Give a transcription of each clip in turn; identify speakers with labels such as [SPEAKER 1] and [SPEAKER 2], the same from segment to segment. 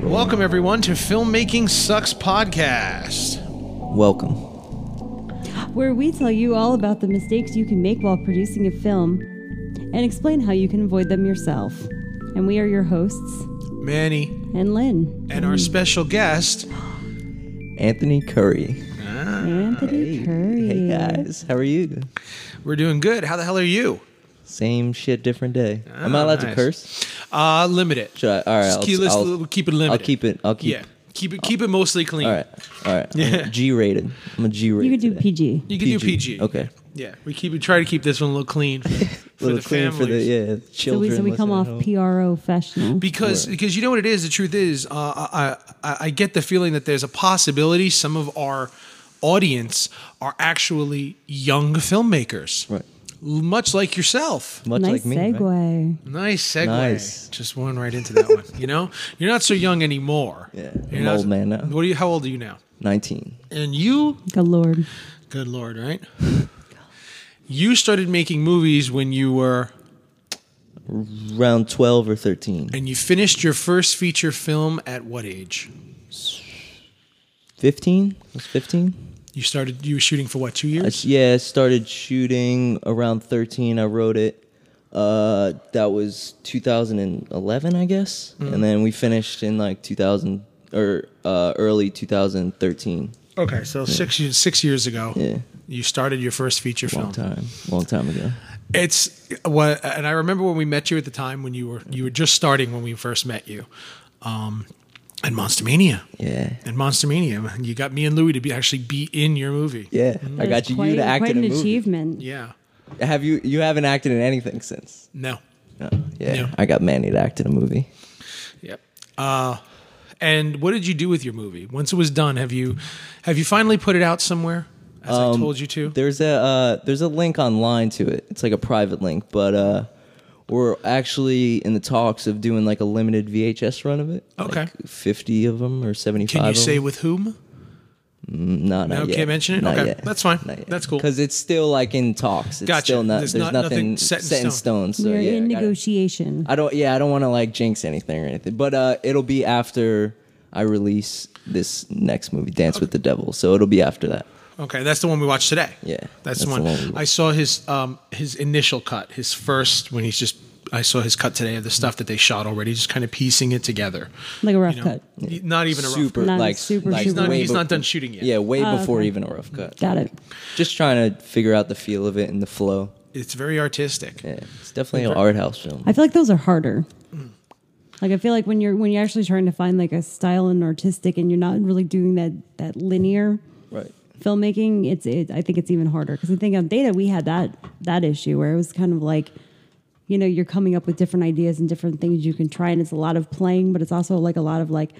[SPEAKER 1] Welcome, everyone, to Filmmaking Sucks Podcast.
[SPEAKER 2] Welcome.
[SPEAKER 3] where we tell you all about the mistakes you can make while producing a film and explain how you can avoid them yourself. And we are your hosts
[SPEAKER 1] Manny
[SPEAKER 3] and Lynn.
[SPEAKER 1] and our special guest,
[SPEAKER 2] Anthony Curry.
[SPEAKER 3] Anthony Curry.
[SPEAKER 2] Hey guys, how are you?
[SPEAKER 1] we're doing good. How the hell are you?
[SPEAKER 2] Same shit, different day. Am I
[SPEAKER 1] Ah,
[SPEAKER 2] allowed
[SPEAKER 1] nice.
[SPEAKER 2] to curse?
[SPEAKER 1] Uh, limit it.
[SPEAKER 2] Should I? All right,
[SPEAKER 1] Just
[SPEAKER 2] I'll-
[SPEAKER 1] keep, let's-
[SPEAKER 2] I'll-
[SPEAKER 1] we'll keep it limited.
[SPEAKER 2] I'll keep it. I'll keep.
[SPEAKER 1] Yeah, keep it. Keep it mostly clean.
[SPEAKER 2] All right. All right.
[SPEAKER 1] Yeah.
[SPEAKER 2] G rated. I'm a G rated.
[SPEAKER 3] You could do PG.
[SPEAKER 1] You can do PG.
[SPEAKER 2] Okay.
[SPEAKER 1] Yeah, we keep we try to keep this one a little clean for, for
[SPEAKER 2] Little
[SPEAKER 1] the
[SPEAKER 2] clean
[SPEAKER 1] families.
[SPEAKER 2] for the yeah
[SPEAKER 3] So
[SPEAKER 2] children.
[SPEAKER 3] we, so we come
[SPEAKER 2] listening
[SPEAKER 3] off
[SPEAKER 2] at home.
[SPEAKER 3] PRO professional.
[SPEAKER 1] because because you know what it is. The truth is, uh, I, I I get the feeling that there's a possibility some of our audience are actually young filmmakers,
[SPEAKER 2] Right.
[SPEAKER 1] much like yourself.
[SPEAKER 2] Much
[SPEAKER 3] nice
[SPEAKER 2] like me. right?
[SPEAKER 3] segue.
[SPEAKER 1] Nice segue.
[SPEAKER 2] Nice.
[SPEAKER 1] Just went right into that one. You know, you're not so young anymore.
[SPEAKER 2] Yeah,
[SPEAKER 1] You're
[SPEAKER 2] I'm
[SPEAKER 1] not-
[SPEAKER 2] old man now.
[SPEAKER 1] What are you? How old are you now?
[SPEAKER 2] Nineteen.
[SPEAKER 1] And you,
[SPEAKER 3] Galord.
[SPEAKER 1] good lord, right? You started making movies when you were,
[SPEAKER 2] Round twelve or thirteen.
[SPEAKER 1] and you finished your first feature film at what age?
[SPEAKER 2] Fifteen. Was fifteen.
[SPEAKER 1] You started. You were shooting for what? Two years.
[SPEAKER 2] I s- yeah, I started shooting around 13. I wrote it. Uh, that was 2011, I guess. And then we finished in like 2000 or uh, early 2013.
[SPEAKER 1] Okay, so six years, six years ago,
[SPEAKER 2] Yeah.
[SPEAKER 1] you started your first feature
[SPEAKER 2] Long
[SPEAKER 1] film.
[SPEAKER 2] time, long time ago.
[SPEAKER 1] It's what, and I remember when we met you at the time when you were you were just starting when we first met you, um, at Monster Mania.
[SPEAKER 2] Yeah.
[SPEAKER 1] And Monster Mania, you got me and Louie to be actually be in your movie.
[SPEAKER 2] Yeah,
[SPEAKER 3] Mm-hmm.
[SPEAKER 2] I got you.
[SPEAKER 3] Quite,
[SPEAKER 2] you to act in
[SPEAKER 3] quite
[SPEAKER 2] a
[SPEAKER 3] an
[SPEAKER 2] movie.
[SPEAKER 3] achievement.
[SPEAKER 1] Yeah.
[SPEAKER 2] Have you? You haven't acted in anything since.
[SPEAKER 1] No.
[SPEAKER 2] No. Yeah,
[SPEAKER 1] No.
[SPEAKER 2] I got Manny to act in a movie.
[SPEAKER 1] Yep. Uh, and what did you do with your movie once it was done? Have you have you finally put it out somewhere as I
[SPEAKER 2] Um,
[SPEAKER 1] told you to?
[SPEAKER 2] There's a uh, there's a link online to it. It's like a private link, but uh, we're actually in the talks of doing like a limited VHS run of it.
[SPEAKER 1] Okay.
[SPEAKER 2] Like fifty of them or seventy five.
[SPEAKER 1] Can you say with whom?
[SPEAKER 2] no? Not
[SPEAKER 1] No,
[SPEAKER 2] yet.
[SPEAKER 1] can't mention it?
[SPEAKER 2] Not
[SPEAKER 1] Okay,
[SPEAKER 2] yet.
[SPEAKER 1] that's fine. That's cool.
[SPEAKER 2] Because it's still like in talks. It's
[SPEAKER 1] Gotcha.
[SPEAKER 2] still not.
[SPEAKER 1] There's
[SPEAKER 2] There's,
[SPEAKER 1] not-
[SPEAKER 2] nothing,
[SPEAKER 1] nothing set in
[SPEAKER 2] stone. so
[SPEAKER 3] We're
[SPEAKER 2] yeah,
[SPEAKER 3] in
[SPEAKER 2] I gotta-
[SPEAKER 3] negotiation.
[SPEAKER 2] I don't. Yeah, I don't want to like jinx anything or anything. But uh, it'll be after I release this next movie, Dance with the Devil. So it'll be after that.
[SPEAKER 1] Okay, that's the one we watched today.
[SPEAKER 2] Yeah,
[SPEAKER 1] that's,
[SPEAKER 2] that's
[SPEAKER 1] the
[SPEAKER 2] the
[SPEAKER 1] one.
[SPEAKER 2] one we
[SPEAKER 1] I saw his um his initial cut, his first when he's just. I saw his cut today of the stuff that they shot already, just kind of piecing it together.
[SPEAKER 3] like a rough
[SPEAKER 1] You know,
[SPEAKER 3] cut.
[SPEAKER 1] not even a rough
[SPEAKER 2] super
[SPEAKER 3] Not
[SPEAKER 2] like
[SPEAKER 3] super,
[SPEAKER 2] like
[SPEAKER 3] He's not-
[SPEAKER 2] way
[SPEAKER 1] he's not
[SPEAKER 2] bef-
[SPEAKER 1] done shooting yet.
[SPEAKER 2] Yeah, way
[SPEAKER 3] Oh,
[SPEAKER 2] before
[SPEAKER 3] okay.
[SPEAKER 2] even a rough cut.
[SPEAKER 3] Got it.
[SPEAKER 2] Just trying to figure out the feel of it and the flow.
[SPEAKER 1] It's very artistic.
[SPEAKER 2] Yeah, it's definitely an art house film.
[SPEAKER 3] I feel like those are harder. Like I feel like when you're when you're actually trying to find like a style and artistic, and you're not really doing that that linear
[SPEAKER 2] Right.
[SPEAKER 3] filmmaking, it's it, I think it's even harder because I think on data we had that that issue where it was kind of like, you know, you're coming up with different ideas and different things you can try, and it's a lot of playing, but it's also like a lot of like,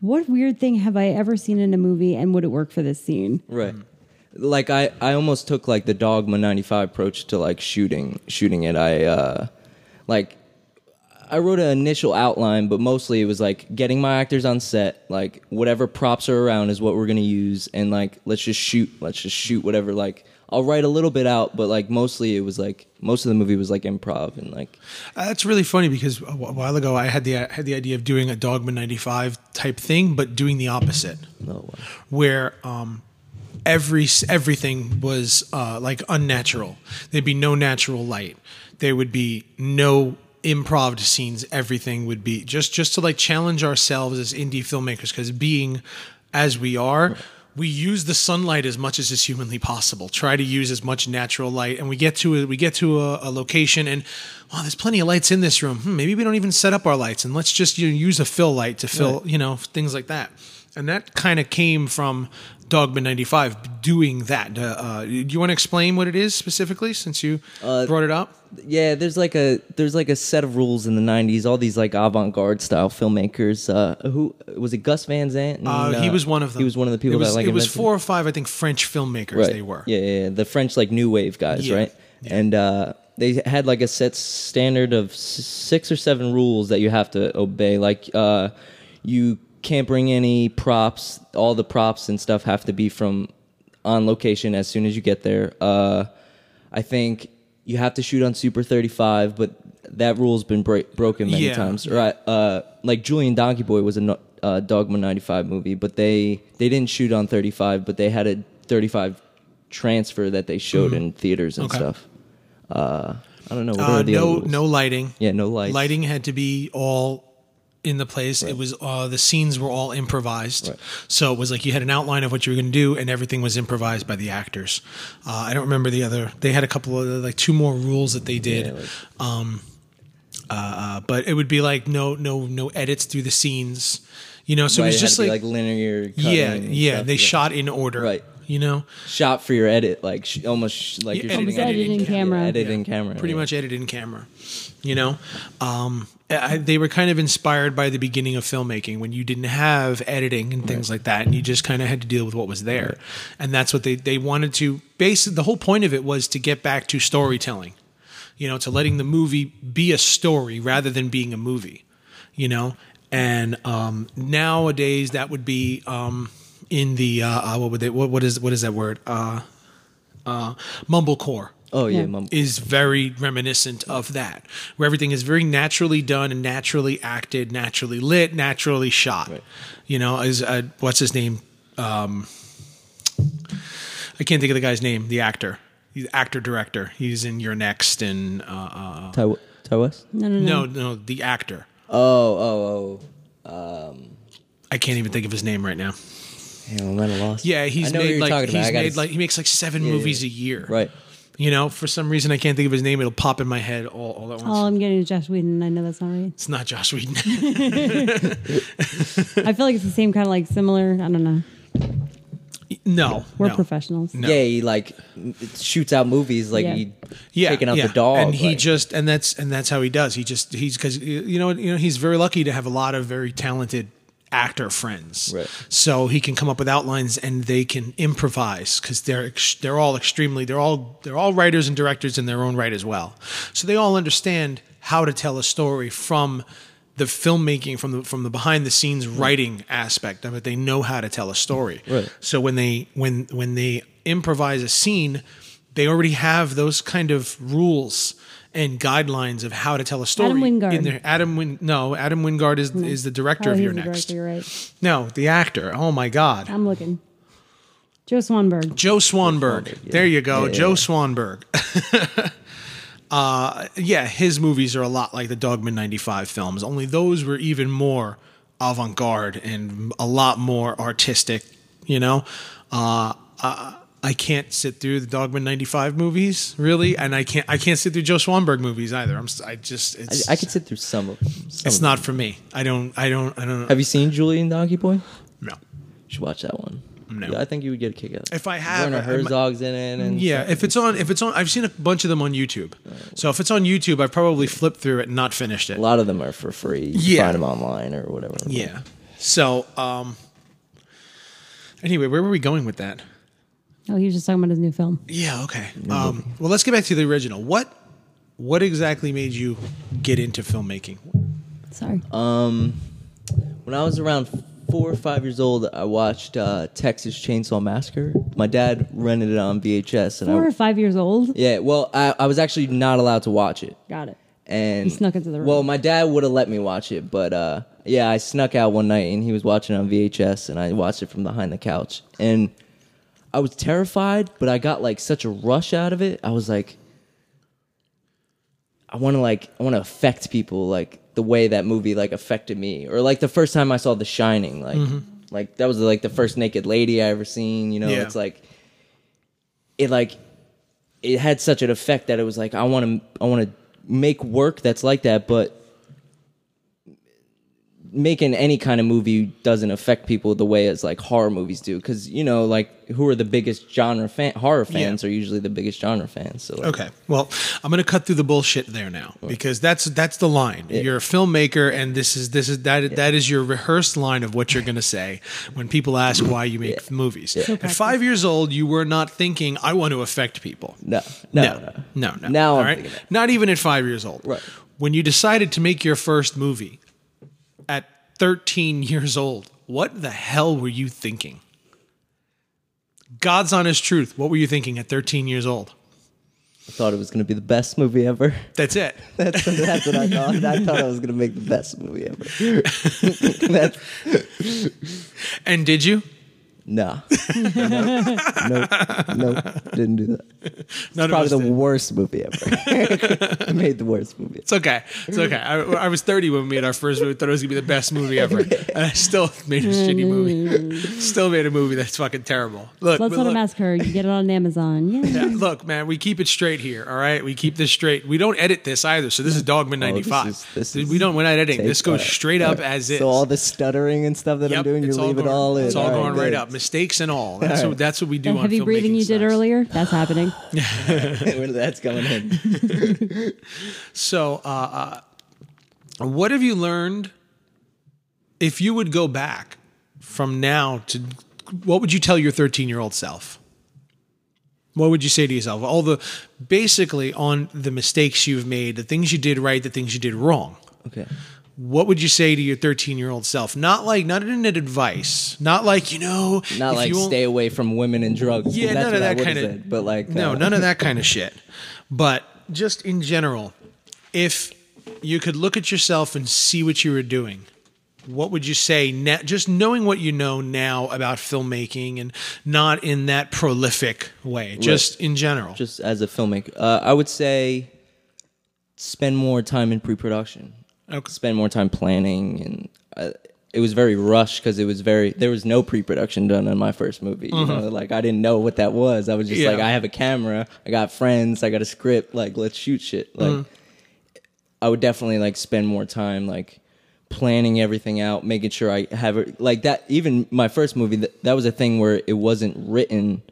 [SPEAKER 3] what weird thing have I ever seen in a movie, and would it work for this scene?
[SPEAKER 2] Right. Like I, I almost took like the dogma 95 approach to like shooting shooting it. I uh like I wrote an initial outline, but mostly it was like getting my actors on set, like whatever props are around is what we're going to use and like let's just shoot, let's just shoot whatever like I'll write a little bit out, but like mostly it was like most of the movie was like improv and like
[SPEAKER 1] Uh, That's really funny because a wh- while ago I had the I had the idea of doing a Dogma ninety five type thing, but doing the opposite,
[SPEAKER 2] no uh,
[SPEAKER 1] where um, every s- everything was uh, like unnatural. There'd be no natural light. There would be no improv scenes. Everything would be just just to like challenge ourselves as indie filmmakers because being as we are. We use the sunlight as much as is humanly possible. Try to use as much natural light, and we get to a, we get to a, a location, and wow, there's plenty of lights in this room. Hmm, maybe we don't even set up our lights, and let's just you know, use a fill light to fill, you know, things like that. And that kind of came from Dogman 95 doing that. Uh, uh, do you want to explain what it is specifically since you
[SPEAKER 2] Uh,
[SPEAKER 1] brought it up?
[SPEAKER 2] yeah there's like a there's like a set of rules in the 90s all these like avant-garde style filmmakers uh who was it gus van zant and,
[SPEAKER 1] Uh, he was one of them.
[SPEAKER 2] he was one of the people
[SPEAKER 1] it was,
[SPEAKER 2] that like
[SPEAKER 1] it was
[SPEAKER 2] invented-
[SPEAKER 1] four or five, I think, French filmmakers
[SPEAKER 2] right
[SPEAKER 1] they were.
[SPEAKER 2] yeah, yeah yeah. the french like new wave guys
[SPEAKER 1] Yeah.
[SPEAKER 2] right and uh they had like a set standard of s- six or seven rules that you have to obey like uh you can't bring any props all the props and stuff have to be from on location as soon as you get there uh I think you have to shoot on Super 35, but that rule's been break, broken many
[SPEAKER 1] Yeah.
[SPEAKER 2] times. Right? Uh, like Julian Donkey Boy was a no- uh, Dogma '95 movie, but they they didn't shoot on 35, but they had a 35 transfer that they showed in theaters and
[SPEAKER 1] Mm-hmm. Okay.
[SPEAKER 2] stuff. Uh, I don't know. What
[SPEAKER 1] Uh,
[SPEAKER 2] are the other
[SPEAKER 1] no,
[SPEAKER 2] rules?
[SPEAKER 1] no lighting.
[SPEAKER 2] Yeah, no lights.
[SPEAKER 1] Lighting had to be all in the place. It was uh, the scenes were all improvised, so it was like you had an outline of what you were going to do, and everything was improvised by the actors. Uh, I don't remember the other. They had a couple of like two more rules that they did.
[SPEAKER 2] Yeah, like-
[SPEAKER 1] um, uh, but it would be like no, no, no edits through the scenes. You know, so
[SPEAKER 2] Right,
[SPEAKER 1] it
[SPEAKER 2] it
[SPEAKER 1] was
[SPEAKER 2] had
[SPEAKER 1] just
[SPEAKER 2] to be,
[SPEAKER 1] like,
[SPEAKER 2] linear. cutting
[SPEAKER 1] yeah,
[SPEAKER 2] and
[SPEAKER 1] yeah.
[SPEAKER 2] stuff,
[SPEAKER 1] They shot in order,
[SPEAKER 2] Right.
[SPEAKER 1] You know,
[SPEAKER 2] shot for your edit, like sh- almost sh- like
[SPEAKER 1] Yeah,
[SPEAKER 2] you're
[SPEAKER 1] editing,
[SPEAKER 2] shooting
[SPEAKER 3] Almost
[SPEAKER 2] on-
[SPEAKER 1] editing,
[SPEAKER 3] editing
[SPEAKER 1] yeah,
[SPEAKER 3] camera.
[SPEAKER 2] yeah, editing camera.
[SPEAKER 1] pretty
[SPEAKER 2] yeah.
[SPEAKER 1] much edited in camera you know um, I, they were kind of inspired by the beginning of filmmaking when you didn't have editing and things like that and you just kind of had to deal with what was there and that's what they, they wanted to base the whole point of it was to get back to storytelling you know to letting the movie be a story rather than being a movie you know and um, nowadays that would be um, in the uh, uh, what would they, what, what is what is that word uh, uh, mumblecore
[SPEAKER 2] Oh yeah,
[SPEAKER 3] Yeah.
[SPEAKER 2] mum-
[SPEAKER 1] is very reminiscent of that, where everything is very naturally done and naturally acted, naturally lit, naturally shot. You know, is uh, what's his name? Um, I can't think of the guy's name. The actor, he's actor director. He's in Your Next and uh, uh,
[SPEAKER 2] Ty, Ty West?
[SPEAKER 3] No, no, no.
[SPEAKER 1] no, no, the actor.
[SPEAKER 2] Oh, oh, oh.
[SPEAKER 1] I can't even think of his name right now.
[SPEAKER 2] Damn, I'm at a loss.
[SPEAKER 1] Yeah, he's
[SPEAKER 2] I know who
[SPEAKER 1] made
[SPEAKER 2] you're
[SPEAKER 1] like
[SPEAKER 2] talking
[SPEAKER 1] he's
[SPEAKER 2] about. I gotta
[SPEAKER 1] made
[SPEAKER 2] s-
[SPEAKER 1] like he makes like seven movies a year.
[SPEAKER 2] right.
[SPEAKER 1] You know, for some reason I can't think of his name. It'll pop in my head all, all at once.
[SPEAKER 3] All Oh, I'm getting is Josh Whedon. and I know that's not right.
[SPEAKER 1] it's not Josh Whedon.
[SPEAKER 3] I feel like it's the same kind of like similar. I don't know.
[SPEAKER 1] no,
[SPEAKER 3] We're
[SPEAKER 1] no.
[SPEAKER 3] professionals.
[SPEAKER 1] No.
[SPEAKER 2] Yeah, he like m- shoots out movies like
[SPEAKER 3] Yeah.
[SPEAKER 2] he
[SPEAKER 1] yeah,
[SPEAKER 2] taking out
[SPEAKER 1] yeah.
[SPEAKER 2] the dog.
[SPEAKER 1] and he
[SPEAKER 2] like-
[SPEAKER 1] just and that's and that's how he does. He just he's because you know you know he's very lucky to have a lot of very talented actor friends,
[SPEAKER 2] Right.
[SPEAKER 1] so he can come up with outlines and they can improvise because they're ex- they're all extremely they're all they're all writers and directors in their own right as well, so they all understand how to tell a story from the filmmaking from the from the behind the scenes writing aspect of it they know how to tell a story
[SPEAKER 2] Right.
[SPEAKER 1] so when they when when they improvise a scene, they already have those kind of rules and guidelines of how to tell a story.
[SPEAKER 3] Adam Wingard.
[SPEAKER 1] In their, Adam Win, no, Adam Wingard is is the director
[SPEAKER 3] Oh,
[SPEAKER 1] of
[SPEAKER 3] he's
[SPEAKER 1] Your
[SPEAKER 3] the
[SPEAKER 1] Next.
[SPEAKER 3] director, you're right.
[SPEAKER 1] No, the actor. Oh my God,
[SPEAKER 3] I'm looking. Joe Swanberg.
[SPEAKER 1] Joe Swanberg. There you go,
[SPEAKER 2] Yeah,
[SPEAKER 1] Joe
[SPEAKER 2] yeah.
[SPEAKER 1] Swanberg. uh, yeah, his movies are a lot like the Dogman '95 films. Only those were even more avant-garde and a lot more artistic. You know, uh, I, I can't sit through the Dogman '95 movies really, and I can't I can't sit through Joe Swanberg movies either. I'm s- I just it's
[SPEAKER 2] I, I could sit through some of them. Some
[SPEAKER 1] it's
[SPEAKER 2] of them.
[SPEAKER 1] not for me. I don't I don't I don't
[SPEAKER 2] Have you seen Julian Donkey Boy? You
[SPEAKER 1] no.
[SPEAKER 2] should watch that one.
[SPEAKER 1] No.
[SPEAKER 2] Yeah, I think you would get a kick out. of it.
[SPEAKER 1] If I have,
[SPEAKER 2] Werner
[SPEAKER 1] I- I might-
[SPEAKER 2] Herzog's in it, and
[SPEAKER 1] Yeah,
[SPEAKER 2] stuff.
[SPEAKER 1] if it's on, if it's on, I've seen a bunch of them on YouTube. So if it's on YouTube, I've probably flipped through it and not finished it.
[SPEAKER 2] a lot of them are for free. You can
[SPEAKER 1] Yeah.
[SPEAKER 2] find them online or whatever.
[SPEAKER 1] Yeah. So, um, anyway, where were we going with that?
[SPEAKER 3] Oh, he was just talking about his new film.
[SPEAKER 1] Yeah. Okay. Um, well, let's get back to the original. What, what exactly made you get into filmmaking?
[SPEAKER 3] Sorry.
[SPEAKER 2] When I was around four or five years old, I watched uh, Texas Chainsaw Massacre. My dad rented it on VHS, and
[SPEAKER 3] Four
[SPEAKER 2] I
[SPEAKER 3] or five years old.
[SPEAKER 2] yeah, well, I, I was actually not allowed to watch it,
[SPEAKER 3] Got it.
[SPEAKER 2] and
[SPEAKER 3] You snuck into the room.
[SPEAKER 2] Well, my dad would have let me watch it, but uh, yeah, I snuck out one night, and he was watching it on VHS, and I watched it from behind the couch, and I was terrified, but I got like such a rush out of it. I was like, I want to like I want to affect people like the way that movie like affected me or like the first time I saw The Shining like like that was like the first naked lady I ever seen you know
[SPEAKER 1] Yeah.
[SPEAKER 2] it's like it like it had such an effect that it was like I want to I want to make work that's like that but making any kind of movie doesn't affect people the way as like horror movies do cuz you know like who are the biggest genre fan horror fans are usually the biggest genre fans so like,
[SPEAKER 1] Okay. Well, I'm going to cut through the bullshit there now because that's that's the line. You're a filmmaker, and this is this is that that is your rehearsed line of what you're going to say when people ask why you make movies. At five years old, you were not thinking I want to affect people.
[SPEAKER 2] no no no,
[SPEAKER 1] no, no.
[SPEAKER 2] Now
[SPEAKER 1] All
[SPEAKER 2] I'm
[SPEAKER 1] right?
[SPEAKER 2] thinking that.
[SPEAKER 1] not even at five years old.
[SPEAKER 2] Right.
[SPEAKER 1] When you decided to make your first movie at 13 years old, what the hell were you thinking? God's honest truth. What were you thinking at 13 years old?
[SPEAKER 2] I thought it was going to be the best movie ever.
[SPEAKER 1] That's it.
[SPEAKER 2] That's, that's what I thought. I thought I was going to make the best movie ever. that's,
[SPEAKER 1] And did you?
[SPEAKER 2] no. Nope. Nope. Nope. Didn't do that.
[SPEAKER 1] None of
[SPEAKER 2] Probably
[SPEAKER 1] us
[SPEAKER 2] the
[SPEAKER 1] did.
[SPEAKER 2] worst movie ever. I made the worst movie.
[SPEAKER 1] It's okay. It's okay. I, I was 30 when we made our first movie. Thought it was gonna be the best movie ever, and I still made a shitty movie. Still made a movie that's fucking terrible. Look,
[SPEAKER 3] Let's
[SPEAKER 1] but
[SPEAKER 3] not
[SPEAKER 1] look,
[SPEAKER 3] ask her. You can get it on Amazon. Yeah.
[SPEAKER 1] yeah, look, man, we keep it straight here. All right, we keep this straight. We don't edit this either. So this is Dogman
[SPEAKER 2] Oh, this
[SPEAKER 1] 95.
[SPEAKER 2] is- this
[SPEAKER 1] Dude,
[SPEAKER 2] is
[SPEAKER 1] we don't. We're not editing.
[SPEAKER 2] Take
[SPEAKER 1] This goes
[SPEAKER 2] that.
[SPEAKER 1] straight up as is.
[SPEAKER 2] So all the stuttering and stuff that I'm
[SPEAKER 1] Yep,
[SPEAKER 2] doing, you
[SPEAKER 1] it's all
[SPEAKER 2] leave it
[SPEAKER 1] going-
[SPEAKER 2] all in.
[SPEAKER 1] It's all,
[SPEAKER 2] All
[SPEAKER 1] going right
[SPEAKER 2] good.
[SPEAKER 1] up, mistakes and all. That's
[SPEAKER 2] All
[SPEAKER 1] what
[SPEAKER 2] right.
[SPEAKER 1] that's what we do
[SPEAKER 3] That
[SPEAKER 1] on
[SPEAKER 3] heavy
[SPEAKER 1] filmmaking
[SPEAKER 3] breathing you did
[SPEAKER 1] styles.
[SPEAKER 3] earlier, that's happening.
[SPEAKER 2] Where that's going in.
[SPEAKER 1] So, uh, uh, what have you learned? If you would go back from now to what would you tell your 13 year old self? What would you say to yourself? All the basically on the mistakes you've made, the things you did right, the things you did wrong.
[SPEAKER 2] Okay.
[SPEAKER 1] What would you say to your 13 year old self? Not like, not in an advice, not like, you know,
[SPEAKER 2] Not
[SPEAKER 1] if
[SPEAKER 2] like
[SPEAKER 1] you won't-
[SPEAKER 2] stay away from women and drugs.
[SPEAKER 1] Yeah,
[SPEAKER 2] That's
[SPEAKER 1] none
[SPEAKER 2] what
[SPEAKER 1] of
[SPEAKER 2] I
[SPEAKER 1] that
[SPEAKER 2] would've
[SPEAKER 1] kind of.
[SPEAKER 2] said, But like,
[SPEAKER 1] no,
[SPEAKER 2] uh,
[SPEAKER 1] none of that kind of shit. But just in general, if you could look at yourself and see what you were doing, what would you say? Now, just knowing what you know now about filmmaking and not in that prolific way, just in general.
[SPEAKER 2] just as a filmmaker, uh, I would say spend more time in pre-production.
[SPEAKER 1] Okay.
[SPEAKER 2] Spend more time planning, and uh, it was very rushed because it was very there was no pre-production done on my first movie. You know, like I didn't know what that was. I was just
[SPEAKER 1] Mm-hmm. Yeah.
[SPEAKER 2] like, I have a camera, I got friends, I got a script. Like, let's shoot shit. Like,
[SPEAKER 1] Mm.
[SPEAKER 2] I would definitely like spend more time like planning everything out, making sure I have it like that. Even my first movie, that, that was a thing where it wasn't written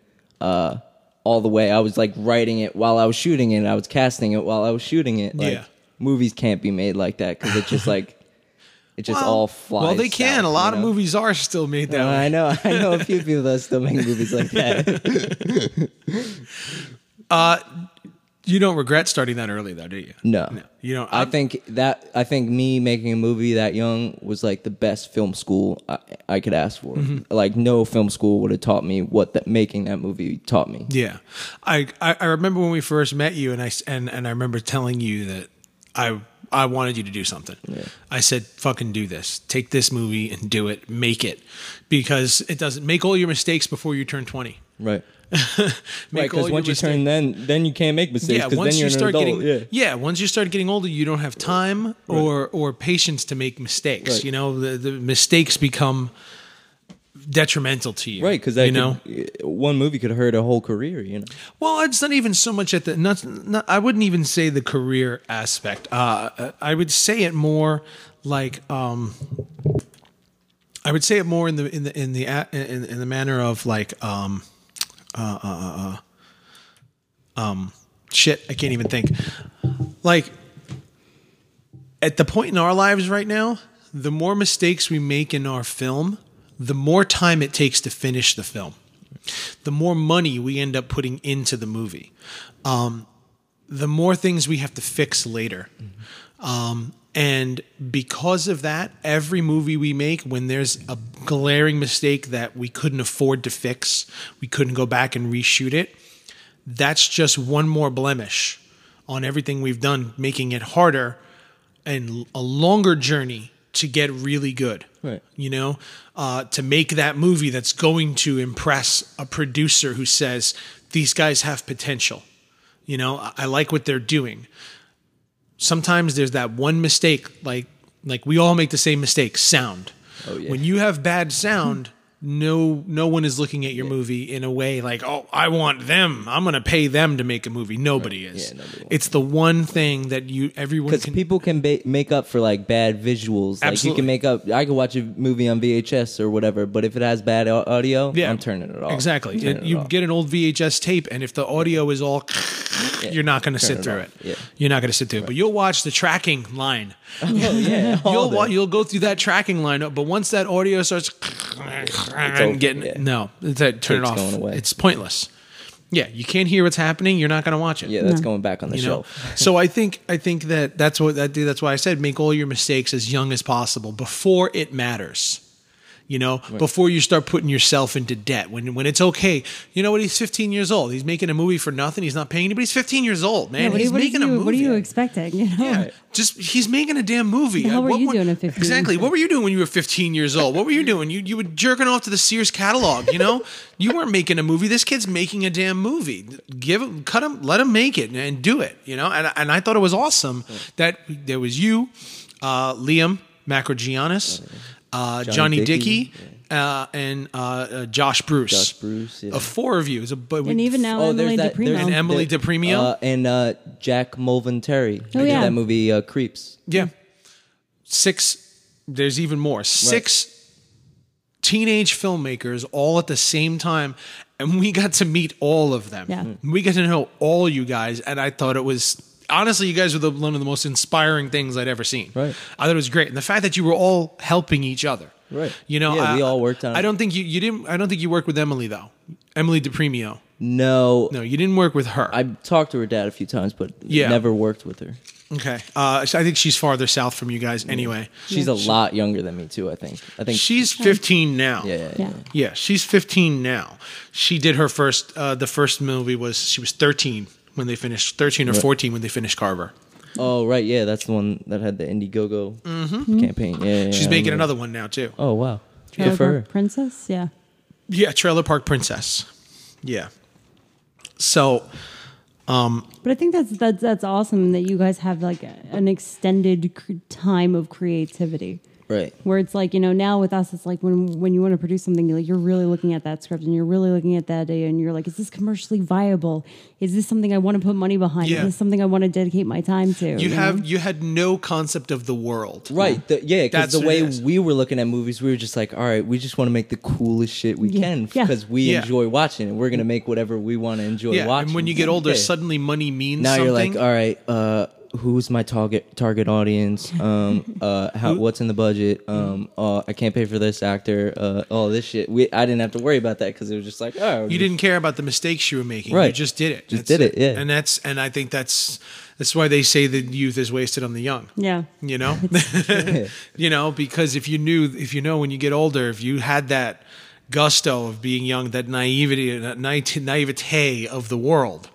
[SPEAKER 2] uh, all the way. I was like writing it while I was shooting it. I was casting it while I was shooting it. Like,
[SPEAKER 1] Yeah.
[SPEAKER 2] movies can't be made like that because it just like it just all flies.
[SPEAKER 1] well, they can.
[SPEAKER 2] out,
[SPEAKER 1] a lot
[SPEAKER 2] you
[SPEAKER 1] of
[SPEAKER 2] know?
[SPEAKER 1] movies are still made that way.
[SPEAKER 2] I know. I know a few people that still make movies like that.
[SPEAKER 1] Uh, You don't regret starting that early, though, do you?
[SPEAKER 2] No,
[SPEAKER 1] You know,
[SPEAKER 2] I
[SPEAKER 1] I'm-
[SPEAKER 2] think that I think me making a movie that young was like the best film school I, I could ask for.
[SPEAKER 1] Mm-hmm.
[SPEAKER 2] Like no film school would have taught me what that making that movie taught me.
[SPEAKER 1] Yeah, I, I I remember when we first met you, and I s- and and I remember telling you that I I wanted you to do something. I said, "Fucking do this. Take this movie and do it. Make it, because it doesn't make all your mistakes before you turn twenty.
[SPEAKER 2] Right.
[SPEAKER 1] Make all
[SPEAKER 2] because
[SPEAKER 1] your
[SPEAKER 2] once you turn then then you can't make mistakes
[SPEAKER 1] yeah,
[SPEAKER 2] because
[SPEAKER 1] once
[SPEAKER 2] then you're
[SPEAKER 1] you
[SPEAKER 2] an
[SPEAKER 1] start
[SPEAKER 2] adult.
[SPEAKER 1] getting
[SPEAKER 2] yeah.
[SPEAKER 1] once you start getting older, you don't have time or or patience to make mistakes.
[SPEAKER 2] Right.
[SPEAKER 1] You know, the, the mistakes become detrimental to you.
[SPEAKER 2] Right, because
[SPEAKER 1] you know
[SPEAKER 2] one movie could hurt a whole career. You know,
[SPEAKER 1] Well, it's not even so much at the. Not, not, I wouldn't even say the career aspect. Uh, I would say it more like. Um, I would say it more in the in the in the a- in, in the manner of like. Um, uh, um, shit, I can't even think. Like at the point in our lives right now, the more mistakes we make in our film, the more time it takes to finish the film. The more money we end up putting into the movie. Um, the more things we have to fix later. Um, and because of that, every movie we make, when there's a glaring mistake that we couldn't afford to fix, we couldn't go back and reshoot it, that's just one more blemish on everything we've done, making it harder and l- a longer journey to get really good.
[SPEAKER 2] Right.
[SPEAKER 1] You know, uh, to make that movie that's going to impress a producer who says, these guys have potential. You know, I, I like what they're doing. Sometimes there's that one mistake, like, like we all make the same mistake sound.
[SPEAKER 2] Oh, yeah.
[SPEAKER 1] When you have bad sound, no no one is looking at your movie in a way like, "Oh, I want them. I'm going to pay them to make a movie." Nobody is.
[SPEAKER 2] Yeah, nobody wants
[SPEAKER 1] it's the one thing that you everyone
[SPEAKER 2] because
[SPEAKER 1] can
[SPEAKER 2] people can ba- make up for like bad visuals. Like you
[SPEAKER 1] Absolutely.
[SPEAKER 2] can make up. I could watch a movie on VHS or whatever, but if it has bad au- audio,
[SPEAKER 1] Yeah.
[SPEAKER 2] I'm turning it off.
[SPEAKER 1] Exactly.
[SPEAKER 2] I'm turning it
[SPEAKER 1] you
[SPEAKER 2] off.
[SPEAKER 1] get an old VHS tape and if the audio is all you're not going to sit
[SPEAKER 2] it
[SPEAKER 1] through
[SPEAKER 2] off.
[SPEAKER 1] it.
[SPEAKER 2] Yeah.
[SPEAKER 1] You're not going to sit through it. But you'll watch the tracking line.
[SPEAKER 2] Oh, yeah, all
[SPEAKER 1] you'll
[SPEAKER 2] of it.
[SPEAKER 1] wa- you'll go through that tracking lineup, but once that audio starts
[SPEAKER 2] over,
[SPEAKER 1] getting
[SPEAKER 2] yeah.
[SPEAKER 1] no, it's that, turn it
[SPEAKER 2] It's
[SPEAKER 1] off.
[SPEAKER 2] going away.
[SPEAKER 1] It's pointless. Yeah, you can't hear what's happening. You're not going to watch it.
[SPEAKER 2] Yeah, that's
[SPEAKER 3] No.
[SPEAKER 2] going back on the
[SPEAKER 1] you know.
[SPEAKER 2] shelf.
[SPEAKER 1] so I think I think that that's what that that's why I said make all your mistakes as young as possible before it matters. you know before you start putting yourself into debt when when it's okay you know what he's 15 years old he's making a movie for nothing he's not paying anybody he's 15 years old man
[SPEAKER 3] Yeah, what, do
[SPEAKER 1] he's
[SPEAKER 3] you- what, do
[SPEAKER 1] making a
[SPEAKER 3] you,
[SPEAKER 1] movie
[SPEAKER 3] what are you expecting? You know?
[SPEAKER 1] yeah, just he's making a damn movie.
[SPEAKER 3] The hell were
[SPEAKER 1] What
[SPEAKER 3] you doing at 15?
[SPEAKER 1] Exactly. What were you doing when you were 15 years old? What were you doing? You you were jerking off to the Sears catalog. You know, you weren't making a movie. This kid's making a damn movie. Give him, cut him, let him make it and do it. You know, and and I thought it was awesome that there was you, uh, Liam Macrogiannis, uh, Johnny,
[SPEAKER 2] Johnny
[SPEAKER 1] Dickey.
[SPEAKER 2] Dickey,
[SPEAKER 1] Uh, and uh, uh, Josh Bruce,
[SPEAKER 2] Josh Bruce, yeah.
[SPEAKER 1] Uh, four of you, It's a, but
[SPEAKER 3] And even now,
[SPEAKER 2] Oh,
[SPEAKER 3] Emily DePrimo.
[SPEAKER 1] And Emily DePrimo.
[SPEAKER 2] uh, and uh, Jack Mulvan Terry.
[SPEAKER 3] Oh,
[SPEAKER 2] They did
[SPEAKER 3] yeah.
[SPEAKER 2] that movie uh, Creeps.
[SPEAKER 1] Yeah. Six, there's even more. Six teenage filmmakers all at the same time. And we got to meet all of them.
[SPEAKER 3] Yeah. Mm.
[SPEAKER 1] We got to know all you guys. And I thought it was, honestly, you guys were the, one of the most inspiring things I'd ever seen.
[SPEAKER 2] Right.
[SPEAKER 1] I thought it was great. And the fact that you were all helping each other.
[SPEAKER 2] Right.
[SPEAKER 1] You know,
[SPEAKER 2] Yeah,
[SPEAKER 1] I,
[SPEAKER 2] we all worked on
[SPEAKER 1] I
[SPEAKER 2] it.
[SPEAKER 1] don't think you, you didn't, I don't think you worked with Emily though. Emily DiPremio.
[SPEAKER 2] No,
[SPEAKER 1] No, you didn't work with her.
[SPEAKER 2] I talked to her dad a few times, but
[SPEAKER 1] Yeah.
[SPEAKER 2] never worked with her.
[SPEAKER 1] okay. Uh, so I think she's farther south from you guys anyway.
[SPEAKER 2] She's a lot younger than me too. I think. I think.
[SPEAKER 1] She's 15 now.
[SPEAKER 2] yeah, yeah,
[SPEAKER 3] Yeah.
[SPEAKER 2] yeah.
[SPEAKER 1] Yeah, she's 15 now. She did her first. Uh, the first movie was she was 13 when they finished 13 or 14 when they finished Carver.
[SPEAKER 2] Oh right, yeah. That's the one that had the Indiegogo campaign. Yeah, yeah,
[SPEAKER 1] Mm-hmm. She's
[SPEAKER 2] yeah, I
[SPEAKER 1] making
[SPEAKER 2] remember.
[SPEAKER 1] another one now too.
[SPEAKER 2] Oh wow.
[SPEAKER 3] Trailer
[SPEAKER 2] Good for
[SPEAKER 3] Park
[SPEAKER 2] her.
[SPEAKER 3] Princess, yeah.
[SPEAKER 1] Yeah, Trailer Park Princess. Yeah. So
[SPEAKER 3] But I think that's that's that's awesome that you guys have like a- an extended cr- time of creativity.
[SPEAKER 2] Right.
[SPEAKER 3] where it's like you know now with us it's like when when you want to produce something you're like you're really looking at that script and you're really looking at that day and you're like is this commercially viable is this something i want to put money behind
[SPEAKER 1] Yeah.
[SPEAKER 3] is this something i want to dedicate my time to
[SPEAKER 1] you
[SPEAKER 3] know?
[SPEAKER 1] have you had no concept of the world.
[SPEAKER 2] Mm-hmm. Right. The, yeah, because
[SPEAKER 1] That's
[SPEAKER 2] the
[SPEAKER 1] what
[SPEAKER 2] way
[SPEAKER 1] it is.
[SPEAKER 2] we were looking at movies, we were just like, all right, we just want to make the coolest shit we
[SPEAKER 3] Yeah.
[SPEAKER 2] can
[SPEAKER 3] Yeah.
[SPEAKER 2] because we
[SPEAKER 1] Yeah.
[SPEAKER 2] enjoy watching it. We're going to make whatever we want to enjoy
[SPEAKER 1] Yeah,
[SPEAKER 2] watching.
[SPEAKER 1] and when you get older,
[SPEAKER 2] Yeah.
[SPEAKER 1] suddenly money means
[SPEAKER 2] now
[SPEAKER 1] something.
[SPEAKER 2] you're like, all right, uh, who's my target target audience? Um, uh, how, what's in the budget? Um, uh, I can't pay for this actor. Uh, all this shit. We, I didn't have to worry about that because it was just like, oh,
[SPEAKER 1] you didn't care about the mistakes you were making. You
[SPEAKER 2] Right.
[SPEAKER 1] just did it.
[SPEAKER 2] Just
[SPEAKER 1] That's
[SPEAKER 2] did it, yeah.
[SPEAKER 1] And that's and I think that's that's why they say that youth is wasted on the young.
[SPEAKER 3] yeah
[SPEAKER 1] you know you know because if you knew if you know when you get older if you had that gusto of being young that naivety that naive- naivete of the world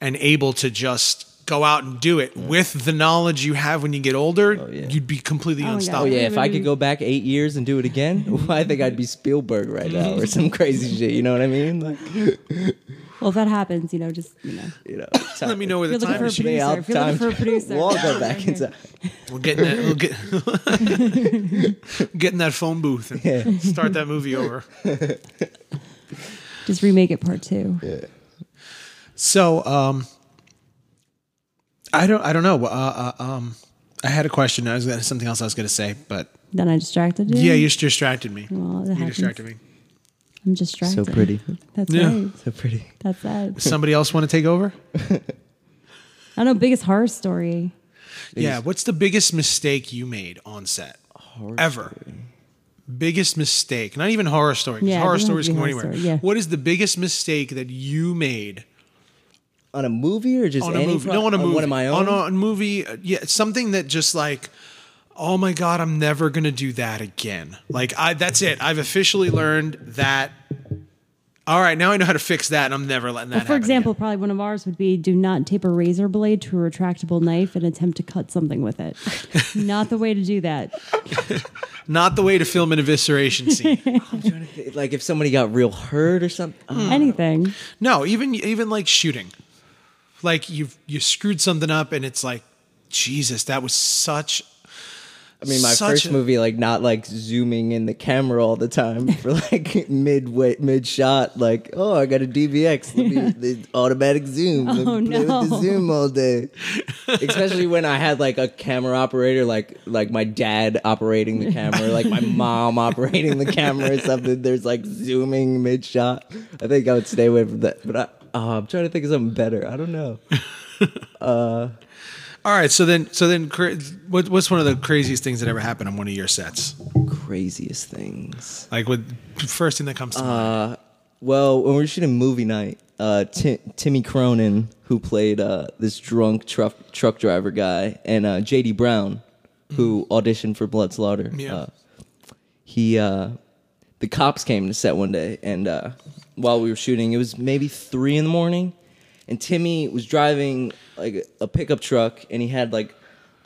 [SPEAKER 1] and able to just go out and do it with the knowledge you have when you get older
[SPEAKER 2] yeah.
[SPEAKER 1] you'd be completely
[SPEAKER 3] Oh, yeah.
[SPEAKER 2] Oh
[SPEAKER 1] unstoppable
[SPEAKER 2] yeah, if I
[SPEAKER 3] Maybe-
[SPEAKER 2] could go back eight years and do it again, I think I'd be Spielberg right now or some crazy shit. You know what I mean? Like,
[SPEAKER 3] well if that happens you know just you know
[SPEAKER 2] you know.
[SPEAKER 1] let me know where
[SPEAKER 3] You're
[SPEAKER 1] the
[SPEAKER 3] looking
[SPEAKER 1] time
[SPEAKER 3] for a
[SPEAKER 1] machine
[SPEAKER 3] producer.
[SPEAKER 2] I'll
[SPEAKER 3] If you're
[SPEAKER 2] time-
[SPEAKER 3] looking for a producer,
[SPEAKER 2] We'll all go
[SPEAKER 3] yeah,
[SPEAKER 2] back
[SPEAKER 3] okay.
[SPEAKER 2] inside.
[SPEAKER 1] we'll get in that we'll get, get in that phone booth and start that movie over
[SPEAKER 3] just remake it part two
[SPEAKER 1] So, um, I don't, I don't know. Uh, uh, um, I had a question. I was gonna, something else I was going to say, but
[SPEAKER 3] then i distracted you
[SPEAKER 1] yeah, you just distracted me.
[SPEAKER 3] well, it
[SPEAKER 1] you
[SPEAKER 3] happens.
[SPEAKER 1] distracted me.
[SPEAKER 3] i'm
[SPEAKER 2] So
[SPEAKER 3] distracted
[SPEAKER 2] pretty.
[SPEAKER 3] that's
[SPEAKER 1] Yeah.
[SPEAKER 3] right
[SPEAKER 2] So pretty.
[SPEAKER 3] that's that
[SPEAKER 1] Somebody else want to take over?
[SPEAKER 3] i don't know biggest horror story
[SPEAKER 1] Yeah. What's the biggest mistake you made on set ever? Biggest mistake, not even horror story. 'cause
[SPEAKER 3] Yeah, it
[SPEAKER 1] horror
[SPEAKER 3] doesn't have
[SPEAKER 1] stories
[SPEAKER 3] to
[SPEAKER 1] can
[SPEAKER 3] be
[SPEAKER 1] go
[SPEAKER 3] horror
[SPEAKER 1] anywhere.
[SPEAKER 3] story, yeah.
[SPEAKER 1] What is the biggest mistake that you made
[SPEAKER 2] On a movie or just
[SPEAKER 1] on a
[SPEAKER 2] any
[SPEAKER 1] movie?
[SPEAKER 2] pro-
[SPEAKER 1] no, on a movie.
[SPEAKER 2] One of my own.
[SPEAKER 1] On a on a movie. uh, Yeah, something that just like, oh my god, I'm never gonna do that again. Like I, that's it. I've officially learned that. All right, now I know how to fix that, and I'm never letting that.
[SPEAKER 3] Well, for
[SPEAKER 1] happen
[SPEAKER 3] example,
[SPEAKER 1] again.
[SPEAKER 3] probably one of ours would be do not tape a razor blade to a retractable knife and attempt to cut something with it. not the way to do that.
[SPEAKER 1] not the way to film an evisceration scene.
[SPEAKER 2] like if somebody got real hurt or something.
[SPEAKER 1] Mm-hmm.
[SPEAKER 3] Anything.
[SPEAKER 1] No, even even like shooting, like you have you screwed something up, and it's like, Jesus, that was such.
[SPEAKER 2] I mean, my
[SPEAKER 1] Such
[SPEAKER 2] first
[SPEAKER 1] a-
[SPEAKER 2] movie, like not like zooming in the camera all the time for like midway, mid shot. Like, oh, I got a DVX. Let me the automatic zoom. Let me
[SPEAKER 3] Oh,
[SPEAKER 2] play with
[SPEAKER 3] no.
[SPEAKER 2] the zoom all day. Especially when I had like a camera operator, like like my dad operating the camera, like my mom operating the camera or something. There's like zooming mid shot. I think I would stay away from that. But I, oh, I'm trying to think of something better. I don't know.
[SPEAKER 1] All right, so then, so then, cra- what, what's one of the craziest things that ever happened on one of your sets?
[SPEAKER 2] Craziest things.
[SPEAKER 1] Like, what first thing that comes to mind?
[SPEAKER 2] Well, when we were shooting movie night, uh, Ti- Timmy Cronin, who played uh, this drunk truck truck driver guy, and uh, Uh, J.D. Brown, who auditioned for Blood Slaughter,
[SPEAKER 1] Yeah.
[SPEAKER 2] uh, he uh, the cops came to set one day, and uh, while we were shooting, it was maybe three in the morning, and Timmy was driving like a pickup truck, and he had like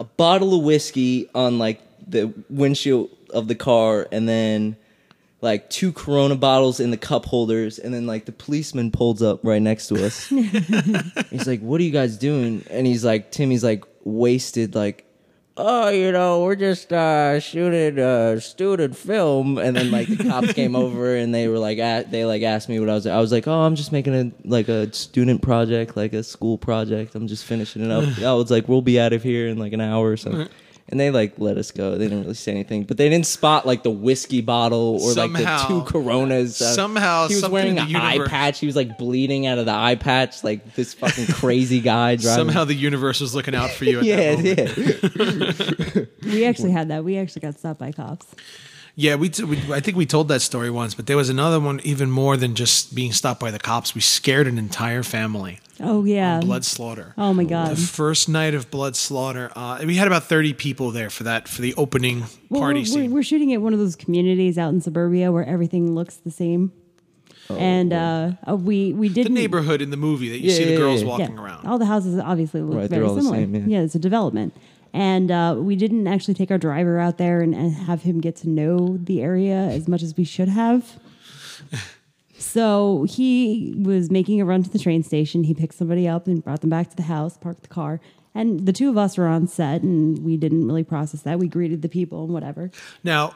[SPEAKER 2] a bottle of whiskey on like the windshield of the car, and then like two Corona bottles in the cup holders, and then like the policeman pulls up right next to us. he's like, "What are you guys doing?" And he's like, "Timmy's like wasted, like, oh, you know, we're just uh, shooting a student film." And then like the cops came over and they were like, a they like asked me what I was. I was like, "Oh, I'm just making a like a student project, like a school project. I'm just finishing it up." I was like, "We'll be out of here in like an hour or something." And they like let us go. They didn't really say anything, but they didn't spot like the whiskey bottle or
[SPEAKER 1] Somehow-
[SPEAKER 2] like the two Coronas. uh,
[SPEAKER 1] Somehow,
[SPEAKER 2] he was
[SPEAKER 1] something
[SPEAKER 2] wearing
[SPEAKER 1] in
[SPEAKER 2] an
[SPEAKER 1] the
[SPEAKER 2] eye
[SPEAKER 1] universe-
[SPEAKER 2] patch. He was like bleeding out of the eye patch, like this fucking crazy guy driving.
[SPEAKER 1] Somehow the universe was looking out for you. At
[SPEAKER 2] yeah,
[SPEAKER 1] that moment.
[SPEAKER 2] yeah.
[SPEAKER 3] We actually had that. We actually got stopped by cops.
[SPEAKER 1] Yeah, we, t- we. I think we told that story once, but there was another one even more than just being stopped by the cops. We scared an entire family.
[SPEAKER 3] Oh yeah.
[SPEAKER 1] Blood slaughter.
[SPEAKER 3] Oh my god.
[SPEAKER 1] The first night of blood slaughter. Uh, we had about thirty people there for that for the opening
[SPEAKER 3] Well,
[SPEAKER 1] party
[SPEAKER 3] we're, we're-
[SPEAKER 1] scene.
[SPEAKER 3] we're shooting at one of those communities out in suburbia where everything looks the same.
[SPEAKER 2] Oh,
[SPEAKER 3] and uh, uh, we we
[SPEAKER 1] the
[SPEAKER 3] didn't
[SPEAKER 1] neighborhood in the movie that you
[SPEAKER 2] Yeah,
[SPEAKER 1] see the
[SPEAKER 2] yeah,
[SPEAKER 1] girls
[SPEAKER 2] yeah.
[SPEAKER 3] yeah, Oh,
[SPEAKER 1] walking around.
[SPEAKER 3] All the houses obviously look
[SPEAKER 2] Right, they're
[SPEAKER 3] very
[SPEAKER 2] all the
[SPEAKER 3] similar.
[SPEAKER 2] same, yeah.
[SPEAKER 3] it's a development. And uh, we didn't actually take our driver out there and, and have him get to know the area as much as we should have. So he was making a run to the train station. He picked somebody up and brought them back to the house, parked the car. And the two of us were on set and we didn't really process that. We greeted the people and whatever.
[SPEAKER 1] Now,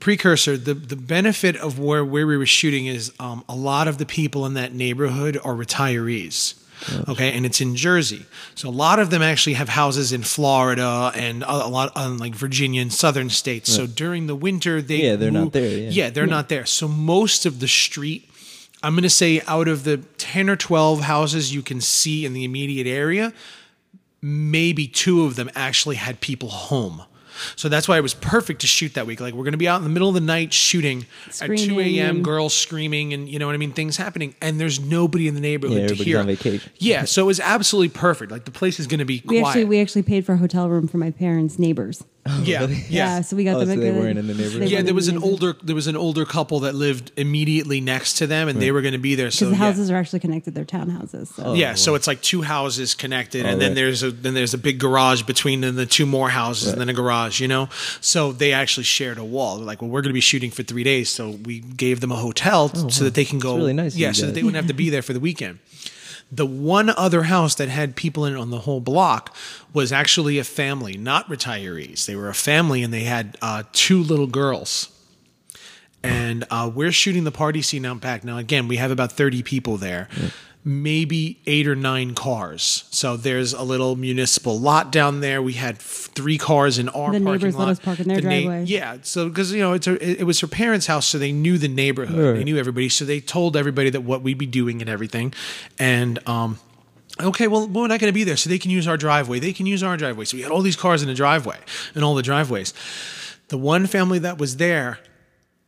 [SPEAKER 1] precursor, the, the benefit of where, where we were shooting is um, a lot of the people in that neighborhood are retirees. Okay, and it's in Jersey, so a lot of them actually have houses in Florida and a, a lot on like Virginia and southern states. So during the winter, they
[SPEAKER 2] Yeah, they're not
[SPEAKER 1] move-
[SPEAKER 2] there, yeah.
[SPEAKER 1] yeah, they're not there. So most of the street, I'm going to say, out of the ten or twelve houses you can see in the immediate area, maybe two of them actually had people home. So that's why it was perfect to shoot that week. Like we're going to be out in the middle of the night shooting at 2
[SPEAKER 3] Screaming
[SPEAKER 1] a.m.
[SPEAKER 3] and-
[SPEAKER 1] Girls screaming and you know what I mean, things happening, and there's nobody in the neighborhood
[SPEAKER 2] Yeah,
[SPEAKER 1] to
[SPEAKER 2] everybody's
[SPEAKER 1] hear.
[SPEAKER 2] on vacation.
[SPEAKER 1] Yeah, so it was absolutely perfect. Like the place is going to be
[SPEAKER 3] We
[SPEAKER 1] quiet.
[SPEAKER 3] actually we actually paid for a hotel room for my parents' neighbors.
[SPEAKER 1] yeah, yeah,
[SPEAKER 2] really?
[SPEAKER 3] Yeah,
[SPEAKER 1] yeah.
[SPEAKER 3] so we got
[SPEAKER 2] Oh,
[SPEAKER 3] them.
[SPEAKER 2] so
[SPEAKER 3] a
[SPEAKER 2] they
[SPEAKER 3] good-
[SPEAKER 2] weren't in the
[SPEAKER 3] so
[SPEAKER 2] neighborhood.
[SPEAKER 3] they
[SPEAKER 2] Yeah,
[SPEAKER 3] weren't
[SPEAKER 1] there
[SPEAKER 3] in
[SPEAKER 1] was
[SPEAKER 3] the
[SPEAKER 1] an
[SPEAKER 3] neighborhood.
[SPEAKER 1] older there was an older couple that lived immediately next to them, and they were going to be there. So
[SPEAKER 3] because the
[SPEAKER 1] Oh, yeah.
[SPEAKER 3] houses are actually connected. They're townhouses.
[SPEAKER 2] Oh,
[SPEAKER 3] So.
[SPEAKER 1] yeah, so it's like two houses connected, and then
[SPEAKER 2] right.
[SPEAKER 1] there's a then there's a big garage between the, the two more houses, and then a garage. You know, so they actually shared a wall. They're like, well, we're going to be shooting for three days, so we gave them a hotel t- so that they can go.
[SPEAKER 2] Oh, really nice of
[SPEAKER 1] Yeah,
[SPEAKER 2] you
[SPEAKER 1] so that
[SPEAKER 2] guys.
[SPEAKER 1] they wouldn't have to be there for the weekend. The one other house that had people in it on the whole block was actually a family, not retirees. They were a family, and they had uh, two little girls and uh, we're shooting the party scene out back. Now, again, we have about 30 people there, maybe eight or nine cars. So there's a little municipal lot down there. We had f- three cars in our
[SPEAKER 3] The
[SPEAKER 1] parking
[SPEAKER 3] neighbors let
[SPEAKER 1] lot.
[SPEAKER 3] us park in their
[SPEAKER 1] The neigh-
[SPEAKER 3] driveway.
[SPEAKER 1] yeah, so because you know it's her, it, it was her parents' house, so they knew the neighborhood, they knew everybody, so they told everybody that what we'd be doing and everything, and um. Okay, well, we're not going to be there, so they can use our driveway. They can use our driveway. So we had all these cars in the driveway and all the driveways. The one family that was there,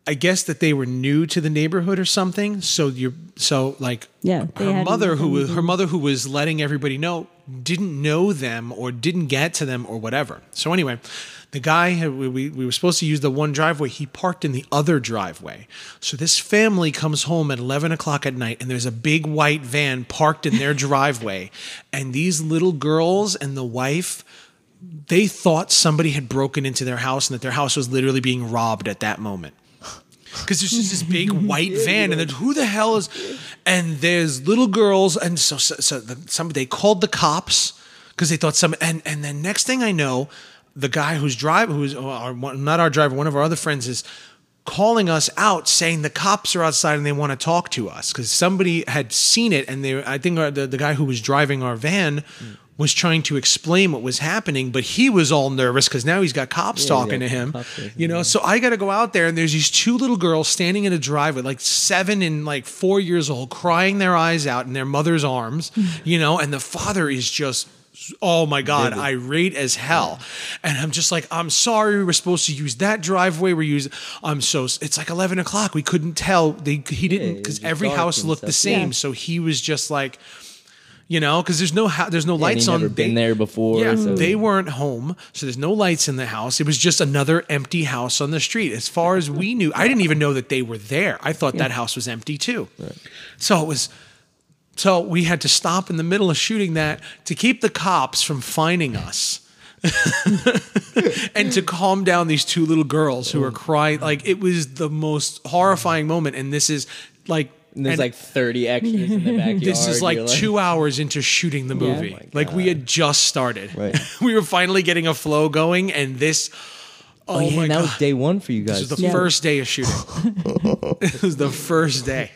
[SPEAKER 1] I guess that they were new to the neighborhood or something. So you, so like,
[SPEAKER 3] Yeah, they
[SPEAKER 1] her
[SPEAKER 3] hadn't-
[SPEAKER 1] mother who was her mother who was letting everybody know didn't know them or didn't get to them or whatever. So anyway, the guy had- we we, we were supposed to use the one driveway. He parked in the other driveway. So this family comes home at eleven o'clock at night, and there's a big white van parked in their driveway, and these little girls and the wife they thought somebody had broken into their house and that their house was literally being robbed at that moment. Because there's just this big white van, and then who the hell is? And there's little girls, and so so, so the, some they called the cops because they thought some. And and then next thing I know, the guy who's driving, who's uh, our, one- not our driver, one of our other friends is calling us out, saying the cops are outside and they want to talk to us because somebody had seen it, and they I think our, the the guy who was driving our van.
[SPEAKER 2] Mm.
[SPEAKER 1] Was trying to explain what was happening, but he was all nervous because now he's got cops talking to
[SPEAKER 2] yeah,
[SPEAKER 1] him.
[SPEAKER 2] cops are-
[SPEAKER 1] You know, so I got to go out there, and there's these two little girls standing in a driveway, like seven and like four years old, crying their eyes out in their mother's arms,
[SPEAKER 2] Mm.
[SPEAKER 1] you know, and the father is just. Oh my God, irate as hell. And I'm just like, I'm sorry, we were supposed to use that driveway. We're using, I'm so, it's like 11 o'clock. We couldn't tell. They, he
[SPEAKER 2] it
[SPEAKER 1] didn't,
[SPEAKER 2] was
[SPEAKER 1] because
[SPEAKER 2] just
[SPEAKER 1] every
[SPEAKER 2] dark
[SPEAKER 1] house
[SPEAKER 2] and
[SPEAKER 1] looked the
[SPEAKER 2] stuff.
[SPEAKER 1] same.
[SPEAKER 3] Yeah.
[SPEAKER 1] So he was just like, You know, because there's no ho- there's no
[SPEAKER 2] And
[SPEAKER 1] lights
[SPEAKER 2] he never
[SPEAKER 1] on.
[SPEAKER 2] been there before.
[SPEAKER 1] Yeah,
[SPEAKER 2] so-
[SPEAKER 1] they weren't home, so there's no lights in the house. It was just another empty house on the street. As far as we knew, I didn't even know that they were there. I thought that house was empty too. So it was. So we had to stop in the middle of shooting that to keep the cops from finding us. and to calm down these two little girls who are crying like it was the most horrifying moment and this is like
[SPEAKER 2] and there's
[SPEAKER 1] and-
[SPEAKER 2] like 30 extras in the backyard.
[SPEAKER 1] this is like
[SPEAKER 2] You're
[SPEAKER 1] two hours into shooting the movie.
[SPEAKER 2] Oh my
[SPEAKER 1] like we had just started.
[SPEAKER 2] Right.
[SPEAKER 1] we were finally getting a flow going, and this. Oh,
[SPEAKER 2] Oh, yeah,
[SPEAKER 1] my
[SPEAKER 2] and that
[SPEAKER 1] god!
[SPEAKER 2] was day one for you
[SPEAKER 1] this
[SPEAKER 2] guys.
[SPEAKER 1] was the
[SPEAKER 3] Yeah.
[SPEAKER 1] first day of shooting. it was the first day.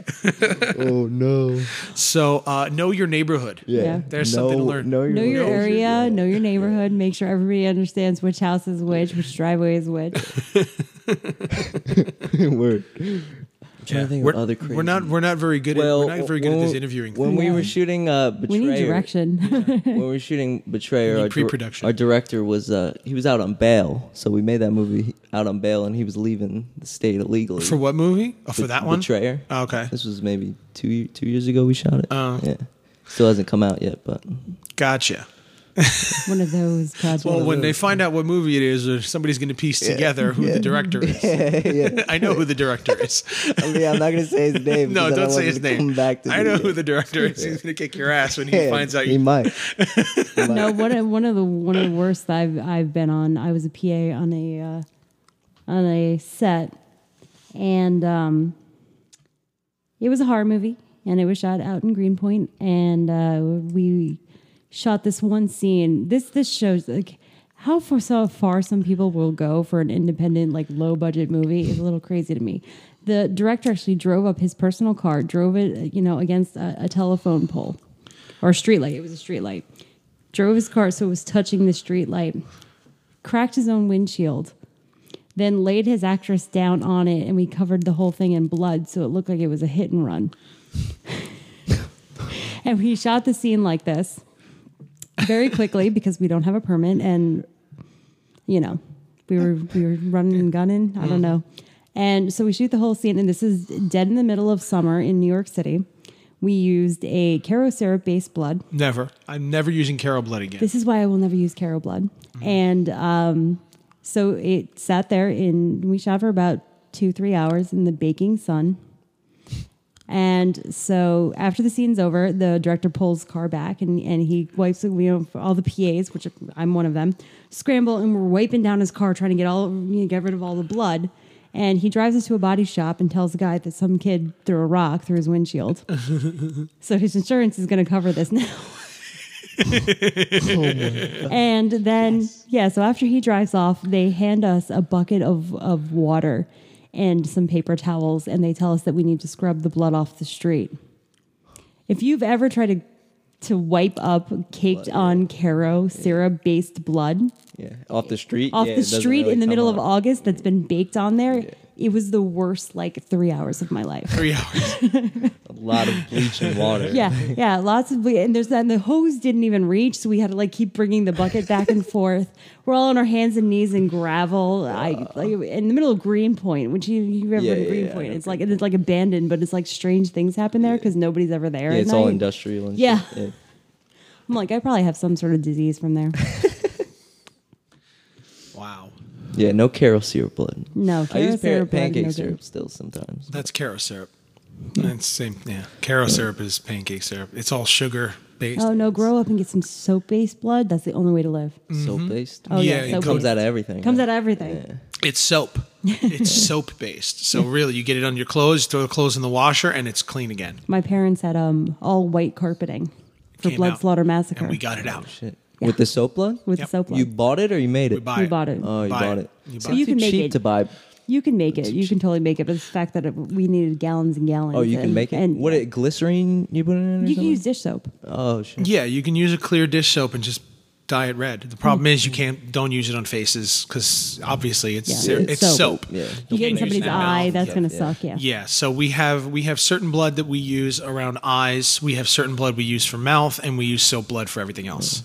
[SPEAKER 2] oh no!
[SPEAKER 1] So uh, know your neighborhood.
[SPEAKER 3] Yeah.
[SPEAKER 1] There's something to learn.
[SPEAKER 2] Know your,
[SPEAKER 3] Know your
[SPEAKER 1] Know your
[SPEAKER 3] area, know your neighborhood, make sure everybody understands which house is which, which driveway is which.
[SPEAKER 2] word.
[SPEAKER 1] Yeah.
[SPEAKER 2] think of
[SPEAKER 1] We're,
[SPEAKER 2] other crazy-
[SPEAKER 1] we're not. We're not very good.
[SPEAKER 2] Well,
[SPEAKER 1] at, we're not very good at
[SPEAKER 2] when
[SPEAKER 1] this
[SPEAKER 2] we-
[SPEAKER 1] interviewing.
[SPEAKER 2] When we
[SPEAKER 3] Yeah.
[SPEAKER 2] were shooting uh,
[SPEAKER 3] We
[SPEAKER 2] Betrayer,
[SPEAKER 3] need direction.
[SPEAKER 2] when we were shooting Betrayer,
[SPEAKER 1] need
[SPEAKER 2] our, dir-
[SPEAKER 1] pre-production.
[SPEAKER 2] our director was uh, he was out on bail, so we made that movie out on bail, and he was leaving the state illegally.
[SPEAKER 1] for what movie? Oh, for that one.
[SPEAKER 2] Betrayer.
[SPEAKER 1] Oh, okay,
[SPEAKER 2] This was maybe two ye- two years ago. We shot it.
[SPEAKER 1] Oh.
[SPEAKER 2] yeah. Still hasn't come out yet, but
[SPEAKER 1] gotcha.
[SPEAKER 3] One of those projects.
[SPEAKER 1] Well, when they find out what movie it is, or somebody's going to piece together who the director is. I know who the director is.
[SPEAKER 2] I mean, I'm not gonna say his name.
[SPEAKER 1] No,
[SPEAKER 2] because I
[SPEAKER 1] don't
[SPEAKER 2] want
[SPEAKER 1] say
[SPEAKER 2] him
[SPEAKER 1] his
[SPEAKER 2] to
[SPEAKER 1] name.
[SPEAKER 2] Come back to
[SPEAKER 1] I
[SPEAKER 2] me.
[SPEAKER 1] know who the director is. He's going to kick your ass when he
[SPEAKER 2] Yeah,
[SPEAKER 1] finds out.
[SPEAKER 2] He
[SPEAKER 1] You,
[SPEAKER 2] might. He might.
[SPEAKER 3] no, one of one of the one of the worst I've I've been on. I was a PA on a uh, on a set, and um, it was a horror movie, and it was shot out in Greenpoint, and uh, we shot this one scene. This this shows like how far so far some people will go for an independent like low budget movie is a little crazy to me. The director actually drove up his personal car, drove it you know against a, a telephone pole or a street light. It was a street light. Drove his car so it was touching the street light. Cracked his own windshield. Then laid his actress down on it, and we covered the whole thing in blood, so it looked like it was a hit and run. and we shot the scene like this very quickly because we don't have a permit, and you know, we were we were running and gunning. I don't know. And so we shoot the whole scene, and this is dead in the middle of summer in New York City. We used a caro syrup based blood.
[SPEAKER 1] never. I'm never using Carol Blood again.
[SPEAKER 3] This is why I will never use Carol blood. And um, so it sat there in, we shot for about two, three hours in the baking sun. And so after the scene's over, the director pulls car back and, and he wipes you know, all the PAs, which I'm one of them, scramble and we're wiping down his car trying to get all you know, get rid of all the blood. And he drives us to a body shop and tells the guy that some kid threw a rock through his windshield. so his insurance is going to cover this now. And then, yeah, so after he drives off, they hand us a bucket of, of water and some paper towels, and they tell us that we need to scrub the blood off the street. If you've ever tried to to wipe up caked on caro syrup based blood
[SPEAKER 2] Yeah, off the street.
[SPEAKER 3] off
[SPEAKER 2] yeah, it
[SPEAKER 3] the
[SPEAKER 2] doesn't
[SPEAKER 3] street
[SPEAKER 2] really
[SPEAKER 3] in the
[SPEAKER 2] come
[SPEAKER 3] middle of
[SPEAKER 2] out.
[SPEAKER 3] August that's been baked on there, it was the worst like three hours of my life.
[SPEAKER 1] Three hours.
[SPEAKER 2] a lot of bleaching water.
[SPEAKER 3] Yeah, yeah, lots of and there's and the hose didn't even reach, so we had to like keep bringing the bucket back and forth. We're all on our hands and knees in gravel. I like in the middle of Greenpoint, which you you've ever
[SPEAKER 2] Yeah,
[SPEAKER 3] been
[SPEAKER 2] yeah,
[SPEAKER 3] to
[SPEAKER 2] yeah, I
[SPEAKER 3] Greenpoint.
[SPEAKER 2] know
[SPEAKER 3] it's like it's like abandoned, but it's like strange things happen there because nobody's ever there.
[SPEAKER 2] Yeah,
[SPEAKER 3] at
[SPEAKER 2] it's all
[SPEAKER 3] night.
[SPEAKER 2] industrial and
[SPEAKER 3] Yeah.
[SPEAKER 2] shit.
[SPEAKER 3] I'm like, I probably have some sort of disease from there.
[SPEAKER 1] Wow.
[SPEAKER 2] Yeah. yeah, no Carol syrup blood.
[SPEAKER 3] No,
[SPEAKER 2] I use
[SPEAKER 3] carrot
[SPEAKER 2] par-
[SPEAKER 3] syrup,
[SPEAKER 2] pancake
[SPEAKER 3] no good.
[SPEAKER 2] syrup still sometimes.
[SPEAKER 1] That's Carol syrup. That's same. Yeah. Carol syrup is pancake syrup. It's all sugar based.
[SPEAKER 3] Oh no, grow up and get some soap based blood. That's the only way to live.
[SPEAKER 2] Soap
[SPEAKER 1] Mm-hmm.
[SPEAKER 2] based.
[SPEAKER 3] Oh
[SPEAKER 1] Yeah,
[SPEAKER 3] yeah,
[SPEAKER 1] it
[SPEAKER 3] soap
[SPEAKER 2] comes
[SPEAKER 3] based.
[SPEAKER 2] out of everything.
[SPEAKER 3] comes
[SPEAKER 2] right?
[SPEAKER 3] out of everything.
[SPEAKER 1] It's soap. It's soap based. So really, you get it on your clothes, throw the clothes in the washer, and it's clean again.
[SPEAKER 3] My parents had um all white carpeting for
[SPEAKER 1] Came
[SPEAKER 3] Blood
[SPEAKER 1] out,
[SPEAKER 3] Slaughter Massacre
[SPEAKER 1] And we got it out.
[SPEAKER 2] Shit. With the soap blood?
[SPEAKER 3] with
[SPEAKER 1] Yep.
[SPEAKER 3] soap blood.
[SPEAKER 2] You bought it or you made it?
[SPEAKER 1] We buy
[SPEAKER 3] We
[SPEAKER 1] it.
[SPEAKER 3] bought it.
[SPEAKER 2] Oh, you
[SPEAKER 1] Buy
[SPEAKER 2] bought
[SPEAKER 1] it.
[SPEAKER 2] it.
[SPEAKER 1] You
[SPEAKER 3] So
[SPEAKER 1] buy
[SPEAKER 3] you
[SPEAKER 1] it.
[SPEAKER 2] Too
[SPEAKER 3] can make
[SPEAKER 2] cheap
[SPEAKER 3] it.
[SPEAKER 2] to buy.
[SPEAKER 3] You can make it. You can totally make it. But the fact that it, we needed gallons and gallons.
[SPEAKER 2] Oh, you can
[SPEAKER 3] and-
[SPEAKER 2] make it.
[SPEAKER 3] And
[SPEAKER 2] What it glycerine you put in? It or
[SPEAKER 3] you can
[SPEAKER 2] something?
[SPEAKER 3] use dish soap.
[SPEAKER 2] Oh shit.
[SPEAKER 1] Yeah, you can use a clear dish soap and just dye it red. The problem is you can't. Don't use it on faces because obviously it's
[SPEAKER 3] Mm-hmm. Yeah.
[SPEAKER 1] syrup-
[SPEAKER 3] It's
[SPEAKER 1] it's soap.
[SPEAKER 3] soap.
[SPEAKER 2] Yeah. You
[SPEAKER 1] You
[SPEAKER 3] You get in
[SPEAKER 1] can't use
[SPEAKER 3] somebody's
[SPEAKER 1] that at all.
[SPEAKER 3] eye. That's
[SPEAKER 2] Yeah,
[SPEAKER 3] gonna
[SPEAKER 2] yeah.
[SPEAKER 3] suck. Yeah.
[SPEAKER 1] Yeah, so we have we have certain blood that we use around eyes. We have certain blood we use for mouth, and we use soap blood for everything
[SPEAKER 3] Mm.
[SPEAKER 1] else.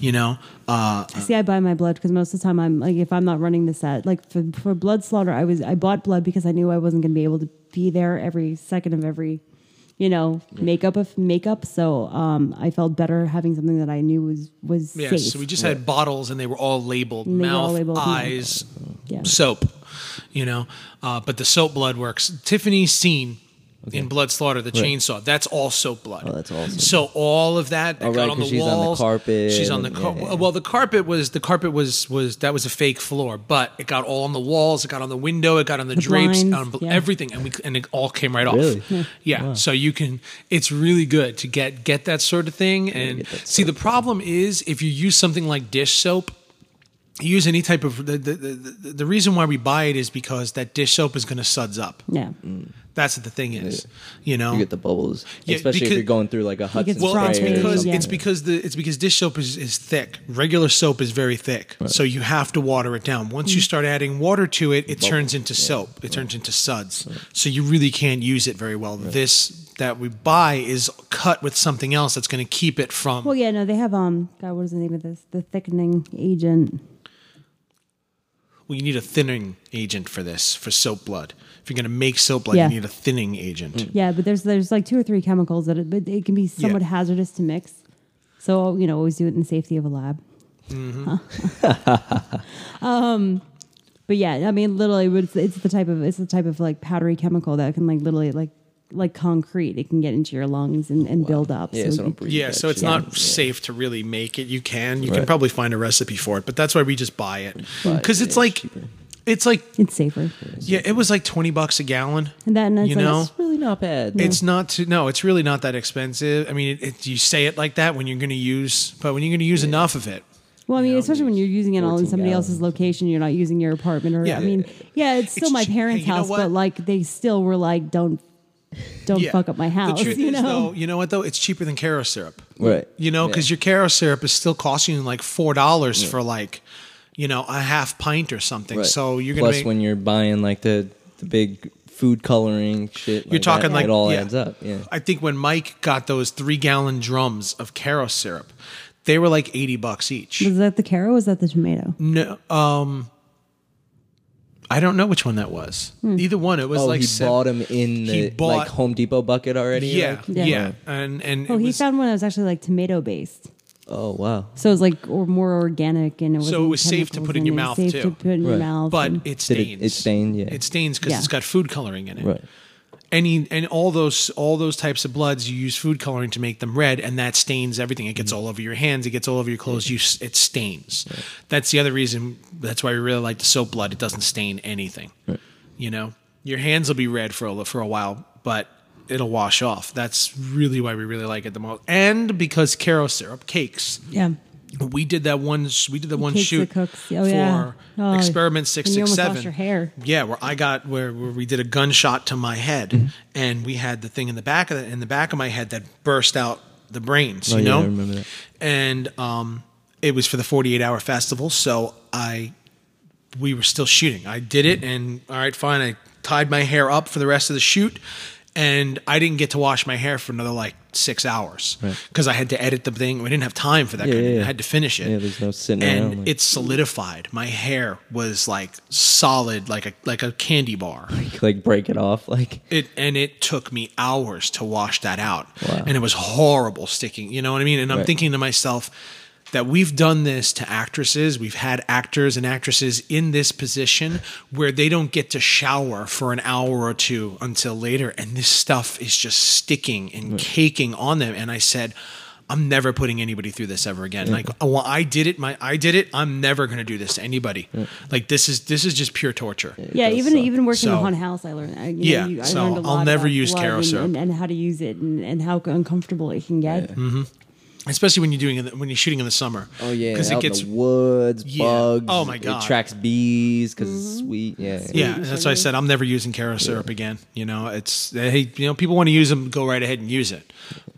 [SPEAKER 1] You know, uh,
[SPEAKER 3] See, I buy my blood because most of the time I'm like, if I'm not running the set, like for, for blood slaughter, I was I bought blood because I knew I wasn't gonna be able to be there every second of every you know makeup of makeup. So um, I felt better having something that I knew was was
[SPEAKER 1] Yes,
[SPEAKER 3] safe.
[SPEAKER 1] so we just had bottles and they were all labeled
[SPEAKER 3] they were all
[SPEAKER 1] mouth,
[SPEAKER 3] labeled, yeah.
[SPEAKER 1] eyes,
[SPEAKER 3] Yeah.
[SPEAKER 1] soap, you know. Uh, but the soap blood works. Tiffany's scene in Blood Slaughter, the chainsaw, that's all soap blood.
[SPEAKER 2] Oh, that's all soap
[SPEAKER 1] So all of that that
[SPEAKER 2] Oh,
[SPEAKER 1] got
[SPEAKER 2] right,
[SPEAKER 1] on
[SPEAKER 2] 'cause
[SPEAKER 1] the
[SPEAKER 2] she's on the
[SPEAKER 1] walls.
[SPEAKER 2] carpet
[SPEAKER 1] She's on the
[SPEAKER 2] and-
[SPEAKER 1] car-
[SPEAKER 2] yeah, yeah.
[SPEAKER 1] well, the carpet was the carpet was was that was a fake floor, but it got all on the walls, it got on the window, it got on the, drapes,
[SPEAKER 3] blinds,
[SPEAKER 1] on bl-
[SPEAKER 3] yeah.
[SPEAKER 1] everything, and we and it all came right off.
[SPEAKER 2] Really?
[SPEAKER 1] Yeah. So you can it's really good to get get that sort of thing and
[SPEAKER 2] get that
[SPEAKER 1] see the problem is if you use something like dish soap you use any type of the, the, the, the the reason why we buy it is because that dish soap is going to suds up
[SPEAKER 3] yeah.
[SPEAKER 2] Mm.
[SPEAKER 1] that's what the thing is you know
[SPEAKER 2] You get the bubbles,
[SPEAKER 1] Yeah,
[SPEAKER 2] especially if
[SPEAKER 1] because-
[SPEAKER 2] you're going through like a Hudson
[SPEAKER 3] gets
[SPEAKER 1] well
[SPEAKER 3] spray
[SPEAKER 1] it's
[SPEAKER 3] or
[SPEAKER 1] because
[SPEAKER 3] something.
[SPEAKER 1] it's because the it's because dish soap is, is thick regular soap is very thick so you have to water it down once you start adding water to it it turns into soap it turns into suds so you really can't use it very well this that we buy is cut with something else that's going to keep it from
[SPEAKER 3] Well, yeah. No, they have um. God, what is the name of this? The thickening agent.
[SPEAKER 1] Well, you need a thinning agent for this, for soap blood. If you're going to make soap blood,
[SPEAKER 3] Yeah. Mm.
[SPEAKER 1] you need a thinning agent.
[SPEAKER 3] Yeah, but there's there's like two or three chemicals that it, but it can be somewhat hazardous to mix. So you know, always do it in the safety of a lab. um,
[SPEAKER 1] Mm-hmm.
[SPEAKER 3] but yeah, I mean, literally, it's, it's the type of it's the type of like powdery chemical that can like literally like like concrete. It can get into your lungs and, and build up.
[SPEAKER 2] Yeah, so
[SPEAKER 3] you-
[SPEAKER 2] don't breathe
[SPEAKER 1] Yeah,
[SPEAKER 2] that
[SPEAKER 1] so it's
[SPEAKER 2] shit.
[SPEAKER 1] not
[SPEAKER 2] Yeah.
[SPEAKER 1] safe to really make it. You can, you can
[SPEAKER 2] Right.
[SPEAKER 1] probably find a recipe for it, but that's why we just buy it
[SPEAKER 2] But
[SPEAKER 1] because it's
[SPEAKER 2] it's
[SPEAKER 1] like, it's like,
[SPEAKER 3] it's safer.
[SPEAKER 1] yeah, it was like twenty bucks a gallon.
[SPEAKER 3] And that, and it's
[SPEAKER 1] You
[SPEAKER 3] like,
[SPEAKER 1] know?
[SPEAKER 2] It's really not bad.
[SPEAKER 1] It's not too no, it's really not that expensive. I mean, it, it, you say it like that when you're going to use, but when you're going to use enough of it,
[SPEAKER 3] Well, I mean, especially when you're using it all in
[SPEAKER 2] 14
[SPEAKER 3] somebody
[SPEAKER 2] gallons.
[SPEAKER 3] else's location, you're not using your apartment or.
[SPEAKER 1] Yeah.
[SPEAKER 3] I mean, yeah, it's still
[SPEAKER 1] It's
[SPEAKER 3] my
[SPEAKER 1] ju-
[SPEAKER 3] parents'
[SPEAKER 1] hey, you know
[SPEAKER 3] house, but
[SPEAKER 1] what?
[SPEAKER 3] like they still were like, don't, don't
[SPEAKER 1] yeah.
[SPEAKER 3] fuck up my house.
[SPEAKER 1] The truth
[SPEAKER 3] you know,
[SPEAKER 1] is, though, you know what though, it's cheaper than Caro syrup.
[SPEAKER 2] right.
[SPEAKER 1] You know,
[SPEAKER 2] Yeah.
[SPEAKER 1] because your caro syrup is still costing you like four dollars for like, you know, a half pint or something.
[SPEAKER 2] Right.
[SPEAKER 1] So you're gonna
[SPEAKER 2] plus
[SPEAKER 1] make,
[SPEAKER 2] when you're buying like the the big food coloring shit.
[SPEAKER 1] you're talking
[SPEAKER 2] that,
[SPEAKER 1] like
[SPEAKER 2] it all
[SPEAKER 1] yeah.
[SPEAKER 2] adds up. Yeah,
[SPEAKER 1] I think when Mike got those three gallon drums of caro syrup, they were like eighty bucks each.
[SPEAKER 2] Hmm.
[SPEAKER 3] was that the carrot? or Was that the tomato?
[SPEAKER 1] No, um, I don't know which one that was.
[SPEAKER 3] Hmm.
[SPEAKER 1] Either one. It was
[SPEAKER 2] oh,
[SPEAKER 1] like
[SPEAKER 2] he
[SPEAKER 1] sev-
[SPEAKER 2] bought them in
[SPEAKER 1] he
[SPEAKER 2] the
[SPEAKER 1] bought-
[SPEAKER 2] like Home Depot bucket already.
[SPEAKER 1] Yeah,
[SPEAKER 2] like?
[SPEAKER 1] yeah,
[SPEAKER 3] Yeah.
[SPEAKER 1] and and
[SPEAKER 3] Oh,
[SPEAKER 1] it
[SPEAKER 3] he
[SPEAKER 1] was,
[SPEAKER 3] found one that was actually like tomato based,
[SPEAKER 2] Oh wow.
[SPEAKER 3] so it was like or more organic, and it was
[SPEAKER 1] it was safe to put in your mouth,
[SPEAKER 3] safe
[SPEAKER 1] too.
[SPEAKER 3] to put in your
[SPEAKER 2] Right.
[SPEAKER 3] mouth.
[SPEAKER 1] but
[SPEAKER 3] and-
[SPEAKER 1] it
[SPEAKER 2] Did it-
[SPEAKER 1] stains.
[SPEAKER 2] it stained, yeah.
[SPEAKER 1] It stains because
[SPEAKER 3] Yeah.
[SPEAKER 1] it's got food coloring in it.
[SPEAKER 2] Right.
[SPEAKER 1] any and all those all those types of bloods you use food coloring to make them red and that stains everything it gets all over your hands it gets all over your clothes you s- it stains that's the other reason that's why we really like the soap blood it doesn't stain anything you know your hands will be red for a li- for a while but it'll wash off that's really why we really like it the most and because caro syrup cakes
[SPEAKER 3] yeah,
[SPEAKER 1] we did that one sh- we did that one
[SPEAKER 3] Cakes
[SPEAKER 1] shoot
[SPEAKER 3] that cooks. Oh,
[SPEAKER 1] for
[SPEAKER 3] yeah. Oh,
[SPEAKER 1] experiment
[SPEAKER 3] and you almost
[SPEAKER 1] 667
[SPEAKER 3] lost your hair.
[SPEAKER 1] yeah, where I got where, where we did a gunshot to my head,
[SPEAKER 3] Mm.
[SPEAKER 1] and we had the thing in the back of the, in the back of my head that burst out the brains.
[SPEAKER 2] Oh,
[SPEAKER 1] you
[SPEAKER 2] yeah,
[SPEAKER 1] know,
[SPEAKER 2] I remember that.
[SPEAKER 1] And um, it was for the forty eight hour festival, so I we were still shooting. I did it, and all right, fine. I tied my hair up for the rest of the shoot, and I didn't get to wash my hair for another like six hours because I had to edit the thing. We didn't have time for that.
[SPEAKER 2] Yeah,
[SPEAKER 1] kind of
[SPEAKER 2] yeah,
[SPEAKER 1] thing.
[SPEAKER 2] yeah.
[SPEAKER 1] I had to finish it.
[SPEAKER 2] Yeah, there's no sitting
[SPEAKER 1] and
[SPEAKER 2] around, like-
[SPEAKER 1] it solidified. My hair was like solid, like a like a candy bar.
[SPEAKER 2] Like break it off. Like
[SPEAKER 1] It and it took me hours to wash that out,
[SPEAKER 2] Wow.
[SPEAKER 1] and it was horrible sticking. You know what I mean? And I'm
[SPEAKER 2] Right.
[SPEAKER 1] thinking to myself that we've done this to actresses. We've had actors and actresses in this position where they don't get to shower for an hour or two until later, and this stuff is just sticking and caking on them. And I said. I'm never putting anybody through this ever again. Like, oh, well, I did it. My, I did it. I'm never going to do this to anybody. Like, this is this is just pure torture.
[SPEAKER 3] yeah,
[SPEAKER 2] does
[SPEAKER 3] even
[SPEAKER 2] suck.
[SPEAKER 3] even working
[SPEAKER 1] So-
[SPEAKER 3] in the haunted house, I learned. I, you
[SPEAKER 1] Yeah,
[SPEAKER 3] know, you, I
[SPEAKER 1] so
[SPEAKER 3] learned a
[SPEAKER 1] I'll
[SPEAKER 3] lot
[SPEAKER 1] never
[SPEAKER 3] about
[SPEAKER 1] use
[SPEAKER 3] blood
[SPEAKER 1] Caro
[SPEAKER 3] and,
[SPEAKER 1] syrup.
[SPEAKER 3] and, and how to use it and, and how uncomfortable it can get.
[SPEAKER 1] especially when you're doing it when you're shooting in the summer.
[SPEAKER 2] oh yeah,
[SPEAKER 1] because
[SPEAKER 2] out
[SPEAKER 1] it
[SPEAKER 2] in
[SPEAKER 1] gets
[SPEAKER 2] the woods,
[SPEAKER 1] Yeah.
[SPEAKER 2] bugs.
[SPEAKER 1] Oh, my God.
[SPEAKER 2] It tracks bees because Mm-hmm. it's sweet. Yeah.
[SPEAKER 1] yeah. That's why I said I'm never using caro syrup again. You know, it's hey, you know, people want to use them, go right ahead and use it,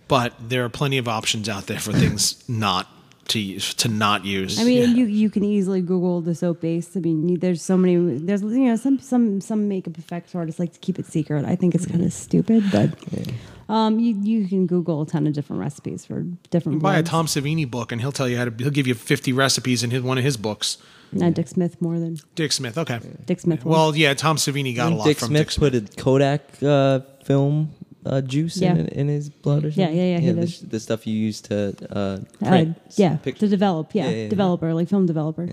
[SPEAKER 1] but there are plenty of options out there for things not to use, to not use.
[SPEAKER 3] I mean, you you can easily Google the soap based. I mean, you- there's so many. There's you know some some some makeup effects artists like to keep it secret. I think it's kind of stupid, but um, you you can Google a ton of different recipes for different.
[SPEAKER 1] buy a
[SPEAKER 3] blends.
[SPEAKER 1] Tom Savini book and he'll tell you how to. He'll give you 50 recipes in his, one of his books.
[SPEAKER 3] Not Uh, Dick Smith more than
[SPEAKER 1] Dick Smith. Okay.
[SPEAKER 3] Dick Smith.
[SPEAKER 1] Well, yeah, Tom Savini got a lot
[SPEAKER 2] Dick
[SPEAKER 1] from
[SPEAKER 2] Smith
[SPEAKER 1] Dick Smith.
[SPEAKER 2] put a Kodak uh, film uh, juice
[SPEAKER 3] Yeah.
[SPEAKER 2] in, in his blood or
[SPEAKER 3] Yeah,
[SPEAKER 2] something?
[SPEAKER 3] yeah, yeah, he
[SPEAKER 2] the,
[SPEAKER 3] does.
[SPEAKER 2] sh- the stuff you use to uh,
[SPEAKER 3] Uh,
[SPEAKER 2] print s-
[SPEAKER 3] yeah,
[SPEAKER 2] pictures.
[SPEAKER 3] to develop. Yeah,
[SPEAKER 2] Yeah, yeah, yeah.
[SPEAKER 3] developer, like film developer.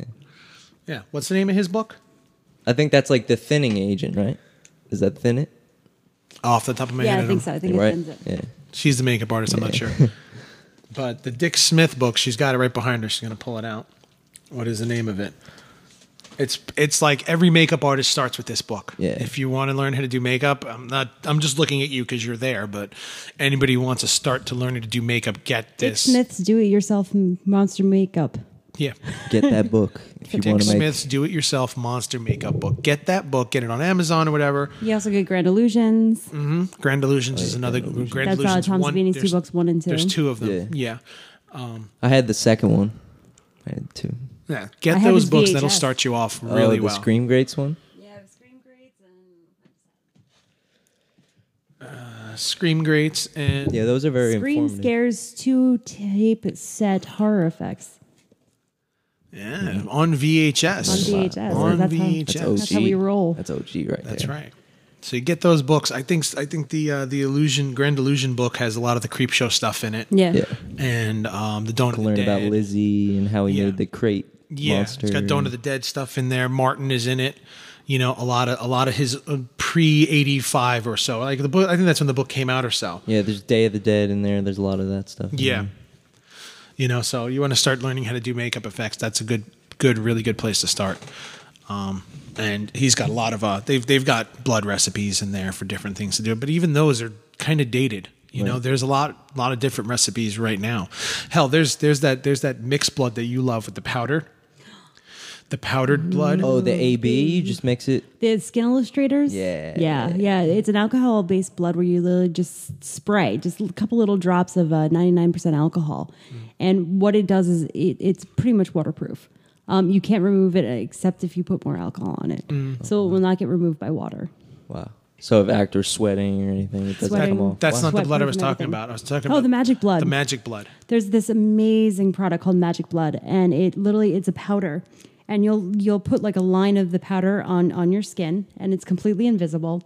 [SPEAKER 1] Yeah. What's the name of his book?
[SPEAKER 2] I think that's like the thinning agent, right? Is that thin it?
[SPEAKER 1] Off the top of my
[SPEAKER 3] Yeah,
[SPEAKER 1] head,
[SPEAKER 3] I think so. I think
[SPEAKER 2] right?
[SPEAKER 3] it ends up.
[SPEAKER 2] Yeah.
[SPEAKER 1] She's the makeup artist. I'm not sure. But the Dick Smith book, she's got it right behind her. She's gonna pull it out. What is the name of it? It's it's like every makeup artist starts with this book.
[SPEAKER 2] Yeah.
[SPEAKER 1] If you want to learn how to do makeup, I'm not. I'm just looking at you because you're there. But anybody who wants to start to learning to do makeup, get
[SPEAKER 3] Dick
[SPEAKER 1] this.
[SPEAKER 3] Smith's do-it-yourself m- monster makeup.
[SPEAKER 1] Yeah.
[SPEAKER 2] Get that book if you
[SPEAKER 1] Dick
[SPEAKER 2] want to make.
[SPEAKER 1] Smith's do-it-yourself monster makeup book. Get that book. Get it on Amazon or whatever.
[SPEAKER 3] You also get Grand Illusions.
[SPEAKER 1] Grand Illusions is another. Mm. Grand Illusions.
[SPEAKER 3] That's uh, Tom
[SPEAKER 1] one-
[SPEAKER 3] Savini's two
[SPEAKER 1] there's-
[SPEAKER 3] books, one and two.
[SPEAKER 1] There's two of them. Yeah.
[SPEAKER 2] I had the second one. I had two.
[SPEAKER 1] Yeah.
[SPEAKER 3] I
[SPEAKER 1] Get
[SPEAKER 3] have
[SPEAKER 1] those
[SPEAKER 3] his
[SPEAKER 1] books. That'll
[SPEAKER 3] VHS.
[SPEAKER 1] start you off
[SPEAKER 2] Oh,
[SPEAKER 1] really
[SPEAKER 2] the
[SPEAKER 1] well.
[SPEAKER 2] Scream Greats one.
[SPEAKER 3] Yeah, Scream Grades and
[SPEAKER 1] Scream greats and
[SPEAKER 2] Yeah, those are very
[SPEAKER 3] Scream
[SPEAKER 2] informative.
[SPEAKER 3] Scares two tape set horror effects.
[SPEAKER 1] yeah, on VHS.
[SPEAKER 3] On VHS,
[SPEAKER 1] On
[SPEAKER 3] that's how-
[SPEAKER 1] VHS.
[SPEAKER 2] That's
[SPEAKER 1] That's,
[SPEAKER 2] OG.
[SPEAKER 3] That's how we roll.
[SPEAKER 2] That's OG right there.
[SPEAKER 1] right. So you get those books. I think I think the uh, the illusion Grand Illusion book has a lot of the creep show stuff in it.
[SPEAKER 3] Yeah.
[SPEAKER 2] Yeah.
[SPEAKER 1] And um, the Dawn of the
[SPEAKER 2] Learn
[SPEAKER 1] Dead.
[SPEAKER 2] about Lizzie and how he
[SPEAKER 1] Yeah.
[SPEAKER 2] made the crate
[SPEAKER 1] Yeah,
[SPEAKER 2] monster.
[SPEAKER 1] it's got Dawn of the Dead stuff in there. Martin is in it. You know, a lot of a lot of his uh, pre eighty five or so. Like the book, I think that's when the book came out or so.
[SPEAKER 2] Yeah, there's Day of the Dead in there. There's a lot of that stuff. in
[SPEAKER 1] Yeah.
[SPEAKER 2] there.
[SPEAKER 1] Mm-hmm. You know, so you want to start learning how to do makeup effects. That's a good, good, really good place to start. Um, and he's got a lot of uh, they've they've got blood recipes in there for different things to do. But even those are kind of dated. You know, there's a lot, lot of different recipes right now. Hell, there's there's that there's that mixed blood that you love with the powder, the powdered blood.
[SPEAKER 2] Oh, the AB you just mix it.
[SPEAKER 3] The Skin Illustrators.
[SPEAKER 2] Yeah.
[SPEAKER 3] Yeah. Yeah. It's an alcohol based blood where you literally just spray just a couple little drops of uh, 99% alcohol. And what it does is it, it's pretty much waterproof. Um, you can't remove it except if you put more alcohol on it. So it will not get removed by water.
[SPEAKER 2] Wow. So if actors sweating or anything, it doesn't
[SPEAKER 3] Sweating.
[SPEAKER 2] come off.
[SPEAKER 1] That's
[SPEAKER 2] Wow.
[SPEAKER 1] not the
[SPEAKER 3] Sweat
[SPEAKER 1] blood I
[SPEAKER 3] proof
[SPEAKER 1] was
[SPEAKER 3] and
[SPEAKER 1] talking
[SPEAKER 3] everything.
[SPEAKER 1] about. I was talking
[SPEAKER 3] Oh,
[SPEAKER 1] about
[SPEAKER 3] the magic blood.
[SPEAKER 1] The magic blood.
[SPEAKER 3] there's this amazing product called Magic Blood, and it literally it's a powder, and you'll you'll put like a line of the powder on on your skin, and it's completely invisible,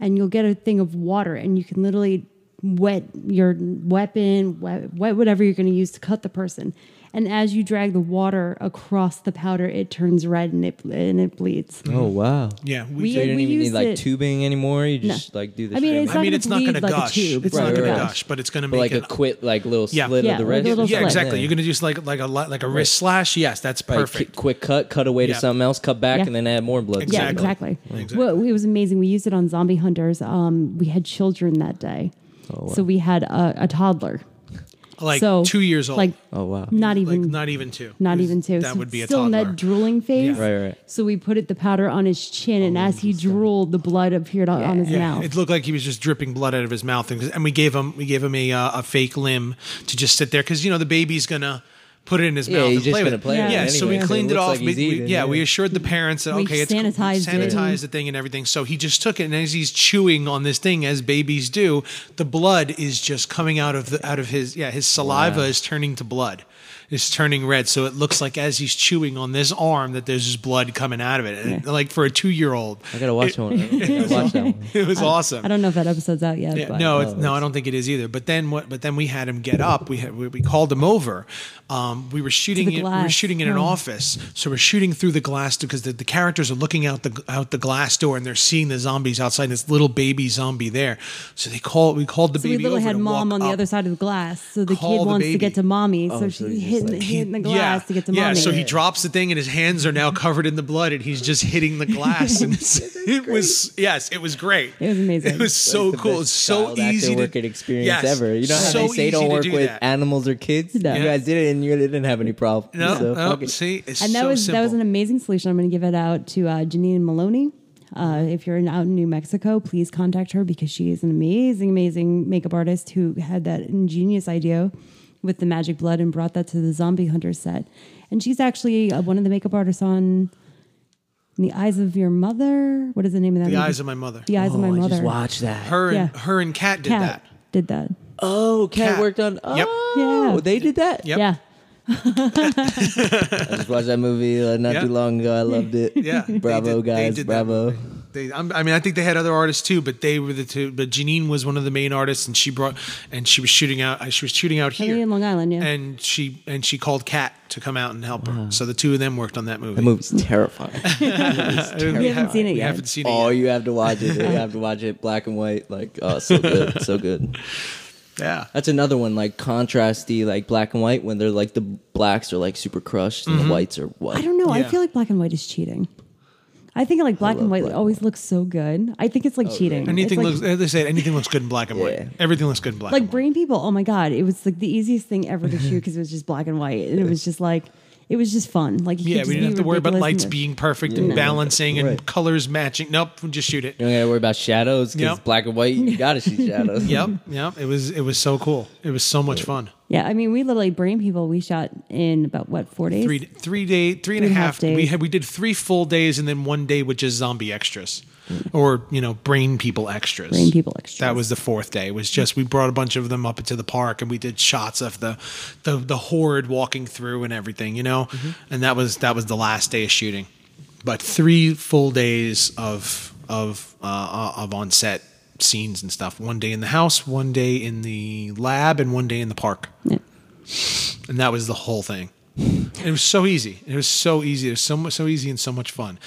[SPEAKER 3] and you'll get a thing of water, and you can literally wet your weapon, wet, wet whatever you're going to use to cut the person, and as you drag the water across the powder, it turns red and it and it bleeds.
[SPEAKER 2] Oh wow.
[SPEAKER 1] Yeah,
[SPEAKER 3] We-
[SPEAKER 2] So you don't even need
[SPEAKER 3] used
[SPEAKER 2] like
[SPEAKER 3] it-
[SPEAKER 2] tubing anymore. You
[SPEAKER 3] No.
[SPEAKER 2] just like do the.
[SPEAKER 3] I mean,
[SPEAKER 2] straight
[SPEAKER 3] it's
[SPEAKER 2] line.
[SPEAKER 1] I mean,
[SPEAKER 3] gonna
[SPEAKER 1] it's not going to
[SPEAKER 3] bleed like a
[SPEAKER 1] gush.
[SPEAKER 3] tube.
[SPEAKER 1] It's
[SPEAKER 2] Right,
[SPEAKER 1] not going
[SPEAKER 2] right,
[SPEAKER 1] to
[SPEAKER 2] right.
[SPEAKER 1] gush, but it's going to
[SPEAKER 2] But,
[SPEAKER 1] make
[SPEAKER 2] like
[SPEAKER 1] it
[SPEAKER 2] a quick like little
[SPEAKER 1] Yeah.
[SPEAKER 2] slit
[SPEAKER 3] Yeah,
[SPEAKER 2] of the
[SPEAKER 3] like a
[SPEAKER 2] wrist.
[SPEAKER 3] little
[SPEAKER 1] Yeah,
[SPEAKER 3] slit.
[SPEAKER 1] exactly. You're
[SPEAKER 2] can
[SPEAKER 1] gonna use like like a li- like a wrist slash. Yes, that's perfect.
[SPEAKER 2] quick cut, cut away
[SPEAKER 1] Yeah.
[SPEAKER 2] to something else, cut back,
[SPEAKER 3] Yeah.
[SPEAKER 2] and then add more blood.
[SPEAKER 1] Exactly.
[SPEAKER 3] Yeah, exactly.
[SPEAKER 1] Exactly.
[SPEAKER 3] Well, it was amazing. We used it on zombie hunters. Um, we had children that day, so we had a, a toddler.
[SPEAKER 1] Like
[SPEAKER 3] so,
[SPEAKER 1] two years old.
[SPEAKER 3] Like,
[SPEAKER 2] Oh wow.
[SPEAKER 3] not
[SPEAKER 1] Like,
[SPEAKER 3] even, not,
[SPEAKER 1] not even two.
[SPEAKER 3] even two.
[SPEAKER 1] That
[SPEAKER 3] So
[SPEAKER 1] would be a
[SPEAKER 3] still in
[SPEAKER 1] toddler.
[SPEAKER 3] that drooling phase.
[SPEAKER 1] Yeah.
[SPEAKER 2] Right, right. Oh,
[SPEAKER 3] So we put it the powder on his chin, and as he drooled, the blood appeared on, on his
[SPEAKER 1] Yeah,
[SPEAKER 3] mouth.
[SPEAKER 1] It looked like he was just dripping blood out of his mouth, and, and we gave him we gave him a uh, a fake limb to just sit there because you know the baby's gonna put it in his
[SPEAKER 2] Yeah,
[SPEAKER 1] mouth
[SPEAKER 2] he's
[SPEAKER 1] and
[SPEAKER 2] just
[SPEAKER 1] play with
[SPEAKER 2] gonna
[SPEAKER 1] it.
[SPEAKER 2] play
[SPEAKER 1] yeah,
[SPEAKER 3] with it
[SPEAKER 1] so we
[SPEAKER 2] anyway, so it
[SPEAKER 1] cleaned it
[SPEAKER 2] looks
[SPEAKER 1] off.
[SPEAKER 2] like
[SPEAKER 1] We-
[SPEAKER 2] he's
[SPEAKER 1] we-
[SPEAKER 2] eating,
[SPEAKER 1] yeah,
[SPEAKER 2] yeah.
[SPEAKER 1] we assured the parents that
[SPEAKER 3] We
[SPEAKER 1] okay, it's
[SPEAKER 3] sanitized
[SPEAKER 1] cool.
[SPEAKER 3] it.
[SPEAKER 1] sanitized the thing and everything. So he just took it, and as he's chewing on this thing, as babies do, the blood is just coming out of the out of his yeah his saliva is turning to blood. Is turning red, so it looks like as he's chewing on this arm that there's just blood coming out of it. And, Like for a two-year-old,
[SPEAKER 2] I gotta watch that one. I gotta watch that one.
[SPEAKER 1] it was awesome.
[SPEAKER 3] I don't know if that episode's out yet.
[SPEAKER 1] Yeah,
[SPEAKER 3] but
[SPEAKER 1] no, it's, no, I don't think it is either. But then what? But then we had him get up. We had, we, we called him over. Um, we were shooting.
[SPEAKER 3] the
[SPEAKER 1] In, we were
[SPEAKER 3] glass.
[SPEAKER 1] shooting in an office, so we're shooting through the glass because the, the characters are looking out the out the glass door and they're seeing the zombies outside. And this little baby zombie there. So they call. We called the
[SPEAKER 3] So we
[SPEAKER 1] baby
[SPEAKER 3] literally
[SPEAKER 1] over
[SPEAKER 3] had
[SPEAKER 1] to
[SPEAKER 3] mom
[SPEAKER 1] walk
[SPEAKER 3] on the
[SPEAKER 1] up.
[SPEAKER 3] other side of the glass, so the
[SPEAKER 1] Call
[SPEAKER 3] kid
[SPEAKER 1] the
[SPEAKER 3] wants
[SPEAKER 1] baby.
[SPEAKER 3] to get to mommy, so
[SPEAKER 2] Oh, so
[SPEAKER 3] she's
[SPEAKER 2] he's just
[SPEAKER 3] hitting,
[SPEAKER 2] like-
[SPEAKER 1] He-
[SPEAKER 3] hitting the glass to get to
[SPEAKER 1] yeah,
[SPEAKER 3] mommy.
[SPEAKER 1] so he drops the thing and his hands are now covered in the blood and he's just hitting the glass. And it's, it was, yes, it was great.
[SPEAKER 3] It was amazing.
[SPEAKER 1] It was so
[SPEAKER 2] Like the
[SPEAKER 1] cool.
[SPEAKER 2] best
[SPEAKER 1] It's so
[SPEAKER 2] child actor
[SPEAKER 1] easy to
[SPEAKER 2] work and experience
[SPEAKER 1] Yes,
[SPEAKER 2] ever. You know how
[SPEAKER 1] so
[SPEAKER 2] they say
[SPEAKER 1] easy
[SPEAKER 2] don't
[SPEAKER 1] to
[SPEAKER 2] work
[SPEAKER 1] do
[SPEAKER 2] with
[SPEAKER 1] that.
[SPEAKER 2] animals or kids.
[SPEAKER 3] No.
[SPEAKER 2] You guys did it, and you didn't have any problem.
[SPEAKER 1] No, no,
[SPEAKER 2] So, fuck it.
[SPEAKER 1] see, it's
[SPEAKER 3] and that
[SPEAKER 1] so
[SPEAKER 3] was
[SPEAKER 1] simple.
[SPEAKER 3] that was an amazing solution. I'm going to give it out to uh, Janine Maloney. Uh, if you're in, out in New Mexico, please contact her because she is an amazing, amazing makeup artist who had that ingenious idea with the magic blood and brought that to the Zombie Hunter set. And she's actually uh, one of the makeup artists on "The Eyes of Your Mother." What is the name of that?
[SPEAKER 1] the
[SPEAKER 3] movie?
[SPEAKER 1] eyes of my mother.
[SPEAKER 3] The Eyes of My
[SPEAKER 2] Oh, I
[SPEAKER 3] Mother.
[SPEAKER 2] just watched that.
[SPEAKER 1] Her and
[SPEAKER 3] Yeah.
[SPEAKER 1] her and Kat did
[SPEAKER 3] Cat
[SPEAKER 1] that.
[SPEAKER 3] did that.
[SPEAKER 2] Oh, Cat,
[SPEAKER 1] Cat.
[SPEAKER 2] worked on.
[SPEAKER 1] Yep.
[SPEAKER 2] Oh,
[SPEAKER 3] Yeah.
[SPEAKER 2] they did that.
[SPEAKER 1] Yep.
[SPEAKER 3] Yeah.
[SPEAKER 2] I just watched that movie uh, not
[SPEAKER 1] Yeah.
[SPEAKER 2] too long ago. I loved it.
[SPEAKER 1] Yeah. They
[SPEAKER 2] Bravo,
[SPEAKER 1] did- they
[SPEAKER 2] guys.
[SPEAKER 1] did that
[SPEAKER 2] Bravo.
[SPEAKER 1] They, I'm, I mean, I think they had other artists too, but they were the two. But Janine was one of the main artists, and she brought and she was shooting out. uh, She was shooting out here
[SPEAKER 3] Really in Long Island, yeah.
[SPEAKER 1] And she and she called Kat to come out and help her. So the two of them worked on that movie.
[SPEAKER 2] That movie's terrifying.
[SPEAKER 1] We
[SPEAKER 3] haven't seen it
[SPEAKER 1] We
[SPEAKER 3] yet.
[SPEAKER 1] haven't seen it
[SPEAKER 2] oh,
[SPEAKER 1] yet.
[SPEAKER 2] you have to watch it. You have to watch it black and white. Like, oh, so good, so good.
[SPEAKER 1] Yeah.
[SPEAKER 2] That's another one, like contrasty, like black and white. When they're like the blacks are like super crushed
[SPEAKER 1] Mm-hmm.
[SPEAKER 2] and the whites are what?
[SPEAKER 3] I don't know.
[SPEAKER 1] Yeah.
[SPEAKER 3] I feel like black and white is cheating. I think like black
[SPEAKER 2] love
[SPEAKER 3] and white
[SPEAKER 2] black and
[SPEAKER 3] always looks so good. I think
[SPEAKER 1] Oh,
[SPEAKER 3] it's like cheating. It's
[SPEAKER 1] Anything
[SPEAKER 3] like,
[SPEAKER 1] looks. As they said, anything looks good in black and
[SPEAKER 2] Yeah.
[SPEAKER 1] white. Everything looks good in black.
[SPEAKER 3] like
[SPEAKER 1] and white.
[SPEAKER 3] brain people. Oh my god, it was like the easiest thing ever to shoot because it was just black and white, and it was just like it was just fun. Like you could
[SPEAKER 1] Yeah,
[SPEAKER 3] just
[SPEAKER 1] we
[SPEAKER 3] be
[SPEAKER 1] didn't have to worry about
[SPEAKER 3] ridiculous and
[SPEAKER 1] lights
[SPEAKER 3] just-
[SPEAKER 1] being perfect and balancing and colors matching. Nope, we just shoot it.
[SPEAKER 2] You don't gotta worry about shadows because
[SPEAKER 1] Yep.
[SPEAKER 2] black and white, you gotta see shadows.
[SPEAKER 1] Yep, yep. It was it was so cool. It was so much fun.
[SPEAKER 3] Yeah, I mean, we literally brain people. We shot in about what four days?
[SPEAKER 1] Three three day three and a
[SPEAKER 3] Three and a
[SPEAKER 1] half.
[SPEAKER 3] half days.
[SPEAKER 1] We had we did three full days and then one day with just zombie extras, or you know brain people extras.
[SPEAKER 3] brain people extra.
[SPEAKER 1] That was the fourth day. It was just we brought a bunch of them up into the park and we did shots of the the, the horde walking through and everything, you know. And that was that was the last day of shooting, but three full days of of uh, of on set scenes and stuff. One day in the house, one day in the lab, and one day in the park.
[SPEAKER 3] Yeah.
[SPEAKER 1] And that was the whole thing. It was so easy. It was so easy. It was so much, so easy and so much fun.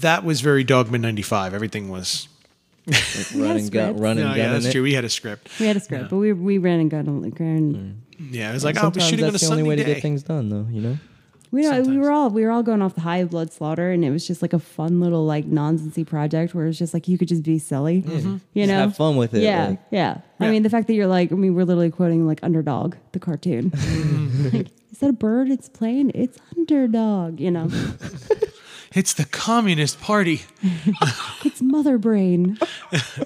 [SPEAKER 1] That was very Dogman '95. Everything was.
[SPEAKER 3] had
[SPEAKER 2] Running gun,
[SPEAKER 3] scripts.
[SPEAKER 2] running
[SPEAKER 1] No,
[SPEAKER 2] gun.
[SPEAKER 1] yeah, that's
[SPEAKER 2] it.
[SPEAKER 1] true. Oh, We had a script.
[SPEAKER 3] We had a script, but we we ran and got on the ground.
[SPEAKER 1] Yeah, it was like, oh,
[SPEAKER 2] Sometimes
[SPEAKER 1] we're shooting on a
[SPEAKER 2] that's the only
[SPEAKER 1] Sunday
[SPEAKER 2] way
[SPEAKER 1] day.
[SPEAKER 2] to get things done, though. You know.
[SPEAKER 3] We know we were all we were all going off the high of blood slaughter, and it was just like a fun little like nonsensey project where it's just like you could just be silly, you know,
[SPEAKER 2] Mm-hmm. have fun with it,
[SPEAKER 3] Yeah,
[SPEAKER 2] like-
[SPEAKER 3] yeah.
[SPEAKER 1] Mm-hmm. Yeah.
[SPEAKER 3] I mean, the fact that you're like, I mean, we're literally quoting like Underdog, the cartoon.
[SPEAKER 1] Mm-hmm.
[SPEAKER 3] like, is that a bird? It's plane. It's Underdog. You know,
[SPEAKER 1] It's the Communist Party.
[SPEAKER 3] it's Mother Brain.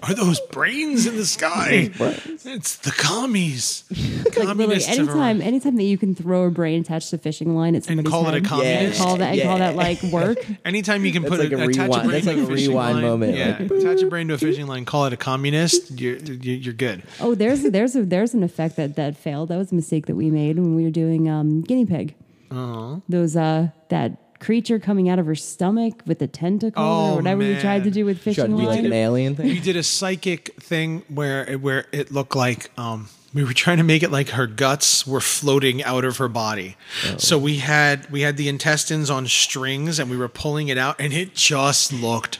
[SPEAKER 1] Are those brains in the sky? it's the commies.
[SPEAKER 3] Like literally,
[SPEAKER 1] have
[SPEAKER 3] anytime,
[SPEAKER 1] arrived.
[SPEAKER 3] anytime that you can throw a brain attached to fishing line at somebody's
[SPEAKER 1] call it a
[SPEAKER 3] head,
[SPEAKER 1] communist?
[SPEAKER 3] call that, and call
[SPEAKER 2] Yeah.
[SPEAKER 3] that like work.
[SPEAKER 1] Anytime you can
[SPEAKER 2] That's
[SPEAKER 1] put
[SPEAKER 2] like
[SPEAKER 1] a,
[SPEAKER 2] a
[SPEAKER 1] attach
[SPEAKER 2] rewind-
[SPEAKER 1] a brain
[SPEAKER 2] that's
[SPEAKER 1] to
[SPEAKER 2] like a
[SPEAKER 1] fishing
[SPEAKER 2] rewind
[SPEAKER 1] line.
[SPEAKER 2] moment,
[SPEAKER 1] Yeah,
[SPEAKER 2] like-
[SPEAKER 1] attach a brain to a fishing line. Call it a communist. You're you're, you're good.
[SPEAKER 3] Oh, there's there's a, there's an effect that that failed. That was a mistake that we made when we were doing um, guinea pig.
[SPEAKER 1] Uh-huh.
[SPEAKER 3] Oh. Those uh that creature coming out of her stomach with the tentacle
[SPEAKER 1] Oh,
[SPEAKER 3] or whatever we tried to
[SPEAKER 1] man.
[SPEAKER 3] do with
[SPEAKER 2] Try
[SPEAKER 3] fishing
[SPEAKER 2] to be like
[SPEAKER 3] line.
[SPEAKER 2] an alien thing.
[SPEAKER 1] We did a psychic thing where it, where it looked like um, we were trying to make it like her guts were floating out of her body. So we had we had the intestines on strings and we were pulling it out, and it just looked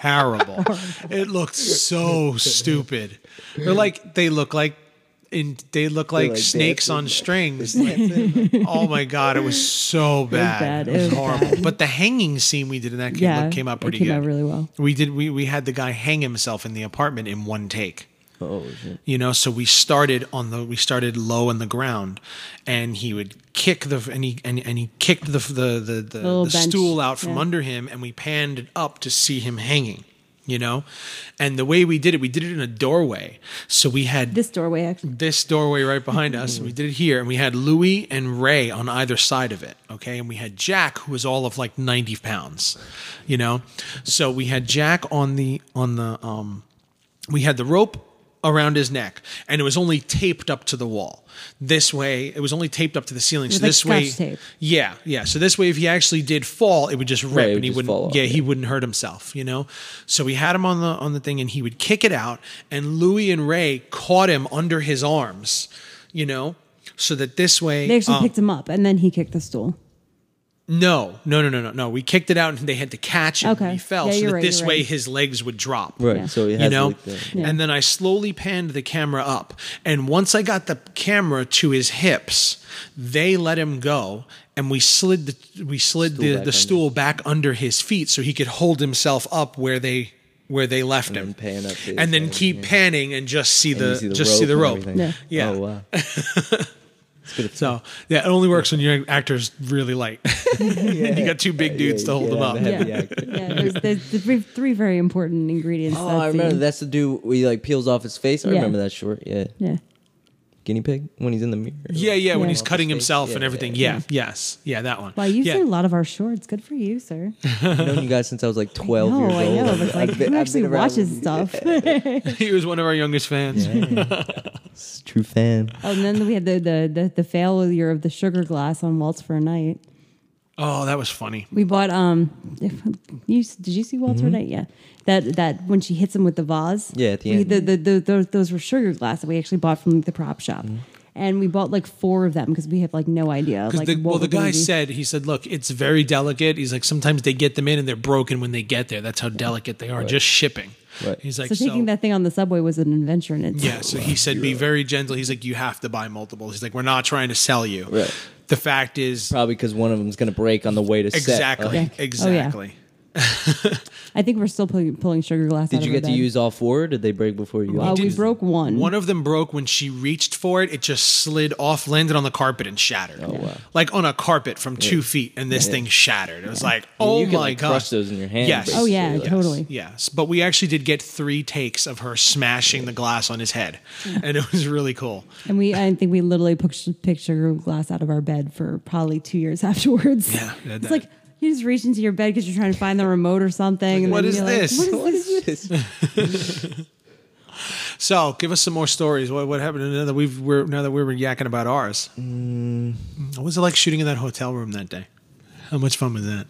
[SPEAKER 1] terrible. it looked so stupid. They're like they look like. In, they look like,
[SPEAKER 2] like
[SPEAKER 1] snakes on strings. Like, oh my god, it was so bad.
[SPEAKER 3] bad.
[SPEAKER 1] It
[SPEAKER 3] It
[SPEAKER 1] was,
[SPEAKER 3] was
[SPEAKER 1] horrible.
[SPEAKER 3] bad.
[SPEAKER 1] But the hanging scene we did in that came,
[SPEAKER 3] yeah,
[SPEAKER 1] look- came out
[SPEAKER 3] it
[SPEAKER 1] pretty
[SPEAKER 3] came
[SPEAKER 1] good.
[SPEAKER 3] out really well.
[SPEAKER 1] We did. We we had the guy hang himself in the apartment in one take.
[SPEAKER 2] Oh shit.
[SPEAKER 1] You know, so we started on the we started low on the ground, and he would kick the and he and, and he kicked the the the, the,
[SPEAKER 3] little
[SPEAKER 1] the
[SPEAKER 3] bench,
[SPEAKER 1] stool out from
[SPEAKER 3] yeah.
[SPEAKER 1] under him, and we panned it up to see him hanging. You know, and the way we did it, we did it in a doorway. So we had
[SPEAKER 3] This doorway actually.
[SPEAKER 1] this doorway right behind us. and we did it here, and we had Louis and Ray on either side of it. Okay, and we had Jack, who was all of like ninety pounds, you know. So we had Jack on the on the um, we had the rope around his neck, and it was only taped up to the wall. This way, it was only taped up to the ceiling. So
[SPEAKER 3] like
[SPEAKER 1] this way,
[SPEAKER 3] scotch tape.
[SPEAKER 1] yeah, yeah. So this way, if he actually did fall, it would just rip,
[SPEAKER 2] Right, it would
[SPEAKER 1] and he
[SPEAKER 2] just
[SPEAKER 1] wouldn't.
[SPEAKER 2] fall off,
[SPEAKER 1] yeah, he wouldn't hurt himself, you know. So we had him on the on the thing, and he would kick it out, and Louis and Ray caught him under his arms, you know, so that this way
[SPEAKER 3] They actually
[SPEAKER 1] um,
[SPEAKER 3] picked him up and then he kicked the stool.
[SPEAKER 1] no, no, no, no, no, no. We kicked it out, and they had to catch him.
[SPEAKER 3] Okay.
[SPEAKER 1] He fell,
[SPEAKER 3] Yeah,
[SPEAKER 1] so
[SPEAKER 3] you're
[SPEAKER 1] that
[SPEAKER 3] right,
[SPEAKER 1] this
[SPEAKER 3] you're
[SPEAKER 1] way
[SPEAKER 3] right.
[SPEAKER 1] his legs would drop.
[SPEAKER 2] Right. So it has
[SPEAKER 1] you know,
[SPEAKER 2] like the,
[SPEAKER 3] Yeah.
[SPEAKER 1] and then I slowly panned the camera up, and once I got the camera to his hips, they let him go, and we slid the we slid the,
[SPEAKER 2] back
[SPEAKER 1] the
[SPEAKER 2] under.
[SPEAKER 1] stool back under his feet so he could hold himself up where they where they left him,
[SPEAKER 2] then pan up to his
[SPEAKER 1] and then
[SPEAKER 2] head,
[SPEAKER 1] keep panning and just see
[SPEAKER 2] and you
[SPEAKER 1] the, just see the
[SPEAKER 2] and
[SPEAKER 1] rope.
[SPEAKER 2] everything.
[SPEAKER 1] Yeah.
[SPEAKER 2] Oh wow.
[SPEAKER 1] So yeah, it only works when your actor's really light. you got two big dudes to hold them up.
[SPEAKER 2] Yeah.
[SPEAKER 3] Yeah, yeah. There's, there's the three, three very important ingredients.
[SPEAKER 2] Oh,
[SPEAKER 3] that
[SPEAKER 2] I remember
[SPEAKER 3] scene.
[SPEAKER 2] that's the dude where he like peels off his face. I
[SPEAKER 3] Yeah.
[SPEAKER 2] remember that short. Yeah.
[SPEAKER 3] Yeah,
[SPEAKER 2] Guinea pig when he's in the mirror.
[SPEAKER 1] Yeah, yeah, when
[SPEAKER 3] Yeah.
[SPEAKER 1] he's cutting
[SPEAKER 2] Office
[SPEAKER 1] himself
[SPEAKER 2] Space.
[SPEAKER 1] and
[SPEAKER 2] Yeah,
[SPEAKER 1] everything. Yeah,
[SPEAKER 2] yeah,
[SPEAKER 1] yes, yeah, that one.
[SPEAKER 3] wow, you
[SPEAKER 1] yeah.
[SPEAKER 3] see a lot of our shorts. Good for you, sir.
[SPEAKER 2] I've known you guys since I was like twelve
[SPEAKER 3] No,
[SPEAKER 2] years
[SPEAKER 3] I
[SPEAKER 2] old.
[SPEAKER 3] know. But it's like
[SPEAKER 2] I've been-
[SPEAKER 3] who
[SPEAKER 2] I've been
[SPEAKER 3] actually
[SPEAKER 2] around
[SPEAKER 3] watches
[SPEAKER 2] you.
[SPEAKER 3] stuff?
[SPEAKER 1] he was one of our youngest fans.
[SPEAKER 2] It's a True fan.
[SPEAKER 3] Oh, and then we had the the the, the failure of the sugar glass on Waltz for a Night.
[SPEAKER 1] Oh, that was funny.
[SPEAKER 3] We bought um. You did you see Walter Knight? Yeah, that that when she hits him with the vase.
[SPEAKER 2] Mm-hmm. Yeah, at the
[SPEAKER 3] we-
[SPEAKER 2] end.
[SPEAKER 3] The, the, the- those, those were sugar glass that we actually bought from the prop shop,
[SPEAKER 2] Mm-hmm.
[SPEAKER 3] and we bought like four of them because we have like no idea.
[SPEAKER 1] Because
[SPEAKER 3] Like,
[SPEAKER 1] the,
[SPEAKER 3] what
[SPEAKER 1] well, the
[SPEAKER 3] we're gonna
[SPEAKER 1] guy
[SPEAKER 3] do.
[SPEAKER 1] said he said, "Look, it's very delicate." He's like, "Sometimes they get them in and they're broken when they get there. That's how delicate they are. Just shipping."
[SPEAKER 2] Right.
[SPEAKER 1] He's like,
[SPEAKER 3] So taking that thing on the subway was an adventure in itself.
[SPEAKER 1] Yeah, so he said, "Be very gentle." He's like, "You have to buy multiple." He's like, "We're not trying to sell you."
[SPEAKER 2] Right.
[SPEAKER 1] The fact is,
[SPEAKER 2] Probably because one of them's going to break on the way to set.
[SPEAKER 1] exactly,
[SPEAKER 2] Like,
[SPEAKER 3] Yeah. Oh, yeah.
[SPEAKER 2] Mm-hmm.
[SPEAKER 1] exactly.
[SPEAKER 3] I think we're still pulling, pulling sugar glass. out
[SPEAKER 2] did you
[SPEAKER 3] of her
[SPEAKER 2] get to
[SPEAKER 3] bag.
[SPEAKER 2] use all four? Or did they break before you?
[SPEAKER 3] Uh,
[SPEAKER 2] got
[SPEAKER 3] we
[SPEAKER 1] didn't-
[SPEAKER 3] broke one.
[SPEAKER 1] One of them broke when she reached for it. It just slid off, landed on the carpet, and shattered. Oh,
[SPEAKER 2] wow.
[SPEAKER 1] Like on a carpet from two feet, and this thing shattered. It was like,
[SPEAKER 2] I mean,
[SPEAKER 1] oh
[SPEAKER 2] you can,
[SPEAKER 1] my
[SPEAKER 2] like,
[SPEAKER 1] god!
[SPEAKER 2] Crush those in your hand.
[SPEAKER 1] Yes.
[SPEAKER 3] oh yeah,
[SPEAKER 2] basically, like-
[SPEAKER 3] totally.
[SPEAKER 1] Yes, but we actually did get three takes of her smashing the glass on his head, and it was really cool.
[SPEAKER 3] And we, I think we literally picked, picked sugar glass out of our bed for probably two years afterwards.
[SPEAKER 1] Yeah, that-
[SPEAKER 3] it's
[SPEAKER 1] that-
[SPEAKER 3] like you just reach into your bed because you're trying to find the remote or something. and
[SPEAKER 1] What
[SPEAKER 3] then
[SPEAKER 1] is
[SPEAKER 3] you're like,
[SPEAKER 1] this?
[SPEAKER 3] what is this?
[SPEAKER 1] So, give us some more stories. What what happened now that we've we're, now that we were yakking about ours?
[SPEAKER 3] Mm.
[SPEAKER 1] What was it like shooting in that hotel room that day? How much fun was that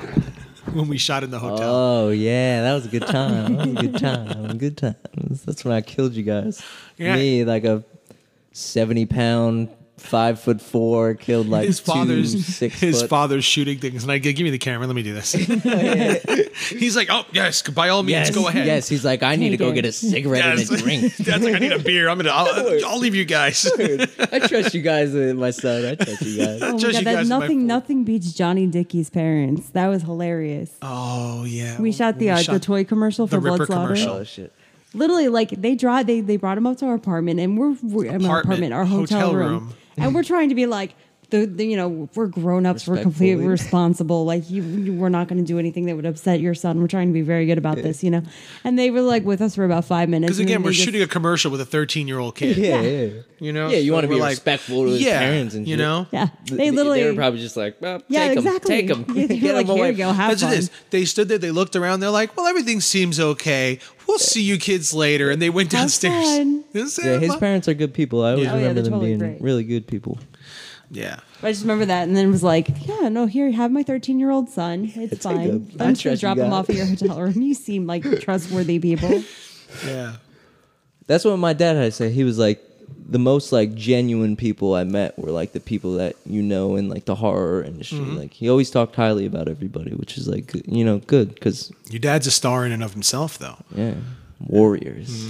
[SPEAKER 1] when we shot in the hotel?
[SPEAKER 2] Oh yeah, that was a good time. That was a good time. Good times. That's when I killed you guys.
[SPEAKER 1] Yeah.
[SPEAKER 2] Me, like a seventy pound, five foot four, killed like
[SPEAKER 1] his
[SPEAKER 2] two,
[SPEAKER 1] father's
[SPEAKER 2] six
[SPEAKER 1] his
[SPEAKER 2] foot.
[SPEAKER 1] father's shooting things, and I go, give me the camera. Let me do this. He's like, oh yes, by all means,
[SPEAKER 2] Yes,
[SPEAKER 1] go ahead.
[SPEAKER 2] yes. He's like, I need to go
[SPEAKER 3] Take it.
[SPEAKER 2] get a cigarette
[SPEAKER 1] Yes.
[SPEAKER 2] and a drink.
[SPEAKER 1] Dad's like, I need a beer. I'm gonna. I'll, I'll leave you guys.
[SPEAKER 2] I trust you guys, uh, my son. I trust you guys.
[SPEAKER 3] Oh my
[SPEAKER 1] Judge, you guys are
[SPEAKER 3] God, that
[SPEAKER 1] my fool.
[SPEAKER 3] nothing, nothing beats Johnny Dickey's parents. That was hilarious.
[SPEAKER 1] Oh yeah,
[SPEAKER 3] we shot the uh, the toy commercial
[SPEAKER 1] the
[SPEAKER 3] for
[SPEAKER 1] Ripper
[SPEAKER 3] Blood
[SPEAKER 1] commercial.
[SPEAKER 3] Slaughter.
[SPEAKER 2] Oh shit.
[SPEAKER 3] Literally, like they draw, they they brought him up to our apartment, and we're, we're in our
[SPEAKER 1] Apartment,
[SPEAKER 3] apartment, our hotel,
[SPEAKER 1] hotel
[SPEAKER 3] room,
[SPEAKER 1] room.
[SPEAKER 3] and we're trying to be like. The, the, you know we're grown ups. We're completely
[SPEAKER 2] Respectfully.
[SPEAKER 3] responsible. Like you, you- we're not going to do anything that would upset your son. We're trying to be very good about this, you know. And they were like with us for about five minutes.
[SPEAKER 1] Because
[SPEAKER 3] and
[SPEAKER 1] again,
[SPEAKER 3] then
[SPEAKER 1] we're
[SPEAKER 3] they just-
[SPEAKER 1] shooting a commercial with a 13 year old kid.
[SPEAKER 2] Yeah, yeah.
[SPEAKER 1] You know,
[SPEAKER 2] Yeah, you
[SPEAKER 1] So
[SPEAKER 2] want to be
[SPEAKER 1] we're like,
[SPEAKER 2] respectful to his
[SPEAKER 1] yeah,
[SPEAKER 2] parents and
[SPEAKER 1] you
[SPEAKER 2] shit.
[SPEAKER 1] know.
[SPEAKER 3] Yeah,
[SPEAKER 2] Th-
[SPEAKER 3] they literally.
[SPEAKER 2] they were probably just like, well,
[SPEAKER 3] yeah,
[SPEAKER 2] take 'em,
[SPEAKER 3] exactly.
[SPEAKER 2] take them,
[SPEAKER 3] Yeah, they
[SPEAKER 2] get
[SPEAKER 3] were
[SPEAKER 2] them
[SPEAKER 3] like, here
[SPEAKER 2] away.
[SPEAKER 3] you go. Have
[SPEAKER 1] That's what
[SPEAKER 3] fun.
[SPEAKER 1] it is. They stood there. They looked around. They're like, "Well, everything seems okay. We'll see you kids later." And they went
[SPEAKER 3] Have
[SPEAKER 1] downstairs.
[SPEAKER 3] fun.
[SPEAKER 1] This-
[SPEAKER 2] Yeah, his parents are good people. I always
[SPEAKER 3] Oh, yeah,
[SPEAKER 2] remember
[SPEAKER 3] they're
[SPEAKER 2] them
[SPEAKER 3] totally
[SPEAKER 2] being
[SPEAKER 3] great.
[SPEAKER 2] really good people.
[SPEAKER 1] yeah.
[SPEAKER 3] I just remember that, and then was like, "Yeah, no, here, have my 13 year old son. It's
[SPEAKER 2] like a-
[SPEAKER 3] fine.
[SPEAKER 2] I
[SPEAKER 3] I'm just gonna
[SPEAKER 2] trust you
[SPEAKER 3] drop him
[SPEAKER 2] guys.
[SPEAKER 3] off at your hotel room. You seem like trustworthy people.
[SPEAKER 1] Yeah.
[SPEAKER 2] That's what my dad had to say. He was like, the most like genuine people I met were like the people that you know in like the horror industry. Like he always talked highly about everybody, which is like good- you know good because
[SPEAKER 1] Your dad's a star in and of himself, though.
[SPEAKER 2] yeah, warriors.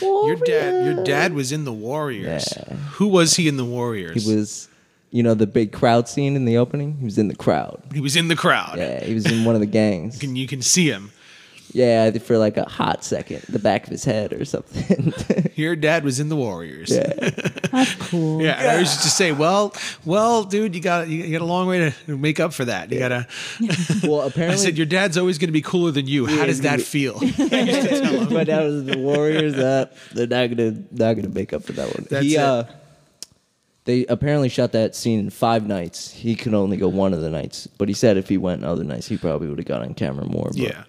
[SPEAKER 1] Your dad, your dad was in the Warriors.
[SPEAKER 2] Oh, Yeah.
[SPEAKER 1] Who was he in the Warriors?
[SPEAKER 2] He was, you know, the big crowd scene in the opening. He was in the crowd.
[SPEAKER 1] He was in the crowd,
[SPEAKER 2] Yeah, he was in one of the gangs.
[SPEAKER 1] and you can see him.
[SPEAKER 2] Yeah, for like a hot second, the back of his head or something.
[SPEAKER 1] Your dad was in the Warriors.
[SPEAKER 2] yeah,
[SPEAKER 3] That's cool.
[SPEAKER 1] Yeah, and I used to say, "Well, well, dude, you got you got a long way to make up for that. You gotta."
[SPEAKER 2] well
[SPEAKER 1] I
[SPEAKER 2] apparently
[SPEAKER 1] said, "Your dad's always going to be cooler than you. How
[SPEAKER 2] Yeah,
[SPEAKER 1] does that
[SPEAKER 2] you-
[SPEAKER 1] feel?"
[SPEAKER 2] my dad was the Warriors. Uh, they're not gonna not gonna make up for that one.
[SPEAKER 1] That's
[SPEAKER 2] he,
[SPEAKER 1] it.
[SPEAKER 2] Uh, they apparently shot that scene in five nights. He could only go one of the nights, but he said if he went other nights, he probably would have got on camera more. But
[SPEAKER 1] yeah,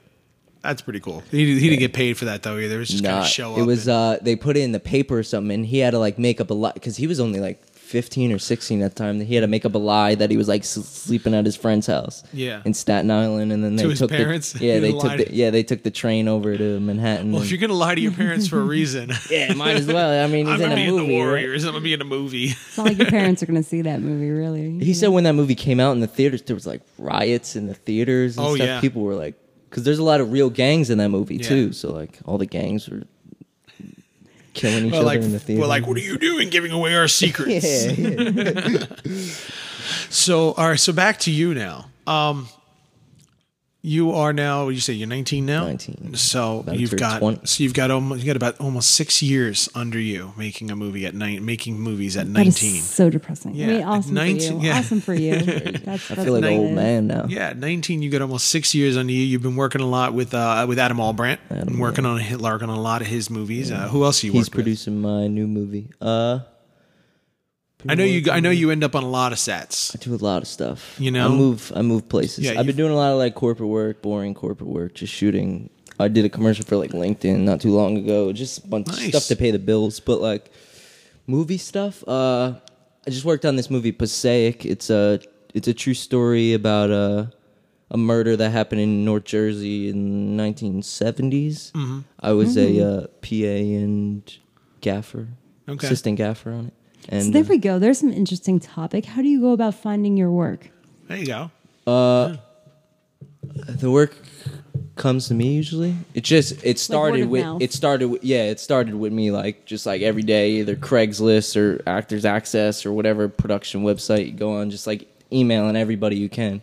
[SPEAKER 1] that's pretty cool. He, he didn't get paid for that though either. It was just kind
[SPEAKER 2] not.
[SPEAKER 1] of show up.
[SPEAKER 2] it was
[SPEAKER 1] and-
[SPEAKER 2] uh, they put it in the paper or something, and he had to like make up a lie because he was only like fifteen or sixteen at the time. He had to make up a lie that he was like s- sleeping at his friend's house.
[SPEAKER 1] Yeah.
[SPEAKER 2] in Staten Island, and then they
[SPEAKER 1] To his
[SPEAKER 2] took
[SPEAKER 1] parents?
[SPEAKER 2] The, yeah,
[SPEAKER 1] He
[SPEAKER 2] they took
[SPEAKER 1] lied.
[SPEAKER 2] the, yeah they took the train over to Manhattan.
[SPEAKER 1] well,
[SPEAKER 2] and-
[SPEAKER 1] if you're going to lie to your parents for a reason,
[SPEAKER 2] yeah, might as well. I mean, he's
[SPEAKER 1] I'm
[SPEAKER 2] in
[SPEAKER 1] going
[SPEAKER 2] a
[SPEAKER 1] to be
[SPEAKER 2] movie.
[SPEAKER 1] in the
[SPEAKER 2] right?
[SPEAKER 1] Warriors. I'm going to be in a movie.
[SPEAKER 3] It's not like your parents are gonna see that movie, really.
[SPEAKER 2] He said when that movie came out in the theaters, there was like riots in the theaters and
[SPEAKER 1] Oh,
[SPEAKER 2] stuff.
[SPEAKER 1] yeah.
[SPEAKER 2] People were like, because there's a lot of real gangs in that movie
[SPEAKER 1] Yeah.
[SPEAKER 2] too. So like all the gangs were killing each
[SPEAKER 1] Well,
[SPEAKER 2] other
[SPEAKER 1] like,
[SPEAKER 2] in the theater.
[SPEAKER 1] well, like, what are you doing, giving away our secrets?
[SPEAKER 2] yeah, yeah.
[SPEAKER 1] So, all right. So back to you now. Um, you are now. You say you're 19 now.
[SPEAKER 2] 19.
[SPEAKER 1] So
[SPEAKER 2] About to
[SPEAKER 1] you've
[SPEAKER 2] turn
[SPEAKER 1] got
[SPEAKER 2] 20.
[SPEAKER 1] so you've got almost you got about almost six years under you making a movie at night, making movies at
[SPEAKER 3] That is
[SPEAKER 1] 19.
[SPEAKER 3] so depressing.
[SPEAKER 1] Yeah,
[SPEAKER 3] I mean,
[SPEAKER 1] at
[SPEAKER 3] awesome
[SPEAKER 1] 19,
[SPEAKER 3] for you.
[SPEAKER 1] yeah.
[SPEAKER 3] Awesome for you. That's,
[SPEAKER 2] I feel like an old man now.
[SPEAKER 1] Yeah, at 19, you got almost six years under you. You've been working a lot with uh, with Adam Albrandt, and working on a, working on a lot of his movies. Uh, who else are you
[SPEAKER 2] He's
[SPEAKER 1] worked with?
[SPEAKER 2] producing my new movie. Uh,
[SPEAKER 1] I know you. I know you end up on a lot of sets.
[SPEAKER 2] I do a lot of stuff.
[SPEAKER 1] You know?
[SPEAKER 2] I move. I move places.
[SPEAKER 1] Yeah,
[SPEAKER 2] I've
[SPEAKER 1] you've-
[SPEAKER 2] been doing a lot of like corporate work, boring corporate work, just shooting. I did a commercial for like LinkedIn not too long ago. Just a bunch
[SPEAKER 1] Nice.
[SPEAKER 2] of stuff to pay the bills, but like movie stuff. Uh, I just worked on this movie Passaic. It's a it's a true story about a a murder that happened in North Jersey in the 1970s.
[SPEAKER 1] Mm-hmm.
[SPEAKER 2] I was a uh, PA and gaffer,
[SPEAKER 1] Okay.
[SPEAKER 2] assistant gaffer on it. And
[SPEAKER 3] So there
[SPEAKER 2] uh,
[SPEAKER 3] we go. There's some interesting topic. How do you go about finding your work?
[SPEAKER 1] There you go.
[SPEAKER 2] the work comes to me usually. It just it started
[SPEAKER 3] of
[SPEAKER 2] with
[SPEAKER 3] mouth.
[SPEAKER 2] it started with, yeah it started with me like just like every day either Craigslist or Actors Access or whatever production website you go on just like emailing everybody you can,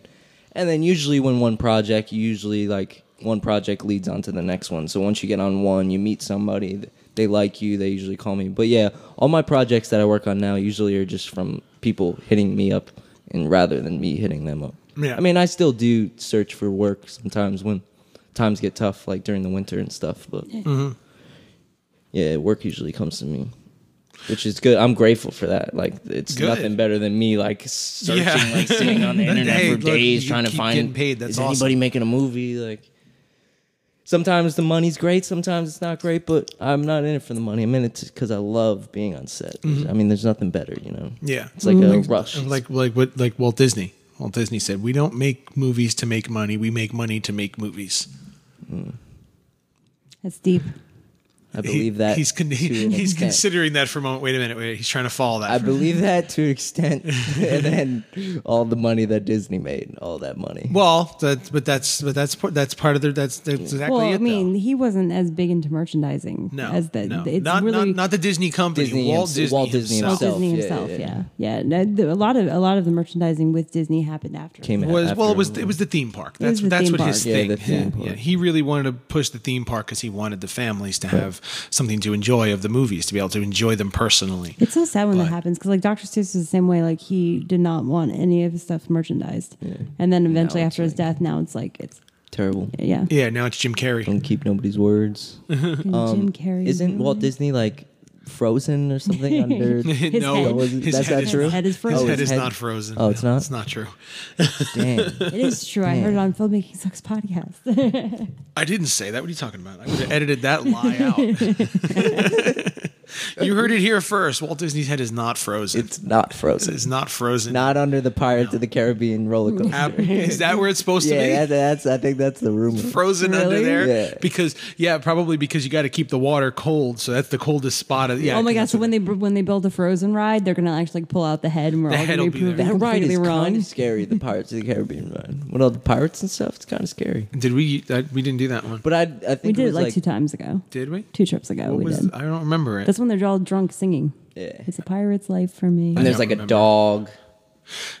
[SPEAKER 2] and then usually when one project you usually like one project leads on to the next one. So once you get on one, you meet somebody th- they like you. They usually call me. But yeah, all my projects that I work on now usually are just from people hitting me up and rather than me hitting them up.
[SPEAKER 1] Yeah.
[SPEAKER 2] I mean, I still do search for work sometimes when times get tough, like during the winter and stuff. But yeah, work usually comes to me, which is good. I'm grateful for that. Like, it's
[SPEAKER 1] Good.
[SPEAKER 2] nothing better than me like searching,
[SPEAKER 1] Yeah.
[SPEAKER 2] like sitting on the internet
[SPEAKER 1] Hey,
[SPEAKER 2] for
[SPEAKER 1] look,
[SPEAKER 2] days
[SPEAKER 1] you
[SPEAKER 2] trying to
[SPEAKER 1] keep
[SPEAKER 2] find
[SPEAKER 1] getting paid. That's
[SPEAKER 2] is
[SPEAKER 1] awesome.
[SPEAKER 2] anybody making a movie like. Sometimes the money's great, sometimes it's not great, but I'm not in it for the money. I'm in it because I love being on set. I mean, there's nothing better, you know.
[SPEAKER 1] Yeah.
[SPEAKER 2] it's like a rush.
[SPEAKER 1] And
[SPEAKER 2] It's
[SPEAKER 1] Mm-hmm. like like what like Walt Disney. Walt Disney said, "We don't make movies to make money. We make money to make movies."
[SPEAKER 3] That's deep.
[SPEAKER 2] I
[SPEAKER 1] He-
[SPEAKER 2] believe that
[SPEAKER 1] he's con-
[SPEAKER 2] to an
[SPEAKER 1] he's
[SPEAKER 2] extent.
[SPEAKER 1] considering that for a moment. Wait a minute. Wait, he's trying to follow that.
[SPEAKER 2] I
[SPEAKER 1] for-
[SPEAKER 2] believe that to an extent, and then all the money that Disney made, all that money.
[SPEAKER 1] well, that, but that's but that's part- that's part of their that's, that's exactly
[SPEAKER 3] well,
[SPEAKER 1] it.
[SPEAKER 3] I mean,
[SPEAKER 1] though.
[SPEAKER 3] he wasn't as big into merchandising
[SPEAKER 1] no,
[SPEAKER 3] as the
[SPEAKER 1] no.
[SPEAKER 3] it's
[SPEAKER 1] not,
[SPEAKER 3] really
[SPEAKER 1] not not the Disney company.
[SPEAKER 2] Disney
[SPEAKER 1] Walt,
[SPEAKER 2] himself-
[SPEAKER 1] Disney
[SPEAKER 2] Walt Disney
[SPEAKER 1] himself,
[SPEAKER 2] himself.
[SPEAKER 3] Disney
[SPEAKER 2] Yeah,
[SPEAKER 3] himself.
[SPEAKER 2] yeah,
[SPEAKER 3] Yeah,
[SPEAKER 2] yeah.
[SPEAKER 3] yeah. No, the- a lot of a lot of the merchandising with Disney happened after.
[SPEAKER 2] Came out
[SPEAKER 1] Was
[SPEAKER 2] after
[SPEAKER 1] well, it was
[SPEAKER 2] him.
[SPEAKER 1] it was the theme park. That's
[SPEAKER 3] was the
[SPEAKER 1] that's
[SPEAKER 3] theme
[SPEAKER 1] what his
[SPEAKER 3] park.
[SPEAKER 2] Yeah,
[SPEAKER 1] thing.
[SPEAKER 2] the theme
[SPEAKER 1] yeah,
[SPEAKER 2] park.
[SPEAKER 1] yeah. he really wanted to push the theme park because he wanted the families to have something to enjoy of the movies, to be able to enjoy them personally.
[SPEAKER 3] It's so sad when
[SPEAKER 1] But-
[SPEAKER 3] that happens because like Dr. Seuss was the same way. Like he did not want any of his stuff merchandised, and then eventually
[SPEAKER 2] it's
[SPEAKER 3] after his death, now it's like it's
[SPEAKER 2] terrible.
[SPEAKER 3] yeah.
[SPEAKER 1] Yeah, now it's Jim Carrey.
[SPEAKER 2] Don't keep nobody's words.
[SPEAKER 3] And Jim Carrey
[SPEAKER 2] Isn't Walt Disney like frozen or something under?
[SPEAKER 3] His
[SPEAKER 1] no,
[SPEAKER 3] head.
[SPEAKER 2] Was it-
[SPEAKER 1] his
[SPEAKER 2] that's
[SPEAKER 1] head
[SPEAKER 2] not
[SPEAKER 1] is-
[SPEAKER 2] true.
[SPEAKER 3] His head is
[SPEAKER 1] His
[SPEAKER 3] frozen.
[SPEAKER 2] Oh,
[SPEAKER 1] head is
[SPEAKER 2] head-
[SPEAKER 1] not frozen.
[SPEAKER 2] Oh, it's
[SPEAKER 1] No,
[SPEAKER 2] not?
[SPEAKER 1] It's not true.
[SPEAKER 2] Dang.
[SPEAKER 3] It is true. I heard it on Filmmaking Sucks podcast.
[SPEAKER 1] I didn't say that. What are you talking about? I would have edited that lie out. you heard it here first. Walt Disney's head is not frozen. It's,
[SPEAKER 2] It's not frozen.
[SPEAKER 1] not frozen.
[SPEAKER 2] Not under the Pirates of the Caribbean roller coaster.
[SPEAKER 1] Ab- is that where it's supposed to be?
[SPEAKER 2] Yeah, that, that's. I think that's the rumor.
[SPEAKER 1] frozen under
[SPEAKER 3] Really?
[SPEAKER 1] there
[SPEAKER 2] Yeah.
[SPEAKER 1] because yeah probably because you got to keep the water cold so that's the coldest spot of, yeah
[SPEAKER 3] oh my
[SPEAKER 1] 'cause
[SPEAKER 3] god!
[SPEAKER 1] that's
[SPEAKER 3] So
[SPEAKER 1] what-
[SPEAKER 3] when they when they build the Frozen ride, they're gonna actually pull out the head, and we're
[SPEAKER 1] The
[SPEAKER 3] all
[SPEAKER 1] head
[SPEAKER 3] gonna
[SPEAKER 1] will
[SPEAKER 3] be
[SPEAKER 1] be there.
[SPEAKER 3] proven
[SPEAKER 2] that ride
[SPEAKER 3] completely
[SPEAKER 2] is
[SPEAKER 3] wrong.
[SPEAKER 2] kind of scary. The Pirates of the Caribbean ride. With all the pirates and stuff, it's kind of scary.
[SPEAKER 1] did we uh, we didn't do that one
[SPEAKER 2] But I, I think
[SPEAKER 3] we did it
[SPEAKER 2] was
[SPEAKER 3] like, two times ago,
[SPEAKER 1] did we
[SPEAKER 3] two trips ago.
[SPEAKER 1] what
[SPEAKER 3] we
[SPEAKER 1] was uh,
[SPEAKER 3] did.
[SPEAKER 1] I don't remember it
[SPEAKER 3] That's when they're all drunk singing.
[SPEAKER 2] Yeah.
[SPEAKER 3] It's a pirate's life for me.
[SPEAKER 2] And
[SPEAKER 1] I
[SPEAKER 2] there's
[SPEAKER 1] don't
[SPEAKER 2] like a
[SPEAKER 1] remember.
[SPEAKER 2] dog.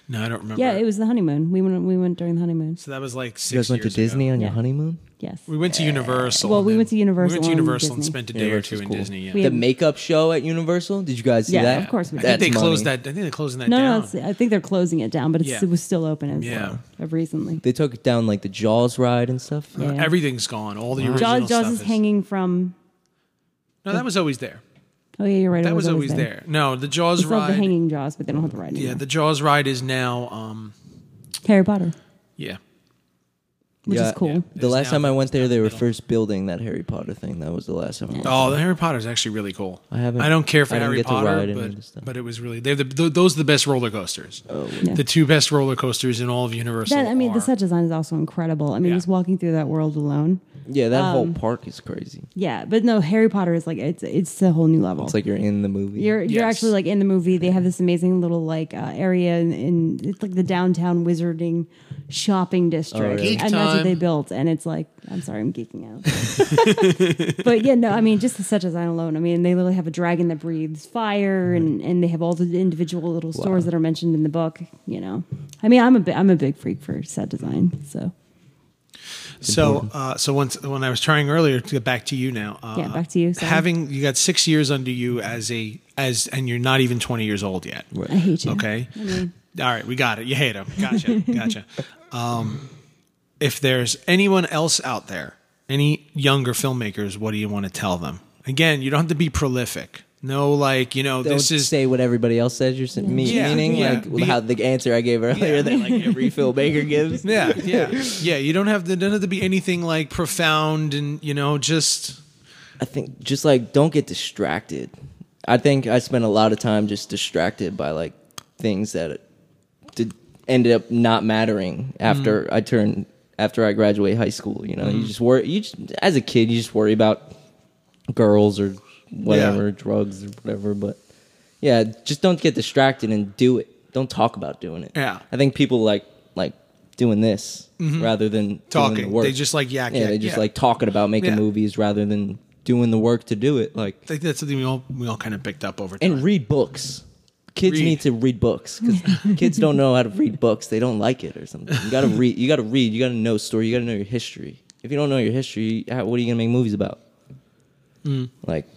[SPEAKER 1] no I don't remember
[SPEAKER 3] Yeah, it was the honeymoon. We went. We went during the honeymoon.
[SPEAKER 1] so that was like six
[SPEAKER 2] You guys went to
[SPEAKER 1] years ago.
[SPEAKER 2] Disney on your
[SPEAKER 3] Yeah.
[SPEAKER 2] honeymoon?
[SPEAKER 3] Yes.
[SPEAKER 1] we went to Universal
[SPEAKER 3] Well,
[SPEAKER 1] and
[SPEAKER 3] we
[SPEAKER 1] then-
[SPEAKER 3] went to Universal
[SPEAKER 1] we went to
[SPEAKER 3] and
[SPEAKER 1] Universal and
[SPEAKER 3] Disney.
[SPEAKER 1] spent a day
[SPEAKER 2] Universal's
[SPEAKER 1] or two in
[SPEAKER 2] cool.
[SPEAKER 1] Disney yeah
[SPEAKER 3] We
[SPEAKER 2] The
[SPEAKER 3] had-
[SPEAKER 2] makeup show at Universal? Did you guys see
[SPEAKER 3] Yeah,
[SPEAKER 2] that?
[SPEAKER 3] of course we
[SPEAKER 1] I
[SPEAKER 3] did.
[SPEAKER 1] think they
[SPEAKER 2] That's
[SPEAKER 1] closed
[SPEAKER 2] money.
[SPEAKER 1] that I think they closed that
[SPEAKER 3] No,
[SPEAKER 1] down
[SPEAKER 3] no, it's, I think they're closing it down, but it's,
[SPEAKER 1] Yeah.
[SPEAKER 3] it was still open as
[SPEAKER 1] Yeah.
[SPEAKER 3] well, of recently.
[SPEAKER 2] They took down like the Jaws ride and stuff.
[SPEAKER 3] Yeah.
[SPEAKER 1] everything's gone all the original
[SPEAKER 3] Jaws, Jaws
[SPEAKER 1] stuff
[SPEAKER 3] is, hanging from.
[SPEAKER 1] no that was always there
[SPEAKER 3] Oh yeah, you're right. it
[SPEAKER 1] that was always there no the Jaws
[SPEAKER 3] It's not the
[SPEAKER 1] ride
[SPEAKER 3] hanging Jaws, but they don't have the ride
[SPEAKER 1] yeah
[SPEAKER 3] anymore.
[SPEAKER 1] the Jaws ride is now um
[SPEAKER 3] Harry Potter,
[SPEAKER 1] yeah
[SPEAKER 3] which
[SPEAKER 2] Yeah,
[SPEAKER 3] is cool.
[SPEAKER 2] The
[SPEAKER 1] It's
[SPEAKER 2] last
[SPEAKER 1] down
[SPEAKER 2] time I went there, they were
[SPEAKER 1] middle.
[SPEAKER 2] first building that Harry Potter thing. That was the last time. I
[SPEAKER 3] Ah.
[SPEAKER 2] went.
[SPEAKER 1] Oh, the Harry Potter is actually really cool.
[SPEAKER 2] I haven't-
[SPEAKER 1] I don't care for
[SPEAKER 2] I didn't
[SPEAKER 1] Harry
[SPEAKER 2] get to
[SPEAKER 1] Potter,
[SPEAKER 2] ride any of this stuff.
[SPEAKER 1] but, but it was really they're the, th- those are the best roller coasters. Oh,
[SPEAKER 3] Yeah.
[SPEAKER 1] The two best roller coasters in all of Universal.
[SPEAKER 3] That, I mean,
[SPEAKER 1] are,
[SPEAKER 3] the set design is also incredible. I mean,
[SPEAKER 1] Yeah.
[SPEAKER 3] just walking through that world alone.
[SPEAKER 2] Yeah, that
[SPEAKER 3] Um,
[SPEAKER 2] whole park is crazy.
[SPEAKER 3] Yeah, but no, Harry Potter is like it's it's a whole new level.
[SPEAKER 2] It's like you're in the movie.
[SPEAKER 3] You're you're
[SPEAKER 1] Yes.
[SPEAKER 3] actually like in the movie. They have this amazing little like uh, area in, in it's like the downtown wizarding shopping district,
[SPEAKER 1] Geek
[SPEAKER 3] and that's
[SPEAKER 1] time.
[SPEAKER 3] what they built. And it's like I'm sorry, I'm geeking out. but yeah, no, I mean just the set design alone. I mean they literally have a dragon that breathes fire, and and they have all the individual little stores that are mentioned in the book. You know, I mean I'm a bi- I'm a big freak for set design, so
[SPEAKER 1] so uh, so once when I was trying earlier to get back to you now. Uh,
[SPEAKER 3] Yeah, back to you, sorry.
[SPEAKER 1] Having you got six years under you as a as and you're not even twenty years old yet.
[SPEAKER 3] I hate you.
[SPEAKER 1] Okay. All right, we got it. You hate him. Gotcha. gotcha. Um, if there's anyone else out there, any younger filmmakers, what do you want to tell them? Again, you don't have to be prolific. No, like you know,
[SPEAKER 2] Don't
[SPEAKER 1] this is
[SPEAKER 2] say what everybody else says. You're saying me
[SPEAKER 1] Yeah,
[SPEAKER 2] meaning
[SPEAKER 1] yeah.
[SPEAKER 2] like
[SPEAKER 1] Be-
[SPEAKER 2] how the answer I gave earlier
[SPEAKER 1] Yeah.
[SPEAKER 2] that like every filmmaker gives.
[SPEAKER 1] yeah, yeah, yeah. You don't have to don't have to be anything like profound, and you know, just
[SPEAKER 2] I think just like don't get distracted. I think I spent a lot of time just distracted by like things that d- ended up not mattering after
[SPEAKER 1] Mm.
[SPEAKER 2] I turned after I graduated high school. You know, you just worry. You just, as a kid, you just worry about girls or whatever,
[SPEAKER 1] Yeah.
[SPEAKER 2] drugs or whatever. But yeah, just don't get distracted and do it. Don't talk about doing it.
[SPEAKER 1] Yeah. Mm-hmm.
[SPEAKER 2] I think people like like doing this rather than doing the
[SPEAKER 1] Talking.
[SPEAKER 2] work.
[SPEAKER 1] They just like yak,
[SPEAKER 2] Yeah,
[SPEAKER 1] yak,
[SPEAKER 2] they just
[SPEAKER 1] yak.
[SPEAKER 2] like talking about making
[SPEAKER 1] Yeah.
[SPEAKER 2] movies rather than doing the work to do it. Like
[SPEAKER 1] I think that's something we all we all kind of picked up over time.
[SPEAKER 2] and read books. Kids
[SPEAKER 1] Read.
[SPEAKER 2] need to read books because kids don't know how to read books. They don't like it or something. You gotta read. You gotta read. You gotta know story. You gotta know your history. If you don't know your history, how, what are you gonna make movies about?
[SPEAKER 1] Mm.
[SPEAKER 2] Like,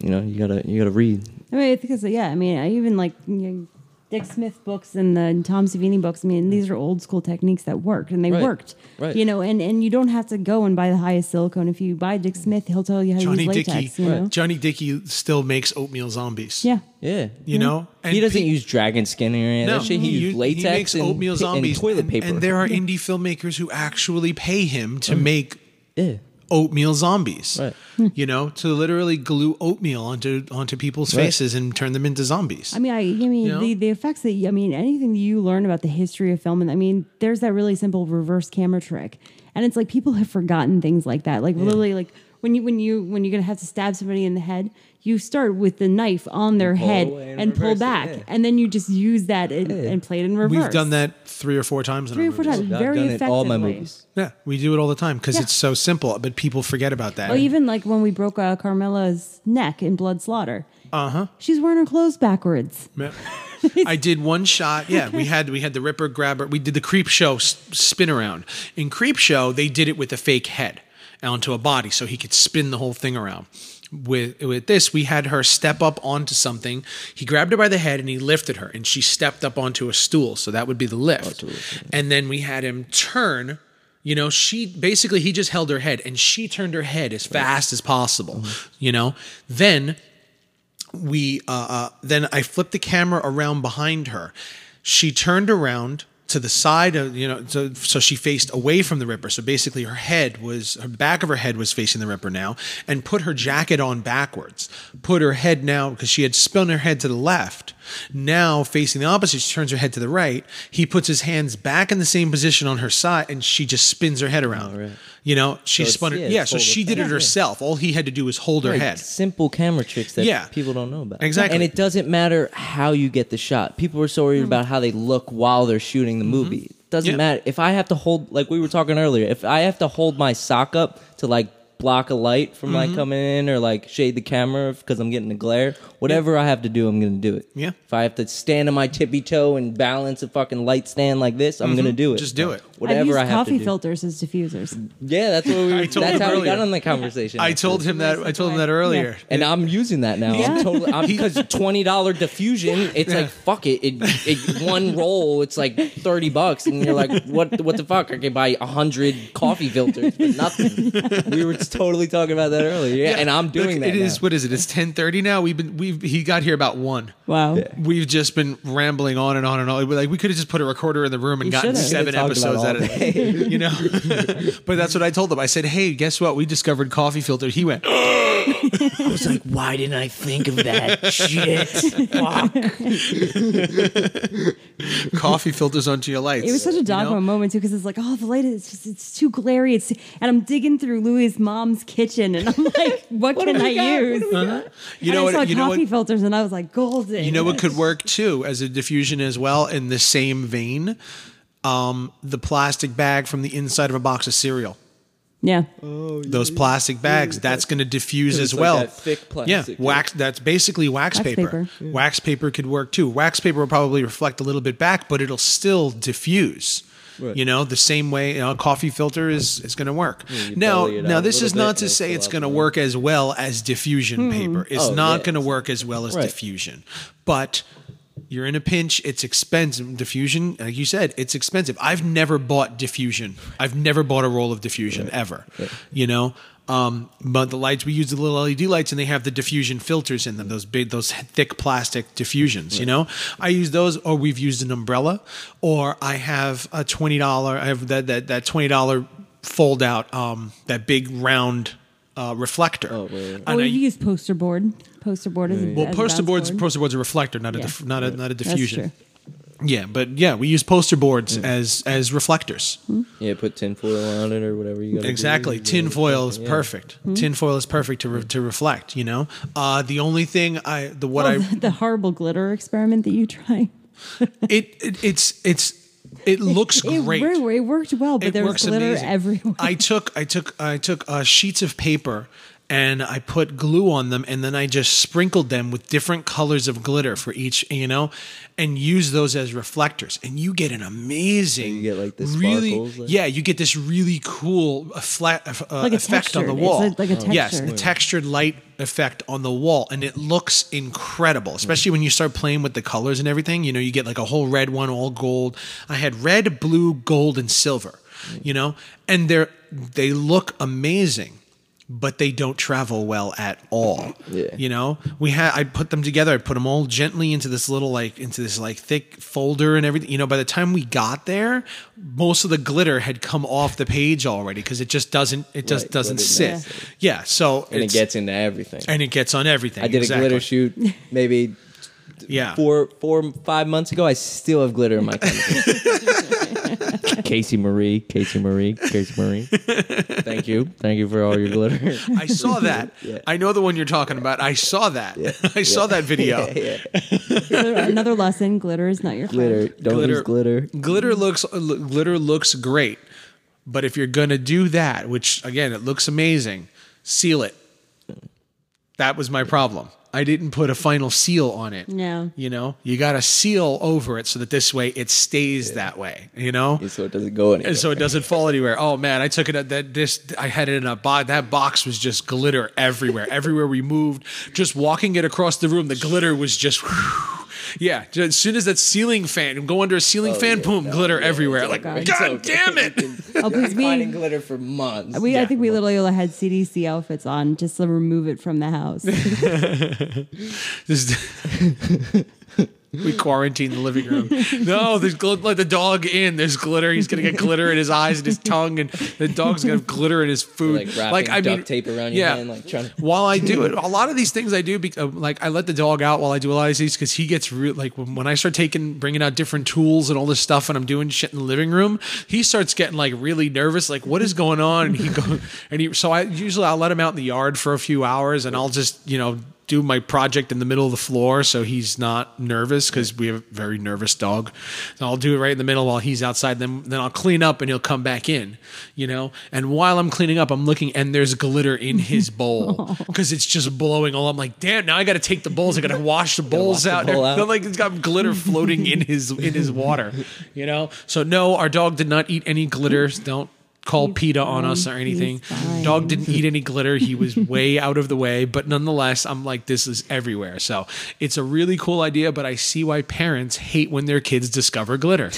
[SPEAKER 2] you know, you gotta you gotta read.
[SPEAKER 3] I mean, I think it's yeah. I mean, I even like you know, Dick Smith books and the and Tom Savini books. I mean, these are old school techniques that worked, and they
[SPEAKER 2] Right.
[SPEAKER 3] worked.
[SPEAKER 2] Right.
[SPEAKER 3] You know, and and you don't have to go and buy the highest silicone. If you buy Dick Smith, he'll tell you how
[SPEAKER 1] Johnny
[SPEAKER 3] to use
[SPEAKER 1] Dickey,
[SPEAKER 3] latex. You know,
[SPEAKER 1] Johnny Dickey still makes oatmeal zombies.
[SPEAKER 3] yeah.
[SPEAKER 2] Yeah,
[SPEAKER 1] you know,
[SPEAKER 2] he doesn't
[SPEAKER 1] pe-
[SPEAKER 2] use dragon skin or any of
[SPEAKER 1] no,
[SPEAKER 2] that shit. He, used
[SPEAKER 1] u-
[SPEAKER 2] latex
[SPEAKER 1] He makes
[SPEAKER 2] and,
[SPEAKER 1] oatmeal
[SPEAKER 2] and
[SPEAKER 1] zombies
[SPEAKER 2] toilet
[SPEAKER 1] and-
[SPEAKER 2] paper.
[SPEAKER 1] and there are indie filmmakers who actually pay him to make
[SPEAKER 2] yeah,
[SPEAKER 1] oatmeal zombies.
[SPEAKER 2] Right.
[SPEAKER 3] Hmm.
[SPEAKER 1] You know, to literally glue oatmeal onto onto people's
[SPEAKER 2] Right.
[SPEAKER 1] faces and turn them into zombies.
[SPEAKER 3] I mean, I, I mean,
[SPEAKER 1] You know?
[SPEAKER 3] the, the effects that I mean, anything that you learn about the history of film, and I mean, there's that really simple reverse camera trick, and it's like people have forgotten things like that. Like literally, like when you when you when you're gonna have to stab somebody in the head, you start with the knife on their
[SPEAKER 2] pull
[SPEAKER 3] head
[SPEAKER 2] away and
[SPEAKER 3] and, pull
[SPEAKER 2] reverse it,
[SPEAKER 3] back,
[SPEAKER 2] yeah.
[SPEAKER 3] and then you just use that and, and play it in reverse.
[SPEAKER 1] We've done that three or four times. In
[SPEAKER 3] three
[SPEAKER 1] our
[SPEAKER 3] or four
[SPEAKER 1] movies.
[SPEAKER 3] times,
[SPEAKER 2] I've
[SPEAKER 3] very
[SPEAKER 2] done it
[SPEAKER 3] effectively.
[SPEAKER 2] all my movies.
[SPEAKER 1] Yeah, we do it all the time because
[SPEAKER 3] Yeah. Oh,
[SPEAKER 1] it's so simple, but people forget about that.
[SPEAKER 3] Well, even like when we broke uh, Carmela's neck in Blood Slaughter. Uh huh. She's wearing her clothes backwards.
[SPEAKER 1] Yeah. I did one shot. Yeah, we had we had the Ripper grabber. We did the creep show s- spin around. In creep show, they did it with a fake head onto a body, so he could spin the whole thing around. With with this, we had her step up onto something. He grabbed her by the head and he lifted her, and she stepped up onto a stool. So that would be the lift. And then we had him turn you know, she basically he just held her head and she turned her head as fast as possible. You know, then we uh, uh, then I flipped the camera around behind her. She turned around to the side of you know, so, so she faced away from the Ripper. So basically, her head was her back of her head was facing the Ripper now, and put her jacket on backwards. Put her head now because she had spun her head to the left. Now facing the opposite, she turns her head to the right. He puts his hands back in the same position on her side, and she just spins her head around. You know, she
[SPEAKER 2] it's-
[SPEAKER 1] spun her.
[SPEAKER 2] yeah,
[SPEAKER 1] Yeah,
[SPEAKER 2] it's
[SPEAKER 1] so
[SPEAKER 2] full
[SPEAKER 1] she
[SPEAKER 2] of-
[SPEAKER 1] did it
[SPEAKER 2] yeah.
[SPEAKER 1] herself. All he had to do was hold her
[SPEAKER 2] Like,
[SPEAKER 1] head.
[SPEAKER 2] Simple camera tricks that
[SPEAKER 1] Yeah.
[SPEAKER 2] people don't know about.
[SPEAKER 1] Exactly. Hmm.
[SPEAKER 2] And it doesn't matter how you get the shot. People are so worried about how they look while they're shooting the movie. It doesn't
[SPEAKER 1] Mm-hmm. Yeah.
[SPEAKER 2] matter. If I have to hold, like we were talking earlier, if I have to hold my sock up to like block a light from
[SPEAKER 1] Mm-hmm.
[SPEAKER 2] like coming in or like shade the camera because I'm getting a glare, whatever I have to do, I'm going to do it.
[SPEAKER 1] Yeah.
[SPEAKER 2] If I have to stand on my tippy toe and balance a fucking light stand like this, I'm going to do it.
[SPEAKER 1] Mm-hmm. Just do it.
[SPEAKER 2] Whatever
[SPEAKER 3] I've used
[SPEAKER 2] I have
[SPEAKER 3] coffee
[SPEAKER 2] to do.
[SPEAKER 3] filters as diffusers.
[SPEAKER 2] Yeah, that's what we
[SPEAKER 1] I
[SPEAKER 2] were,
[SPEAKER 1] told
[SPEAKER 2] that's
[SPEAKER 1] him
[SPEAKER 2] how we got
[SPEAKER 1] earlier.
[SPEAKER 2] on the conversation.
[SPEAKER 1] I told him that. I told him that
[SPEAKER 3] Yeah.
[SPEAKER 1] earlier.
[SPEAKER 2] and I'm using that now. I'm
[SPEAKER 3] Yeah.
[SPEAKER 2] totally because twenty dollar diffusion. It's like fuck it. It, it. One roll, it's like thirty bucks, and you're like, what? What the fuck? I can buy a hundred coffee filters for nothing. We were totally talking about that earlier. Yeah, and I'm
[SPEAKER 1] Look,
[SPEAKER 2] doing that.
[SPEAKER 1] It is
[SPEAKER 2] now.
[SPEAKER 1] what is it? It's ten thirty now. We've been we've he got here about one.
[SPEAKER 3] Wow.
[SPEAKER 1] We've just been rambling on and on and on. We're like we could have just put a recorder in the room and gotten
[SPEAKER 2] should've.
[SPEAKER 1] seven
[SPEAKER 2] Should've talked
[SPEAKER 1] episodes out
[SPEAKER 2] about
[SPEAKER 1] of
[SPEAKER 2] all
[SPEAKER 1] it. You know, but that's what I told him. I said, "Hey, guess what? We discovered coffee filter." He went,
[SPEAKER 2] I was like, why didn't I think of that shit? Fuck.
[SPEAKER 1] "Coffee filters onto your lights."
[SPEAKER 3] It was such a
[SPEAKER 1] You
[SPEAKER 3] dogma
[SPEAKER 1] know?
[SPEAKER 3] moment too, because it's like, oh, the light is just, it's too glary. It's and I'm digging through Louis' mom's kitchen, and I'm like, what, can I use?
[SPEAKER 1] Uh-huh. You know
[SPEAKER 3] and I
[SPEAKER 1] what?
[SPEAKER 3] saw
[SPEAKER 1] You know
[SPEAKER 3] coffee
[SPEAKER 1] what?
[SPEAKER 3] filters, and I was like, golden.
[SPEAKER 1] You know what could work too as a diffusion as well in the same vein? Um, the plastic bag from the inside of a box of cereal.
[SPEAKER 3] Yeah,
[SPEAKER 1] those
[SPEAKER 2] Mm-hmm.
[SPEAKER 1] plastic bags. That's going to diffuse as
[SPEAKER 2] like
[SPEAKER 1] well.
[SPEAKER 2] that thick
[SPEAKER 1] Yeah,
[SPEAKER 2] plastic.
[SPEAKER 1] wax. That's basically wax,
[SPEAKER 3] Wax
[SPEAKER 1] paper.
[SPEAKER 3] paper.
[SPEAKER 1] Wax paper could work too. Wax paper will probably reflect a little bit back, but it'll still diffuse. You know, the same way you know, a coffee filter is is going to work.
[SPEAKER 2] you
[SPEAKER 1] now,
[SPEAKER 2] belly it
[SPEAKER 1] now
[SPEAKER 2] out a
[SPEAKER 1] this
[SPEAKER 2] little
[SPEAKER 1] is
[SPEAKER 2] bit
[SPEAKER 1] not
[SPEAKER 2] and
[SPEAKER 1] to
[SPEAKER 2] it'll
[SPEAKER 1] say
[SPEAKER 2] fill
[SPEAKER 1] it's
[SPEAKER 2] out
[SPEAKER 1] going to
[SPEAKER 2] the
[SPEAKER 1] work as well as
[SPEAKER 3] Hmm.
[SPEAKER 1] diffusion paper. It's
[SPEAKER 2] Oh,
[SPEAKER 1] not
[SPEAKER 2] yeah.
[SPEAKER 1] going to work as well as
[SPEAKER 2] Right.
[SPEAKER 1] diffusion, but. You're in a pinch. It's expensive. Diffusion, like you said, it's expensive. I've never bought diffusion. I've never bought a roll of diffusion ever. You know, um, but the lights we use the little LED lights, and they have the diffusion filters in them. Those big, those thick plastic diffusions. You know, I use those, or we've used an umbrella, or I have a twenty dollar. I have that that that twenty dollar fold out. Um, that big round. Uh, reflector. Oh,
[SPEAKER 2] right.
[SPEAKER 3] or you use poster board. Poster board is a,
[SPEAKER 1] well,
[SPEAKER 3] as a
[SPEAKER 1] poster
[SPEAKER 3] bounce
[SPEAKER 1] board's
[SPEAKER 3] board.
[SPEAKER 1] poster board's a reflector, not a
[SPEAKER 3] Yeah.
[SPEAKER 1] dif- not a not a
[SPEAKER 3] That's
[SPEAKER 1] diffusion.
[SPEAKER 3] true. Mm.
[SPEAKER 1] Yeah, but yeah, we use poster boards as as reflectors.
[SPEAKER 3] Mm-hmm.
[SPEAKER 2] Yeah, put tinfoil on it or whatever you got.
[SPEAKER 1] Exactly. Tinfoil is perfect.
[SPEAKER 3] Mm-hmm.
[SPEAKER 1] Tinfoil is perfect to re- to reflect. You know, uh, the only thing I the what I
[SPEAKER 3] Oh, the, the horrible glitter experiment that you try.
[SPEAKER 1] it, it it's it's it looks
[SPEAKER 3] It,
[SPEAKER 1] great.
[SPEAKER 3] wor- it worked well, but
[SPEAKER 1] it
[SPEAKER 3] there was
[SPEAKER 1] works
[SPEAKER 3] glitter
[SPEAKER 1] amazing.
[SPEAKER 3] everywhere.
[SPEAKER 1] I took I took I took uh, sheets of paper and I put glue on them and then I just sprinkled them with different colors of glitter for each, you know, and use those as reflectors. And you get an amazing,
[SPEAKER 2] You get, like, the
[SPEAKER 1] really,
[SPEAKER 2] sparkles, like-
[SPEAKER 1] yeah, you get this really cool uh, flat uh,
[SPEAKER 3] Like a
[SPEAKER 1] effect on
[SPEAKER 3] textured-
[SPEAKER 1] the
[SPEAKER 3] it's
[SPEAKER 1] wall.
[SPEAKER 3] like- like
[SPEAKER 2] Oh.
[SPEAKER 3] a
[SPEAKER 1] Yes,
[SPEAKER 3] texture.
[SPEAKER 1] the textured light effect on the wall, and it looks incredible. Especially when you start playing with the colors and everything. You know, you get like a whole red one, all gold. I had red, blue, gold, and silver. You know, and they're they look amazing, but they don't travel well at all.
[SPEAKER 2] Yeah.
[SPEAKER 1] You know, we had I put them together. I put them all gently into this little like into this like thick folder and everything. You know, by the time we got there, most of the glitter had come off the page already because it just doesn't it just
[SPEAKER 2] Right,
[SPEAKER 1] doesn't
[SPEAKER 2] but it
[SPEAKER 1] sit.
[SPEAKER 3] doesn't
[SPEAKER 1] Yeah. So
[SPEAKER 2] And it
[SPEAKER 1] it's-
[SPEAKER 2] gets into everything.
[SPEAKER 1] and it gets on everything.
[SPEAKER 2] I did
[SPEAKER 1] exactly.
[SPEAKER 2] a glitter shoot maybe
[SPEAKER 1] Yeah.
[SPEAKER 2] four, four, five months ago. I still have glitter in my cabinet. Casey Marie, Casey Marie, Casey Marie. Thank you, thank you for all your glitter.
[SPEAKER 1] I saw that. I know the one you're talking about. I saw that. I saw that video.
[SPEAKER 3] Another- Another lesson: glitter is not your friend.
[SPEAKER 2] Glitter, don't use glitter.
[SPEAKER 1] Glitter looks glitter looks great, but if you're gonna do that, which again it looks amazing, seal it. That was my problem. I didn't put a final seal on it.
[SPEAKER 3] No.
[SPEAKER 1] You know, you got to seal over it so that this way it stays that way. You know,
[SPEAKER 2] So it doesn't go anywhere.
[SPEAKER 1] and so it doesn't fall anywhere. Oh man, I took it at that this I had it in a box. That box was just glitter everywhere. everywhere we moved, just walking it across the room, the glitter was just. whew. Yeah, ju- as soon as that ceiling fan go under a ceiling fan,
[SPEAKER 2] Oh, yeah,
[SPEAKER 1] boom,
[SPEAKER 2] no,
[SPEAKER 1] glitter
[SPEAKER 2] yeah,
[SPEAKER 1] everywhere.
[SPEAKER 2] it's
[SPEAKER 1] Like,
[SPEAKER 3] okay.
[SPEAKER 1] god,
[SPEAKER 3] It's
[SPEAKER 2] okay.
[SPEAKER 1] damn it!
[SPEAKER 3] Oh, please,
[SPEAKER 2] finding
[SPEAKER 3] we,
[SPEAKER 2] glitter for months.
[SPEAKER 3] we
[SPEAKER 1] Yeah.
[SPEAKER 3] I think we literally had CDC outfits on just to remove it from the house.
[SPEAKER 1] This is- we quarantine the living room. No, there's gl- let the dog in. There's glitter. He's gonna get glitter in his eyes and his tongue, and the dog's gonna have glitter in his food.
[SPEAKER 2] like wrapping duct tape around your hand, like trying to
[SPEAKER 1] while I do it, a lot of these things I do, be, uh, like I let the dog out while I do a lot of these because he gets real. Like when, when I start taking, bringing out different tools and all this stuff, and I'm doing shit in the living room, he starts getting like really nervous. Like what is going on? And he go, and he. So I usually I'll let him out in the yard for a few hours, and I'll just you know do my project in the middle of the floor so he's not nervous because we have a very nervous dog. And I'll do it right in the middle while he's outside. Then then I'll clean up and he'll come back in, you know. And while I'm cleaning up, I'm looking and there's glitter in his bowl
[SPEAKER 2] Oh.
[SPEAKER 1] because it's just blowing all. I'm like, damn! Now I got to take the bowls. I got to wash the bowls
[SPEAKER 2] wash
[SPEAKER 1] out.
[SPEAKER 2] the bowl out.
[SPEAKER 1] They're like it's got glitter floating in his in his water, you know. So no, our dog did not eat any glitters. Don't call
[SPEAKER 3] He's
[SPEAKER 1] PETA on
[SPEAKER 3] fine.
[SPEAKER 1] us or anything.
[SPEAKER 3] He's fine.
[SPEAKER 1] Dog didn't eat any glitter. He was way out of the way, but nonetheless, I'm like, this is everywhere. So it's a really cool idea, but I see why parents hate when their kids discover glitter.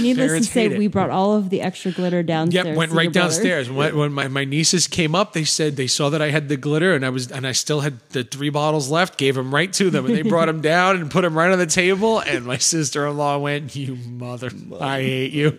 [SPEAKER 3] Needless
[SPEAKER 1] Parents
[SPEAKER 3] to say,
[SPEAKER 1] hate it.
[SPEAKER 3] we brought all of the extra glitter downstairs.
[SPEAKER 1] Yep, went
[SPEAKER 3] to your
[SPEAKER 1] right
[SPEAKER 3] brother.
[SPEAKER 1] downstairs. When, when my, my nieces came up, they said they saw that I had the glitter and I was and I still had the three bottles left. Gave them right to them, and they brought them down and put them right on the table. And my sister in law went, "You mother, I hate you."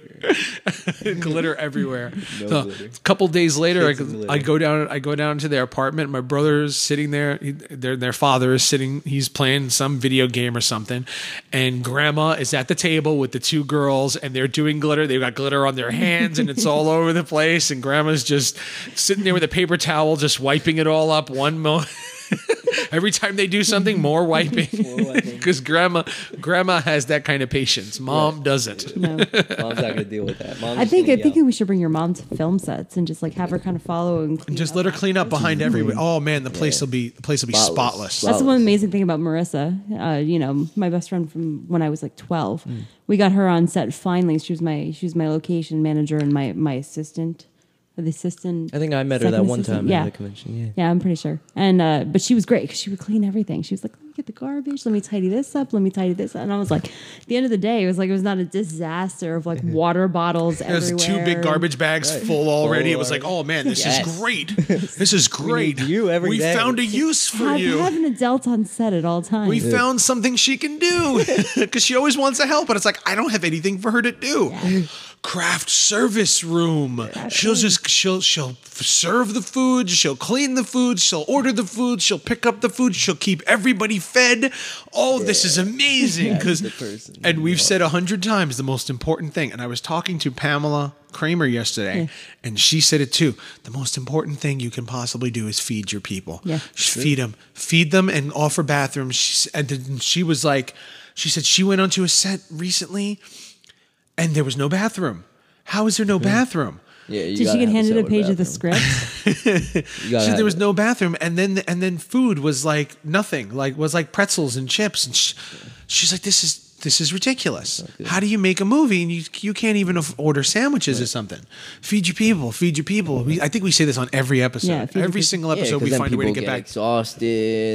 [SPEAKER 1] glitter everywhere. so a couple days later, I,
[SPEAKER 2] Kids and glitter.
[SPEAKER 1] I go down. I go down to their apartment. My brother's sitting there. He, their their father is sitting. He's playing some video game or something, and grandma is at the table with the two girls, and they're doing glitter. They've got glitter on their hands, and it's all over the place. And grandma's just sitting there with a paper towel, just wiping it all up. One mo. Every time they do something, more wiping. Because grandma, grandma has that kind of patience. Mom doesn't.
[SPEAKER 3] No.
[SPEAKER 2] Mom's not gonna deal with that. Mom's
[SPEAKER 3] I
[SPEAKER 2] just
[SPEAKER 3] think I
[SPEAKER 2] gonna
[SPEAKER 3] think
[SPEAKER 2] yell.
[SPEAKER 3] we should bring your mom to film sets and just like have her kind of follow and clean
[SPEAKER 1] Just
[SPEAKER 3] up.
[SPEAKER 1] let her clean up behind everyone. Oh man, the place will be the place will be spotless.
[SPEAKER 2] Mm-hmm. Spotless.
[SPEAKER 3] That's the
[SPEAKER 2] flowers.
[SPEAKER 3] one amazing thing about Marissa. Uh, you know, my best friend from when I was like twelve.
[SPEAKER 1] Mm.
[SPEAKER 3] We got her on set finally. She was my she was my location manager and my my assistant, or the assistant.
[SPEAKER 2] I think I met her
[SPEAKER 3] second
[SPEAKER 2] that one
[SPEAKER 3] assistant.
[SPEAKER 2] time
[SPEAKER 3] Yeah.
[SPEAKER 2] at the convention. Yeah.
[SPEAKER 3] Yeah, I'm pretty sure. And uh, but she was great because she would clean everything. She was like, "Let me get the garbage. Let me tidy this up. Let me tidy this." up. And I was like, at the end of the day, it was like it was not a disaster of like water bottles
[SPEAKER 1] There's two
[SPEAKER 3] everywhere.
[SPEAKER 1] big garbage bags full already. It was like,
[SPEAKER 2] already.
[SPEAKER 1] oh man, this
[SPEAKER 2] Yes.
[SPEAKER 1] is great. This is great.
[SPEAKER 2] you every
[SPEAKER 1] we
[SPEAKER 2] day.
[SPEAKER 1] found a use for
[SPEAKER 3] Have,
[SPEAKER 1] you.
[SPEAKER 3] have an adult on set at all times.
[SPEAKER 1] We found something she can do because she always wants to help, but it's like I don't have anything for her to do. craft service room. She'll just she'll she'll f- serve the food, she'll clean the food, she'll order the food, she'll pick up the food, she'll keep everybody fed. Oh, this is amazing because
[SPEAKER 2] the person.
[SPEAKER 1] and we've said a hundred times the most important thing. And I was talking to Pamela Kramer yesterday, and she said it too. The most important thing you can possibly do is feed your people.
[SPEAKER 3] Yeah.
[SPEAKER 1] Just feed them, feed them, and offer bathrooms. She, s- and then she was like, she said she went onto a set recently, and there was no bathroom. How is there no bathroom?
[SPEAKER 2] Yeah, you
[SPEAKER 3] Did she
[SPEAKER 2] gotta
[SPEAKER 3] get
[SPEAKER 2] have
[SPEAKER 3] handed a
[SPEAKER 2] separate
[SPEAKER 3] page of the
[SPEAKER 2] bathroom.
[SPEAKER 3] script?
[SPEAKER 2] You gotta
[SPEAKER 1] She said
[SPEAKER 2] have
[SPEAKER 1] there was
[SPEAKER 2] it.
[SPEAKER 1] no bathroom, and then and then food was like nothing, like was like pretzels and chips, and sh she's like, "This is this is ridiculous. How do you make a movie and you you can't even af- order sandwiches or something? Feed your people, feed your people. We, I think we say this on every episode,
[SPEAKER 3] Yeah, feed your
[SPEAKER 1] every
[SPEAKER 3] people.
[SPEAKER 1] single
[SPEAKER 2] Yeah, 'cause
[SPEAKER 1] episode. we
[SPEAKER 2] then
[SPEAKER 1] find a way to
[SPEAKER 2] people
[SPEAKER 1] get back.
[SPEAKER 2] exhausted.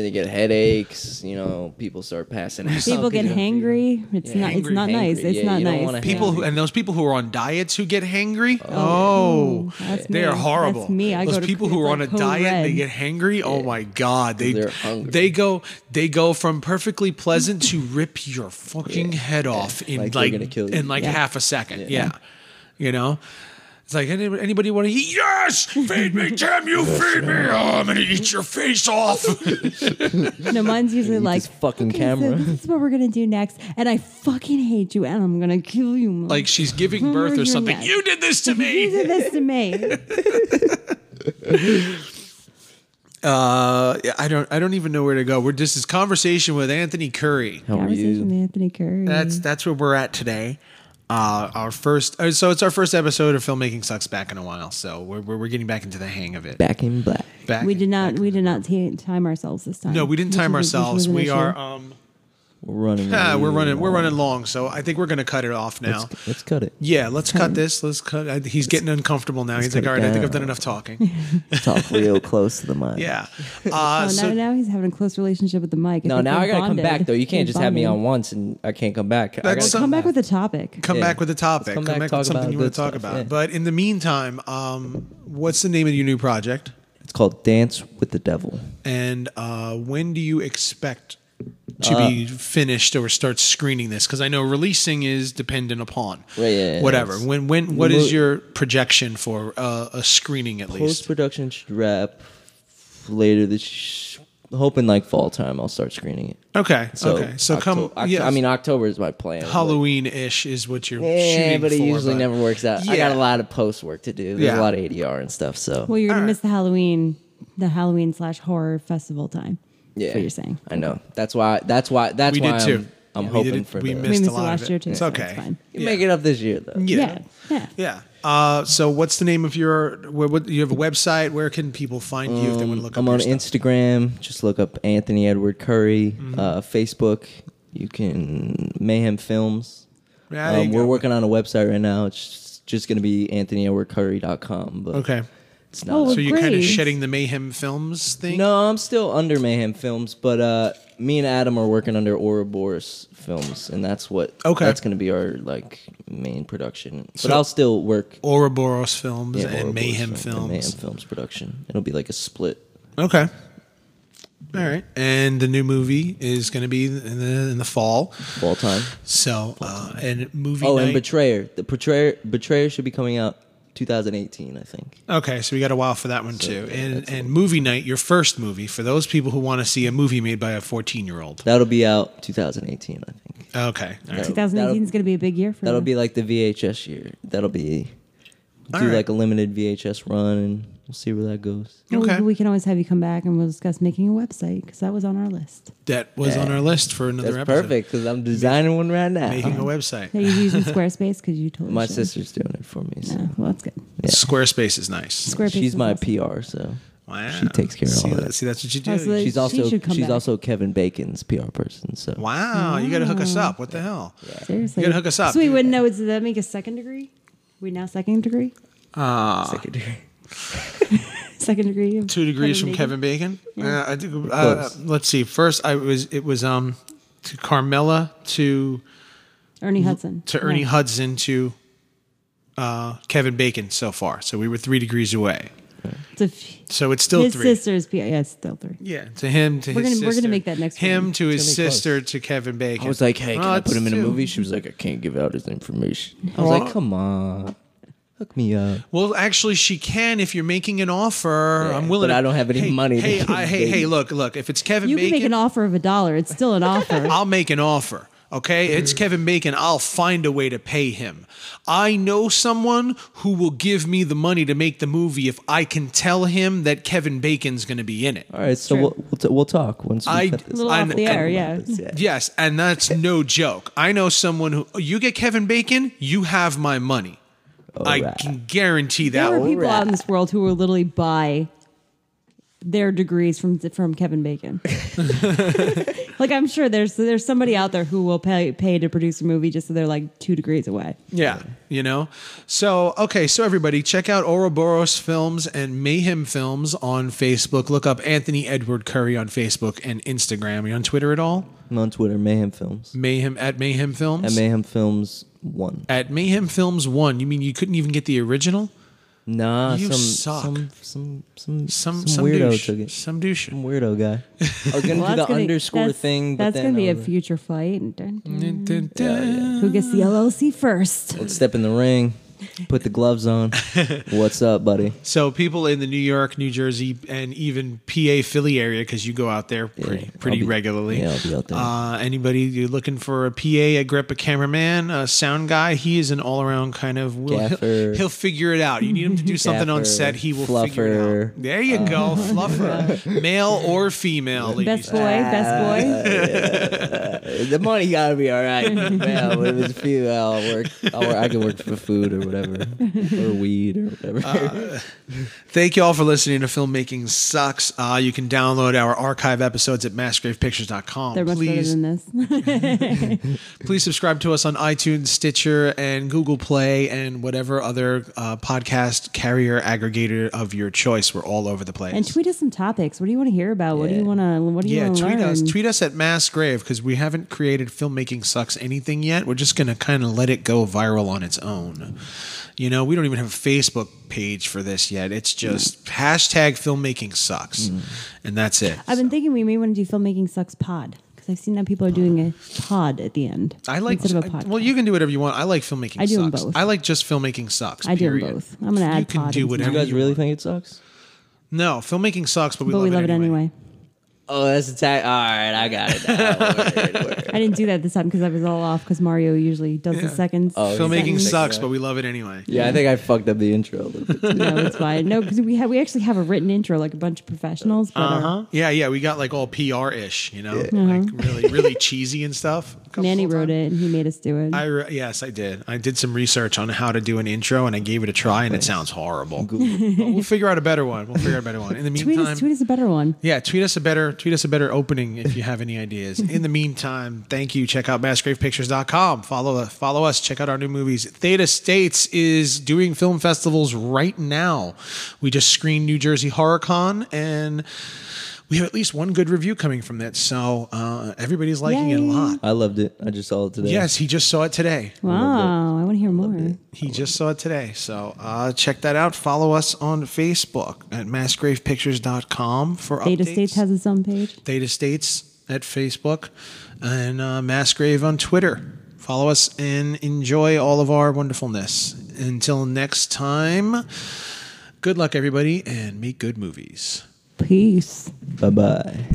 [SPEAKER 2] They get headaches. You know, people start passing out.
[SPEAKER 3] People get hangry. It's
[SPEAKER 2] Yeah,
[SPEAKER 3] not. it's
[SPEAKER 1] hangry,
[SPEAKER 3] not nice.
[SPEAKER 2] hangry.
[SPEAKER 3] It's
[SPEAKER 2] Yeah,
[SPEAKER 3] not
[SPEAKER 2] you don't
[SPEAKER 3] nice.
[SPEAKER 2] wanna have-
[SPEAKER 1] People who, and those people who are on diets who get hangry, oh,
[SPEAKER 3] That's
[SPEAKER 1] they
[SPEAKER 3] me.
[SPEAKER 1] are horrible.
[SPEAKER 3] That's me. I
[SPEAKER 1] those
[SPEAKER 3] go to-
[SPEAKER 1] people who
[SPEAKER 3] it's
[SPEAKER 1] are on a
[SPEAKER 3] like
[SPEAKER 1] diet, and they
[SPEAKER 3] Code
[SPEAKER 1] get hangry. Oh my god, they
[SPEAKER 2] They're hungry.
[SPEAKER 1] they go they go from perfectly pleasant to rip your fucking head off in like,
[SPEAKER 2] Like they're gonna kill you.
[SPEAKER 1] in like
[SPEAKER 3] Yeah.
[SPEAKER 1] half a second. Yeah. you know. It's like "Any- anybody want to eat? Yes, feed me, Tim. You feed me. Oh, I'm gonna eat your face off.
[SPEAKER 3] No, mine's usually like
[SPEAKER 2] this fucking
[SPEAKER 3] "Okay, so
[SPEAKER 2] camera."
[SPEAKER 3] this is what we're gonna do next, and I fucking hate you, and I'm gonna kill you. Mom.
[SPEAKER 1] like she's giving
[SPEAKER 3] Who
[SPEAKER 1] birth or
[SPEAKER 3] are your
[SPEAKER 1] something.
[SPEAKER 3] next?
[SPEAKER 1] You did this to
[SPEAKER 3] you
[SPEAKER 1] me.
[SPEAKER 3] did this to me.
[SPEAKER 1] Uh, yeah, I don't. I don't even know where to go. We're just this conversation with Anthony Curry.
[SPEAKER 2] How are
[SPEAKER 3] Conversation
[SPEAKER 2] you?
[SPEAKER 3] with Anthony Curry.
[SPEAKER 1] That's
[SPEAKER 2] Mm-hmm.
[SPEAKER 1] that's where we're at today. Uh, our first. uh, So it's our first episode of filmmaking sucks back in a while. So we're we're, we're getting back into the hang of it.
[SPEAKER 2] Back in black.
[SPEAKER 1] Back.
[SPEAKER 3] we did not. We did not ta time ourselves this time.
[SPEAKER 1] No, we didn't
[SPEAKER 3] which
[SPEAKER 1] time
[SPEAKER 3] was a- which
[SPEAKER 1] ourselves.
[SPEAKER 3] was an
[SPEAKER 1] We
[SPEAKER 3] issue.
[SPEAKER 1] are. Um.
[SPEAKER 2] We're running.
[SPEAKER 1] ah, we're
[SPEAKER 2] really
[SPEAKER 1] running. We're
[SPEAKER 2] long.
[SPEAKER 1] running long. So I think we're gonna cut it off now.
[SPEAKER 2] Let's, let's cut it.
[SPEAKER 1] yeah, let's cut this. Let's cut. I, he's getting uncomfortable now. He's
[SPEAKER 2] cut
[SPEAKER 1] like,
[SPEAKER 2] it
[SPEAKER 1] all right, I think I've done
[SPEAKER 2] down."
[SPEAKER 1] enough talking.
[SPEAKER 2] Talk real close to the mic.
[SPEAKER 1] yeah. Uh,
[SPEAKER 3] Oh,
[SPEAKER 1] so
[SPEAKER 3] now, now he's having a close relationship with the mic. I
[SPEAKER 2] No,
[SPEAKER 3] think
[SPEAKER 2] now
[SPEAKER 3] they
[SPEAKER 2] I gotta
[SPEAKER 3] bonded.
[SPEAKER 2] come back though. You can't
[SPEAKER 3] They
[SPEAKER 2] just have me
[SPEAKER 3] bonded.
[SPEAKER 2] on once and I can't come back. I
[SPEAKER 1] That's
[SPEAKER 2] gotta
[SPEAKER 1] some-
[SPEAKER 3] Come back with a topic.
[SPEAKER 1] come
[SPEAKER 2] Yeah.
[SPEAKER 1] back with a topic.
[SPEAKER 2] come
[SPEAKER 1] Come,
[SPEAKER 2] back,
[SPEAKER 1] back,
[SPEAKER 2] talk
[SPEAKER 1] with something
[SPEAKER 2] about
[SPEAKER 1] you want
[SPEAKER 2] good
[SPEAKER 1] to talk
[SPEAKER 2] stuff,
[SPEAKER 1] about.
[SPEAKER 2] yeah.
[SPEAKER 1] But in the meantime, um, what's the name of your new project?
[SPEAKER 2] It's called Dance with the Devil.
[SPEAKER 1] And uh, when do you expect to
[SPEAKER 2] Uh,
[SPEAKER 1] be finished or start screening this? Because I know releasing is dependent upon
[SPEAKER 2] Right, yeah, yeah,
[SPEAKER 1] whatever.
[SPEAKER 2] it's-
[SPEAKER 1] When when what is
[SPEAKER 2] Well-
[SPEAKER 1] your projection for uh, a screening at
[SPEAKER 2] Post
[SPEAKER 1] least?
[SPEAKER 2] production should wrap later this. Sh- hoping like fall time, I'll start screening it.
[SPEAKER 1] Okay,
[SPEAKER 2] So
[SPEAKER 1] okay. So
[SPEAKER 2] Octo-
[SPEAKER 1] come.
[SPEAKER 2] Oct-
[SPEAKER 1] yes,
[SPEAKER 2] I mean, October is my plan.
[SPEAKER 1] Halloween ish is what you're
[SPEAKER 2] Yeah,
[SPEAKER 1] shooting
[SPEAKER 2] but it
[SPEAKER 1] for,
[SPEAKER 2] usually
[SPEAKER 1] but-
[SPEAKER 2] never works out. I got
[SPEAKER 1] Yeah.
[SPEAKER 2] a lot of post work to do. There's
[SPEAKER 1] Yeah.
[SPEAKER 2] a lot of ADR and stuff. So
[SPEAKER 3] Well, you're
[SPEAKER 1] All
[SPEAKER 3] gonna
[SPEAKER 1] right.
[SPEAKER 3] miss the Halloween, the Halloween slash horror festival time.
[SPEAKER 2] yeah,
[SPEAKER 3] That's what you're saying.
[SPEAKER 2] I know. That's why. That's why. That's
[SPEAKER 1] We
[SPEAKER 2] why
[SPEAKER 1] did
[SPEAKER 2] I'm,
[SPEAKER 1] too.
[SPEAKER 2] I'm
[SPEAKER 1] Yeah, we
[SPEAKER 2] hoping
[SPEAKER 1] did it-
[SPEAKER 2] for.
[SPEAKER 1] we
[SPEAKER 2] the-
[SPEAKER 1] missed
[SPEAKER 3] we
[SPEAKER 1] a
[SPEAKER 3] missed it
[SPEAKER 1] lot of
[SPEAKER 3] last
[SPEAKER 1] it.
[SPEAKER 3] year too.
[SPEAKER 1] It's
[SPEAKER 3] so
[SPEAKER 1] okay.
[SPEAKER 3] It's fine.
[SPEAKER 2] You make it up this year though.
[SPEAKER 1] Yeah.
[SPEAKER 3] Yeah. Yeah.
[SPEAKER 1] Yeah. Uh, so what's the name of your? What, what you have a website? Where can people find you if they want to look
[SPEAKER 2] Um, I'm
[SPEAKER 1] up
[SPEAKER 2] on
[SPEAKER 1] your stuff? Mm-hmm.
[SPEAKER 2] Instagram. Just look up Anthony Edward Curry. Uh, Facebook. You can Mayhem Films.
[SPEAKER 1] Yeah, there
[SPEAKER 2] Um,
[SPEAKER 1] you
[SPEAKER 2] we're
[SPEAKER 1] go.
[SPEAKER 2] working on a website right now. It's just going to be AnthonyEdwardCurry.com. But
[SPEAKER 1] Okay.
[SPEAKER 2] It's not.
[SPEAKER 3] Oh,
[SPEAKER 1] So you're kind of
[SPEAKER 3] Great.
[SPEAKER 1] shedding the mayhem films thing.
[SPEAKER 2] No, I'm still under Mayhem Films, but uh, me and Adam are working under Ouroboros Films, and that's what.
[SPEAKER 1] Okay.
[SPEAKER 2] That's going to be our like main production. But
[SPEAKER 1] So-
[SPEAKER 2] I'll still work.
[SPEAKER 1] Ouroboros films
[SPEAKER 2] yeah,
[SPEAKER 1] and
[SPEAKER 2] Ouroboros
[SPEAKER 1] Mayhem films.
[SPEAKER 2] Film- and Mayhem Films production. It'll be like a split.
[SPEAKER 1] Okay. All right. And the new movie is going to be in the in the fall.
[SPEAKER 2] Fall time.
[SPEAKER 1] So uh, and movie.
[SPEAKER 2] Oh,
[SPEAKER 1] night,
[SPEAKER 2] and Betrayer. The Betrayer Betrayer should be coming out 2018, I think.
[SPEAKER 1] Okay, so we got a while for that one too.
[SPEAKER 2] yeah,
[SPEAKER 1] and
[SPEAKER 2] that's
[SPEAKER 1] and movie night, your first movie for those people who want to see a movie made by a 14 year old.
[SPEAKER 2] That'll be out 2018, I think.
[SPEAKER 1] Okay. All right.
[SPEAKER 3] 2018 is going to be a big year for
[SPEAKER 2] That'll
[SPEAKER 3] you.
[SPEAKER 2] be like the VHS year. That'll be do
[SPEAKER 1] All right.
[SPEAKER 2] like a limited VHS run, and we'll see where that goes.
[SPEAKER 3] Well,
[SPEAKER 1] okay.
[SPEAKER 3] We, we can always have you come back and we'll discuss making a website because that was on our list.
[SPEAKER 1] That was on our list for another
[SPEAKER 2] That's
[SPEAKER 1] episode.
[SPEAKER 2] perfect Uh-huh. because I'm designing one right now.
[SPEAKER 1] Making a website.
[SPEAKER 3] Are you using Squarespace? Because you told
[SPEAKER 2] My sister's doing it for me. So.
[SPEAKER 3] Yeah, Oh, well, that's good.
[SPEAKER 1] Squarespace is nice.
[SPEAKER 3] Squarespace.
[SPEAKER 2] She's
[SPEAKER 3] is
[SPEAKER 2] my
[SPEAKER 3] awesome.
[SPEAKER 2] PR, so
[SPEAKER 1] Wow.
[SPEAKER 2] She takes care of
[SPEAKER 1] see
[SPEAKER 2] all
[SPEAKER 1] that-
[SPEAKER 2] that.
[SPEAKER 1] See, that's what you do.
[SPEAKER 3] Oh, so
[SPEAKER 2] she's
[SPEAKER 3] She
[SPEAKER 2] also
[SPEAKER 3] should come
[SPEAKER 2] she's
[SPEAKER 3] back.
[SPEAKER 2] also Kevin Bacon's PR person. So
[SPEAKER 1] wow, you got to hook us up. What the hell?
[SPEAKER 3] Seriously,
[SPEAKER 1] You gotta hook us up.
[SPEAKER 3] So we wouldn't know. Does that make a second degree? We now second degree.
[SPEAKER 2] secondary.
[SPEAKER 3] Second degree. of
[SPEAKER 1] two degrees from
[SPEAKER 3] Bacon?
[SPEAKER 1] Kevin Bacon. Uh, I think, uh,
[SPEAKER 2] Close.
[SPEAKER 1] let's see. First, I was it was um to Carmela to
[SPEAKER 3] Ernie Hudson.
[SPEAKER 1] to Ernie
[SPEAKER 3] No.
[SPEAKER 1] Hudson to uh, Kevin Bacon so far. So we were three degrees away.
[SPEAKER 3] It's a f-
[SPEAKER 1] So it's still
[SPEAKER 3] his
[SPEAKER 1] three.
[SPEAKER 3] sister's P. Yeah, it's still three.
[SPEAKER 1] Yeah, to him, to
[SPEAKER 3] We're
[SPEAKER 1] his
[SPEAKER 3] gonna- we're gonna
[SPEAKER 1] sister.
[SPEAKER 3] make that next
[SPEAKER 1] Him
[SPEAKER 3] one.
[SPEAKER 1] to his
[SPEAKER 4] It's gonna be close.
[SPEAKER 1] sister to Kevin Bacon.
[SPEAKER 2] I was like, hey, can
[SPEAKER 1] Oh,
[SPEAKER 2] I
[SPEAKER 1] it's
[SPEAKER 2] put him in a
[SPEAKER 1] two.
[SPEAKER 2] movie? She was like, I can't give out his information. I was
[SPEAKER 1] Well-
[SPEAKER 2] like, come on. Hook me up.
[SPEAKER 1] Well, actually, she can if you're making an offer.
[SPEAKER 2] Yeah,
[SPEAKER 1] I'm willing.
[SPEAKER 2] but
[SPEAKER 1] to-
[SPEAKER 2] I don't have any
[SPEAKER 1] hey,
[SPEAKER 2] money to
[SPEAKER 1] Hey,
[SPEAKER 2] give
[SPEAKER 1] I,
[SPEAKER 2] the
[SPEAKER 1] hey, hey!
[SPEAKER 2] baby.
[SPEAKER 1] Look, look. If it's Kevin
[SPEAKER 3] You
[SPEAKER 1] Bacon,
[SPEAKER 3] can make an offer of a dollar. It's still an offer.
[SPEAKER 1] I'll make an offer. Okay, it's Kevin Bacon. I'll find a way to pay him. I know someone who will give me the money to make the movie if I can tell him that Kevin Bacon's going to be in it.
[SPEAKER 2] All right, so
[SPEAKER 3] True.
[SPEAKER 2] we'll we'll, t- we'll talk once we
[SPEAKER 1] I-
[SPEAKER 2] cut this.
[SPEAKER 3] a little
[SPEAKER 1] I'm-
[SPEAKER 3] off the air,
[SPEAKER 2] Talk
[SPEAKER 3] yeah.
[SPEAKER 2] about this, yeah.
[SPEAKER 1] Yes, and that's no joke. I know someone who you get Kevin Bacon, you have my money. I
[SPEAKER 2] Alright.
[SPEAKER 1] can guarantee that.
[SPEAKER 3] There were
[SPEAKER 1] one.
[SPEAKER 3] people out in this world who will literally buy their degrees from from Kevin Bacon. like I'm sure there's there's somebody out there who will pay pay to produce a movie just so they're like two degrees away.
[SPEAKER 1] Yeah, you know. So okay, so everybody, check out Ouroboros Films and Mayhem Films on Facebook. Look up Anthony Edward Curry on Facebook and Instagram. Are you on Twitter at all?
[SPEAKER 2] I'm on Twitter, Mayhem Films.
[SPEAKER 1] Mayhem at Mayhem Films.
[SPEAKER 2] At Mayhem Films One.
[SPEAKER 1] at Mayhem Films One. You mean you couldn't even get the original?
[SPEAKER 2] Nah,
[SPEAKER 1] You
[SPEAKER 2] some,
[SPEAKER 1] suck.
[SPEAKER 2] some some some
[SPEAKER 1] Some
[SPEAKER 2] some
[SPEAKER 1] some
[SPEAKER 2] weirdo
[SPEAKER 1] douche,
[SPEAKER 2] took it.
[SPEAKER 1] some douche.
[SPEAKER 2] Some weirdo guy. I was gonna
[SPEAKER 3] Well,
[SPEAKER 2] do the
[SPEAKER 3] that's gonna-
[SPEAKER 2] underscore
[SPEAKER 3] that's-
[SPEAKER 2] thing, but
[SPEAKER 3] That's
[SPEAKER 2] then
[SPEAKER 3] gonna be
[SPEAKER 2] I
[SPEAKER 3] a
[SPEAKER 2] was
[SPEAKER 3] future fight. And dun, dun.
[SPEAKER 1] Dun, dun, dun.
[SPEAKER 3] Who gets the LLC first?
[SPEAKER 2] like, step in the ring, put the gloves on. What's up, buddy?
[SPEAKER 1] So people in the New York, New Jersey, and even PA Philly area, because you go out there pretty
[SPEAKER 2] Yeah, I'll
[SPEAKER 1] pretty
[SPEAKER 2] be-
[SPEAKER 1] regularly.
[SPEAKER 2] yeah, I'll be out there.
[SPEAKER 1] Uh, anybody you're looking for a PA, Agrippa cameraman, a sound guy, he is an all around kind of. Will, he'll,
[SPEAKER 2] Gaffer.
[SPEAKER 1] he'll figure it out. You need him to do something on
[SPEAKER 2] Gaffer,
[SPEAKER 1] set, he will figure it out.
[SPEAKER 2] fluffer.
[SPEAKER 1] There you go, fluffer, male or female. ladies.
[SPEAKER 3] Best boy, best boy.
[SPEAKER 2] The money gotta be all right. yeah, but if it's a few, I'll work. I'll work. I can work for food or whatever, or weed or whatever.
[SPEAKER 1] Thank you all for listening to Filmmaking Sucks. Uh, you can download our archive episodes at massgravepictures.com.
[SPEAKER 3] They're much better
[SPEAKER 1] Please
[SPEAKER 3] than this.
[SPEAKER 1] Please subscribe to us on iTunes, Stitcher, and Google Play, and whatever other uh, podcast carrier aggregator of your choice. We're all over the place.
[SPEAKER 3] and tweet us some topics. What do you want to hear about? What do you
[SPEAKER 2] Yeah.
[SPEAKER 3] want to? What do you
[SPEAKER 1] yeah,
[SPEAKER 3] want to
[SPEAKER 1] tweet
[SPEAKER 3] learn?
[SPEAKER 1] us. Tweet us at Mass Grave because we haven't created filmmaking sucks anything yet. We're just gonna kind of let it go viral on its own. You know, we don't even have a Facebook page for this yet. It's just hashtag filmmaking sucks,
[SPEAKER 3] Mm.
[SPEAKER 1] and that's it.
[SPEAKER 3] I've been thinking we may want to do filmmaking sucks pod because I've seen that people are doing a pod at the end.
[SPEAKER 1] I like
[SPEAKER 3] instead of a podcast.
[SPEAKER 1] well, you can do whatever you want. I like filmmaking.
[SPEAKER 3] I do 'em
[SPEAKER 1] sucks.
[SPEAKER 3] both.
[SPEAKER 1] I like just filmmaking sucks.
[SPEAKER 3] I do 'em
[SPEAKER 1] period.
[SPEAKER 3] both. I'm gonna add
[SPEAKER 1] You can
[SPEAKER 3] pod
[SPEAKER 1] do
[SPEAKER 3] into
[SPEAKER 1] whatever
[SPEAKER 2] You guys
[SPEAKER 1] you
[SPEAKER 2] really think it sucks?
[SPEAKER 1] No, filmmaking sucks, but we,
[SPEAKER 3] but
[SPEAKER 1] love,
[SPEAKER 3] we love
[SPEAKER 1] it, anyway.
[SPEAKER 2] Oh, that's a tag. All right, I got it.
[SPEAKER 3] I didn't do that this time because I was all off because Mario usually does the seconds.
[SPEAKER 2] Oh,
[SPEAKER 1] Filmmaking
[SPEAKER 3] sentence.
[SPEAKER 1] sucks, but we love it anyway.
[SPEAKER 2] Yeah, I think I fucked up the intro a little bit.
[SPEAKER 3] No, it's fine. No, because we have we actually have a written intro like a bunch of professionals. But uh
[SPEAKER 1] Huh? Yeah, yeah, we got like all PR ish, you know, like really, really cheesy and stuff. A couple
[SPEAKER 3] Uh-huh. Manny
[SPEAKER 1] of
[SPEAKER 3] wrote
[SPEAKER 1] times.
[SPEAKER 3] it and he made us do it.
[SPEAKER 1] I re- yes, I did. I did some research on how to do an intro, and I gave it a try, and it sounds horrible. But we'll figure out a better one. We'll figure out a better one. In the
[SPEAKER 3] tweet
[SPEAKER 1] meantime,
[SPEAKER 3] us, tweet us a better one.
[SPEAKER 1] yeah, tweet us a better, tweet us a better opening if you have any ideas. In the meantime, thank you. Check out massgravepictures.com. Follow follow us. Check out our new movies. Theta States is doing film festivals right now. We just screened New Jersey Horror Con and. We have at least one good review coming from that, so uh, everybody's liking it a
[SPEAKER 3] Yay.
[SPEAKER 1] lot.
[SPEAKER 2] I loved it. I just saw it today.
[SPEAKER 1] Yes, he just saw it today.
[SPEAKER 3] Wow, I want to hear more.
[SPEAKER 1] He just saw it today. So uh, check that out. Follow us on Facebook at massgravepictures.com for
[SPEAKER 3] Data
[SPEAKER 1] updates.
[SPEAKER 3] States has its own page.
[SPEAKER 1] Data States at Facebook and uh, Massgrave on Twitter. Follow us and enjoy all of our wonderfulness. Until next time, good luck, everybody, and make good movies.
[SPEAKER 3] Peace.
[SPEAKER 2] Bye bye.